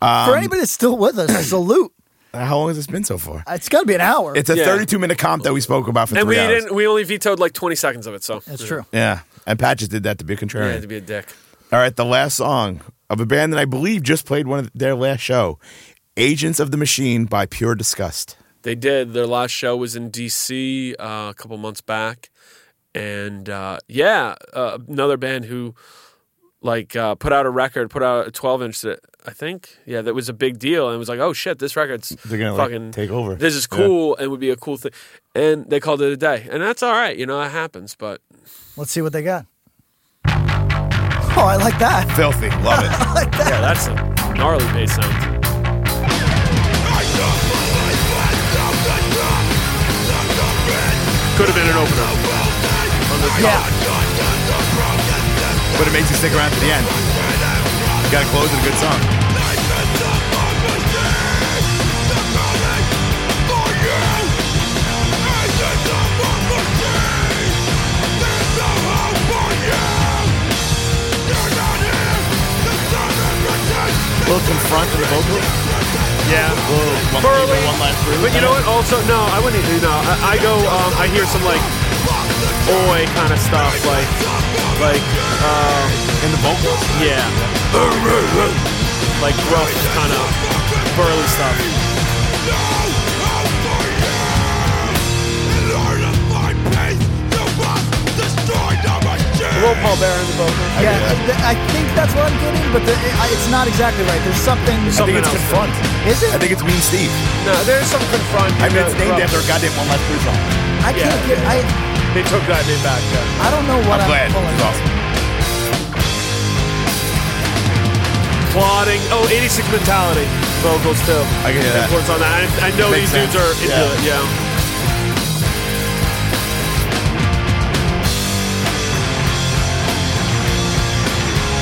Speaker 2: For anybody that's still with us, salute.
Speaker 4: How long has this been so far?
Speaker 2: It's got to be an hour.
Speaker 4: It's a
Speaker 6: Yeah.
Speaker 4: 32 minute comp that we spoke about for
Speaker 6: And
Speaker 4: three
Speaker 6: we
Speaker 4: hours.
Speaker 6: didn't. We only vetoed like 20 seconds of it. So
Speaker 2: That's
Speaker 6: you
Speaker 2: true.
Speaker 6: know.
Speaker 4: Yeah. And Pat just did that to be a
Speaker 6: Yeah,
Speaker 4: contrarian.
Speaker 6: to be a dick.
Speaker 4: All right, the last song of a band that I believe just played one of their last show, "Agents of the Machine" by Pure Disgust.
Speaker 6: They did. Their last show was in DC uh, a couple months back, and uh, yeah, uh, another band who like uh, put out a record, put out a 12 inch that I think, yeah, that was a big deal, and it was like, oh shit, this record's
Speaker 4: They're gonna, like,
Speaker 6: fucking
Speaker 4: take over.
Speaker 6: This is
Speaker 4: Yeah.
Speaker 6: cool, and would be a cool thing. And they called it a day, and that's all right, you know, it happens. But
Speaker 2: Let's see what they got. Oh, I like that.
Speaker 4: Filthy, love it.
Speaker 6: yeah, that's a gnarly bass sound. Could have been an opener.
Speaker 2: Yeah.
Speaker 4: but it makes you stick around to the end. You gotta close with a good song. A little confront in the vocal.
Speaker 6: Yeah.
Speaker 4: A little one,
Speaker 6: Burly.
Speaker 4: one last room.
Speaker 6: But you know what? Also, no, I wouldn't do no. I, I go. Um, I hear some like oi kind of stuff, like like um,
Speaker 4: In the vocals?
Speaker 6: yeah, like rough kind of burly stuff. A little Paul Bear in the vocal.
Speaker 2: Yeah, I, I think that's what I'm getting, but the, I, it's not exactly right. There's something.
Speaker 4: I think
Speaker 6: Something
Speaker 4: it's
Speaker 6: else.
Speaker 4: confront.
Speaker 2: Is it?
Speaker 4: I think it's Mean Steve.
Speaker 6: No, there's some confront.
Speaker 4: I mean, it's
Speaker 6: uh,
Speaker 4: named
Speaker 6: rough.
Speaker 4: after a goddamn one last room song.
Speaker 2: I can't get. I
Speaker 6: They took that name back. Yeah.
Speaker 2: I don't know what
Speaker 4: I'm
Speaker 2: I'm,
Speaker 4: glad.
Speaker 2: pulling.
Speaker 4: It's awesome.
Speaker 6: Plotting. Oh, 86 mentality. Vocals too.
Speaker 4: I can hear that.
Speaker 6: Influence on that. I, I know
Speaker 4: Makes
Speaker 6: these dudes
Speaker 4: sense.
Speaker 6: are into
Speaker 4: Yeah.
Speaker 6: it. Yeah.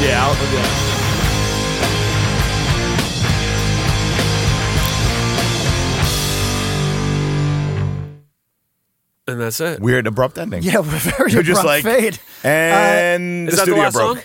Speaker 6: Yeah, I'll, yeah. And that's it.
Speaker 4: Weird, abrupt ending.
Speaker 2: Yeah, we're very
Speaker 4: You're just
Speaker 2: abrupt
Speaker 4: like,
Speaker 2: fade.
Speaker 4: and
Speaker 6: Is
Speaker 4: the
Speaker 3: Uh,
Speaker 6: that the
Speaker 4: studio
Speaker 6: last
Speaker 4: broke.
Speaker 6: song?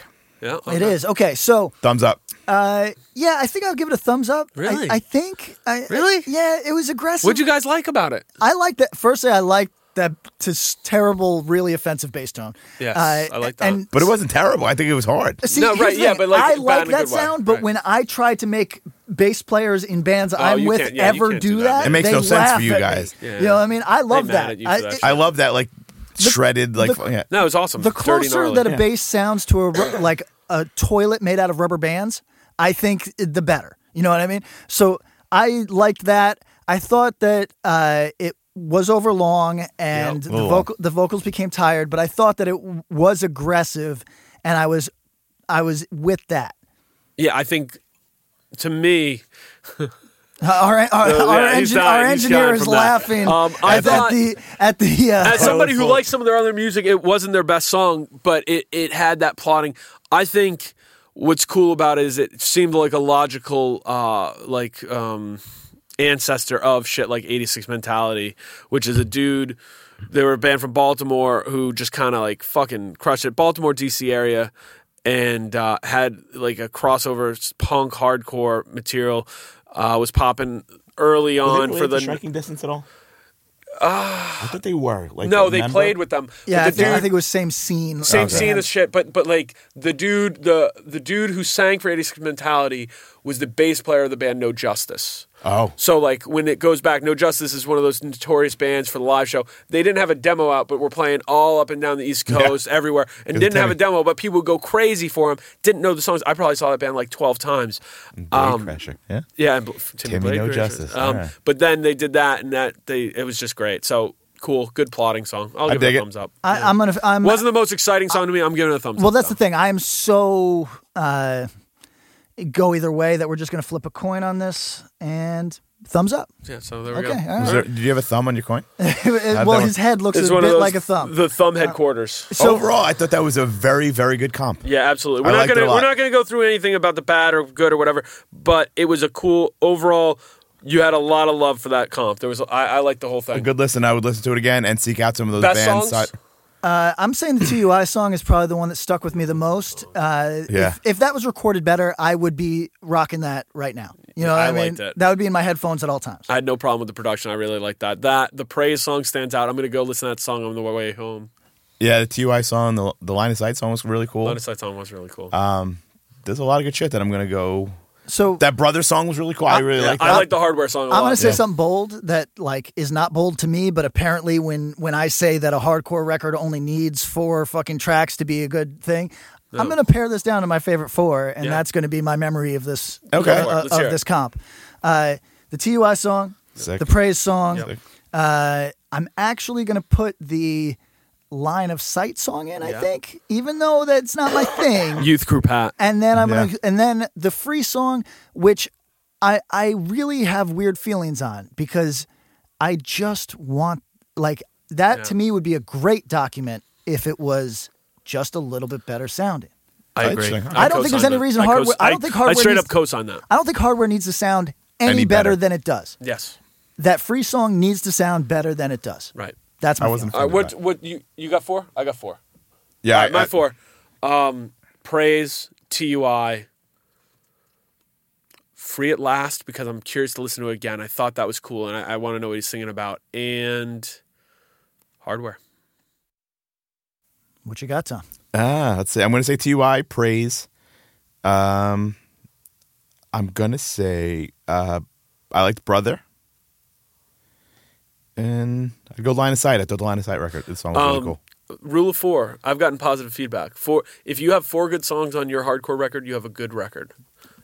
Speaker 3: Yeah,
Speaker 2: It is. Okay. So,
Speaker 4: Thumbs up.
Speaker 2: uh, yeah, I think I'll give it a thumbs up. I-
Speaker 3: Really?
Speaker 2: I, think. I,
Speaker 3: Really?
Speaker 2: yeah, it was aggressive.
Speaker 3: What'd you guys like about it?
Speaker 2: I like that. Firstly, I like that to s- terrible, really offensive bass tone. Uh,
Speaker 3: Yes, I like that.
Speaker 2: And
Speaker 4: But it wasn't terrible. I think it was hard.
Speaker 2: See,
Speaker 3: No,
Speaker 2: here's
Speaker 3: right,
Speaker 2: the
Speaker 3: yeah,
Speaker 2: thing.
Speaker 3: but, like,
Speaker 2: I
Speaker 3: bad
Speaker 2: like
Speaker 3: in a good
Speaker 2: that
Speaker 3: way,
Speaker 2: sound, but
Speaker 3: right. Oh,
Speaker 2: when I try to make bass players in bands I'm
Speaker 3: you
Speaker 2: with
Speaker 3: can't- yeah, you
Speaker 2: ever
Speaker 3: can't
Speaker 2: do,
Speaker 3: do
Speaker 2: that,
Speaker 3: that.
Speaker 4: It makes
Speaker 2: they
Speaker 4: no sense for
Speaker 2: laugh
Speaker 4: you
Speaker 2: at me.
Speaker 4: guys.
Speaker 2: You know what I mean? I love
Speaker 3: mad
Speaker 2: that.
Speaker 3: at you for
Speaker 2: I-
Speaker 3: that
Speaker 2: it-
Speaker 4: I love that like shredded like
Speaker 2: the-
Speaker 4: yeah.
Speaker 3: No, it was awesome.
Speaker 2: the
Speaker 3: Dirty
Speaker 2: closer
Speaker 3: gnarly.
Speaker 2: that a bass sounds to a ru- like a toilet made out of rubber bands, I think the better. You know what I mean? So I liked that. I thought that uh, it was over long and the
Speaker 4: Little
Speaker 2: vocal the vocals became tired, but I thought that it w- was aggressive, and I was I was with that.
Speaker 3: Yeah, I think to me,
Speaker 2: Uh, Our, our, our,
Speaker 3: yeah, he's
Speaker 2: engin-
Speaker 3: dying.
Speaker 2: our
Speaker 3: He's
Speaker 2: engineer
Speaker 3: dying
Speaker 2: is
Speaker 3: from that.
Speaker 2: laughing
Speaker 3: Um, I
Speaker 2: at,
Speaker 3: thought-
Speaker 2: the at the uh,
Speaker 3: as somebody who likes some of their other music, it wasn't their best song, but it it had that plotting. I think what's cool about it is it seemed like a logical uh like um ancestor of shit like 86 mentality, which is a dude they were a band from Baltimore who just kind of like fucking crushed it. Baltimore DC area and uh, had like a crossover punk hardcore material uh, was popping early on for the Ah.
Speaker 4: distance at all. I thought they were like
Speaker 3: no they played with them But
Speaker 2: yeah,
Speaker 3: the
Speaker 2: I think, I
Speaker 3: dude-
Speaker 2: think it was same scene.
Speaker 3: same scene as shit but but like the dude the the dude who sang for 86 mentality was the bass player of the band no justice
Speaker 4: Oh,
Speaker 3: so like when it goes back no justice is one of those notorious bands for the live show they didn't have a demo out but were playing all up and down the east coast everywhere and didn't have a demo but people would go crazy for them didn't know the songs i probably saw that band like 12 times um,
Speaker 4: pressure. Yeah.
Speaker 3: yeah, and Bl- Timmy,
Speaker 4: Timmy
Speaker 3: Blake
Speaker 4: No
Speaker 3: Gracious.
Speaker 4: Justice.
Speaker 3: Um,
Speaker 4: Alright.
Speaker 3: But then they did that, and that they it was just great. So cool, good plotting song. I'll
Speaker 4: I
Speaker 3: give it
Speaker 4: dig
Speaker 3: a
Speaker 4: it.
Speaker 3: thumbs up.
Speaker 2: I, I'm gonna. I'm,
Speaker 3: Wasn't the most exciting song to me. I'm giving it a thumbs
Speaker 2: Well,
Speaker 3: up.
Speaker 2: that's the
Speaker 3: though.
Speaker 2: thing. I am so uh, go either way that we're just going to flip a coin on this and thumbs up.
Speaker 3: yeah. So there we
Speaker 2: Okay.
Speaker 3: go.
Speaker 2: all
Speaker 4: Was
Speaker 2: right.
Speaker 4: there, did you have a thumb on your coin? that
Speaker 2: well,
Speaker 4: one-
Speaker 2: his head looks
Speaker 3: It's
Speaker 2: a
Speaker 3: one of
Speaker 2: bit
Speaker 3: those,
Speaker 2: like a thumb.
Speaker 3: The thumb headquarters.
Speaker 2: so
Speaker 4: Overall, I thought that was a very, very good comp.
Speaker 3: Yeah, absolutely.
Speaker 4: I
Speaker 3: We're not
Speaker 4: liked it
Speaker 3: gonna
Speaker 4: a lot.
Speaker 3: we're not gonna go through anything about the bad or good or whatever. But it was a cool overall. You had a lot of love for that comp. There was I, I liked the whole
Speaker 4: A
Speaker 3: thing.
Speaker 4: good listen. I would listen to it again and seek out some of those
Speaker 3: Best
Speaker 4: bands.
Speaker 3: songs?
Speaker 4: Si-
Speaker 2: uh, I'm saying the TUI song is probably the one that stuck with me the most. Uh,
Speaker 4: Yeah.
Speaker 2: If, if that was recorded better, I would be rocking that right now. You know, what
Speaker 3: I
Speaker 2: I, mean,
Speaker 3: liked it.
Speaker 2: that would be in my headphones at all times.
Speaker 3: I had no problem with the production. I really liked that. That the praise song stands out. I'm gonna go listen to that song on the way home.
Speaker 4: Yeah, the TUI song, the, the Line of Sight song was really cool.
Speaker 3: Honestly, that song was really cool.
Speaker 2: Uh,
Speaker 4: There's a lot of good shit that I'm gonna go.
Speaker 2: So
Speaker 4: That brother song was really cool. I really like that.
Speaker 3: I like the hardware song. i
Speaker 2: I'm gonna say
Speaker 4: Yeah.
Speaker 2: something bold that like is not bold to me, but apparently when when I say that a hardcore record only needs four fucking tracks to be a good thing, I'm gonna pare this down to my favorite four, and
Speaker 3: Yeah.
Speaker 2: that's gonna be my memory of this
Speaker 4: Okay.
Speaker 2: uh,
Speaker 3: Let's
Speaker 2: of
Speaker 3: hear it.
Speaker 2: this comp. Uh, the TUI song,
Speaker 4: Sick.
Speaker 2: the praise song.
Speaker 4: Sick.
Speaker 2: Uh, I'm actually gonna put the line of sight song in. I think, even though that's not my thing
Speaker 3: Youth Crew Pat.
Speaker 2: and then I'm
Speaker 4: Yeah.
Speaker 2: gonna and then the free song, which I I really have weird feelings on because I just want like that to me would be a great document if it was just a little bit better sounding.
Speaker 3: I agree.
Speaker 4: Interesting.
Speaker 2: I don't think there's
Speaker 3: co-sign
Speaker 2: any
Speaker 3: that.
Speaker 2: reason
Speaker 3: I
Speaker 2: hardware-
Speaker 3: co-
Speaker 2: I don't think hardware
Speaker 3: I straight
Speaker 2: needs-
Speaker 3: up co-sign that.
Speaker 2: I don't think hardware needs to sound any,
Speaker 4: Any
Speaker 2: better.
Speaker 4: better.
Speaker 2: than it does.
Speaker 3: Yes.
Speaker 2: That free song needs to sound better than it does.
Speaker 3: Right.
Speaker 2: That's my
Speaker 4: I wasn't.
Speaker 2: feeling.
Speaker 3: All right.
Speaker 4: offended
Speaker 3: What?
Speaker 4: by
Speaker 3: What?
Speaker 4: it.
Speaker 3: You you got four? I got four.
Speaker 4: Yeah,
Speaker 3: All right,
Speaker 4: I-
Speaker 3: my
Speaker 4: I-
Speaker 3: four. Um, praise TUI. Free at last because I'm curious to listen to it again. I thought that was cool, and I, I want to know what he's singing about. And hardware.
Speaker 2: What you got, Tom?
Speaker 4: Ah, let's see. I'm gonna say TUI praise. Um, I'm gonna say uh, I liked brother, and I'd go line of sight. I thought the line of sight record. This song was really
Speaker 3: Um,
Speaker 4: cool.
Speaker 3: Rule of four. I've gotten positive feedback. Four. If you have four good songs on your hardcore record, you have a good record.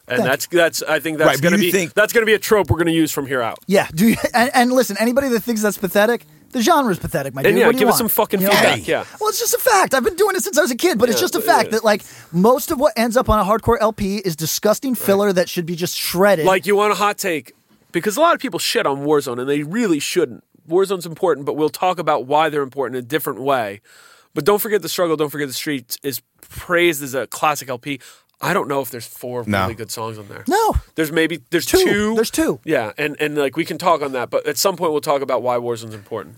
Speaker 3: And that's that's I think that's
Speaker 4: Right, but
Speaker 3: gonna
Speaker 4: you
Speaker 3: be
Speaker 4: think-
Speaker 3: that's gonna be a trope we're gonna use from here out.
Speaker 2: Yeah. Do you, and, and listen, anybody that thinks that's pathetic, the genre's pathetic, my
Speaker 3: And
Speaker 2: dude.
Speaker 3: yeah,
Speaker 2: What do you
Speaker 3: give us
Speaker 2: want?
Speaker 3: some fucking
Speaker 2: You know?
Speaker 3: feedback, yeah.
Speaker 2: Well, it's just a fact. I've been doing it since I was a kid, but it's
Speaker 3: Yeah,
Speaker 2: just a
Speaker 3: but-
Speaker 2: fact
Speaker 3: yeah.
Speaker 2: that like most of what ends up on a hardcore LP is disgusting filler that should be just shredded.
Speaker 3: Like you want a hot take because a lot of people shit on Warzone and they really shouldn't. Warzone's important, but we'll talk about why they're important in a different way. But don't forget the struggle. Don't forget the streets is praised as a classic LP. I don't know if there's four
Speaker 4: No.
Speaker 3: really good songs on there.
Speaker 2: no.
Speaker 3: There's maybe there's
Speaker 2: Two.
Speaker 3: two.
Speaker 2: There's two.
Speaker 3: Yeah, and and like we can talk on that, but at some point we'll talk about why Warzone's important.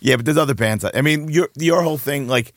Speaker 4: Yeah, but there's other bands. that- I mean, your your whole thing, like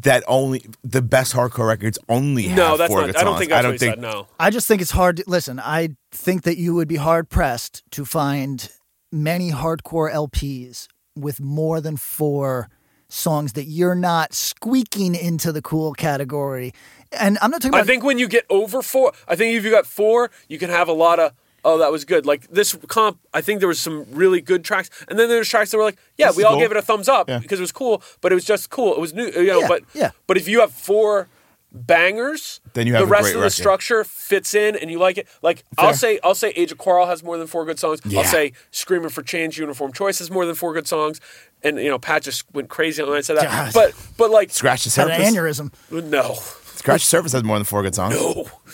Speaker 4: that only the best hardcore records only have
Speaker 6: No, that's
Speaker 4: four
Speaker 6: not.
Speaker 4: guitars.
Speaker 6: I don't think that's what he said. No.
Speaker 2: I just think it's hard. To, listen, I think that you would be hard pressed to find many hardcore LPs with more than four songs that you're not squeaking into the cool category. And I'm not talking
Speaker 6: I
Speaker 2: about.
Speaker 6: think when you get over four, I think if you got four, you can have a lot of. Oh, that was good. Like this comp, I think there was some really good tracks, and then there's tracks that were like, yeah,
Speaker 4: This
Speaker 6: we
Speaker 4: is
Speaker 6: all
Speaker 4: cool.
Speaker 6: gave it a thumbs up
Speaker 4: Yeah.
Speaker 6: because it was cool, but it was just cool. It was new, you know.
Speaker 2: Yeah,
Speaker 6: but
Speaker 2: yeah.
Speaker 6: but if you have four bangers,
Speaker 4: Then you
Speaker 6: the
Speaker 4: have a
Speaker 6: rest
Speaker 4: great
Speaker 6: of the
Speaker 4: record.
Speaker 6: structure fits in, and you like it. Like I'll
Speaker 4: Fair.
Speaker 6: say, I'll say, Age of Quarrel has more than four good songs.
Speaker 4: Yeah.
Speaker 6: I'll say, Screaming for Change, Uniform Choice has more than four good songs, and you know, Pat just went crazy when I said that.
Speaker 2: God.
Speaker 6: But but like,
Speaker 4: Scratch the
Speaker 2: had an
Speaker 4: surface.
Speaker 2: aneurysm.
Speaker 6: no,
Speaker 4: Scratch the surface has more than four good songs.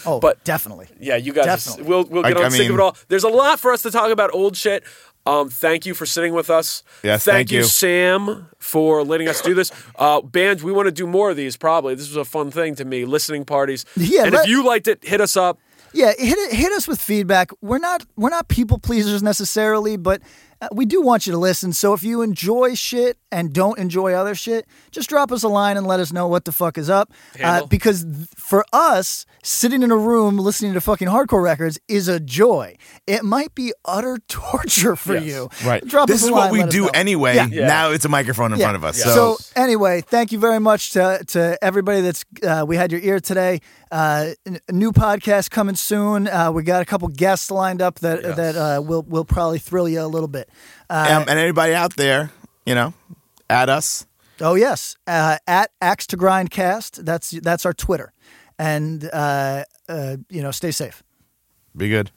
Speaker 2: Oh,
Speaker 6: But-
Speaker 2: definitely.
Speaker 6: yeah, you guys,
Speaker 2: Definitely.
Speaker 6: we'll we'll get
Speaker 4: I-
Speaker 6: on
Speaker 4: I
Speaker 6: sick of
Speaker 4: mean-
Speaker 6: it all. There's a lot for us to talk about old shit. Um, thank you for sitting with us.
Speaker 4: Yes, thank
Speaker 6: you,
Speaker 4: you.
Speaker 6: Sam, for letting us do this. Uh, bands, we want to do more of these. Probably this was a fun thing to me. Listening parties.
Speaker 2: Yeah,
Speaker 6: and
Speaker 2: let-
Speaker 6: if you liked it, hit us up.
Speaker 2: Yeah, hit hit us with feedback. We're not we're not people pleasers necessarily, but uh, we do want you to listen. So if you enjoy shit and don't enjoy other shit, just drop us a line and let us know what the fuck is up. Uh,
Speaker 6: Handle.
Speaker 2: because th- for us, sitting in a room listening to fucking hardcore records is a joy. It might be utter torture for you.
Speaker 4: Right.
Speaker 2: Drop
Speaker 4: this
Speaker 2: us a
Speaker 4: is
Speaker 2: line,
Speaker 4: what we
Speaker 2: let us
Speaker 4: do
Speaker 2: know.
Speaker 4: anyway.
Speaker 2: Yeah.
Speaker 4: Now it's a microphone in front of us.
Speaker 2: So.
Speaker 4: So,
Speaker 2: anyway, thank you very much to to everybody that's uh, we had your ear today. Uh, n- new podcast coming soon. Uh, we got a couple guests lined up that that uh, will will probably thrill you a little bit.
Speaker 4: um, and anybody out there, you know, at us.
Speaker 2: Oh yes, uh, at Axe to Grind Cast. That's that's our Twitter, and uh, uh, you know, stay safe.
Speaker 4: Be good.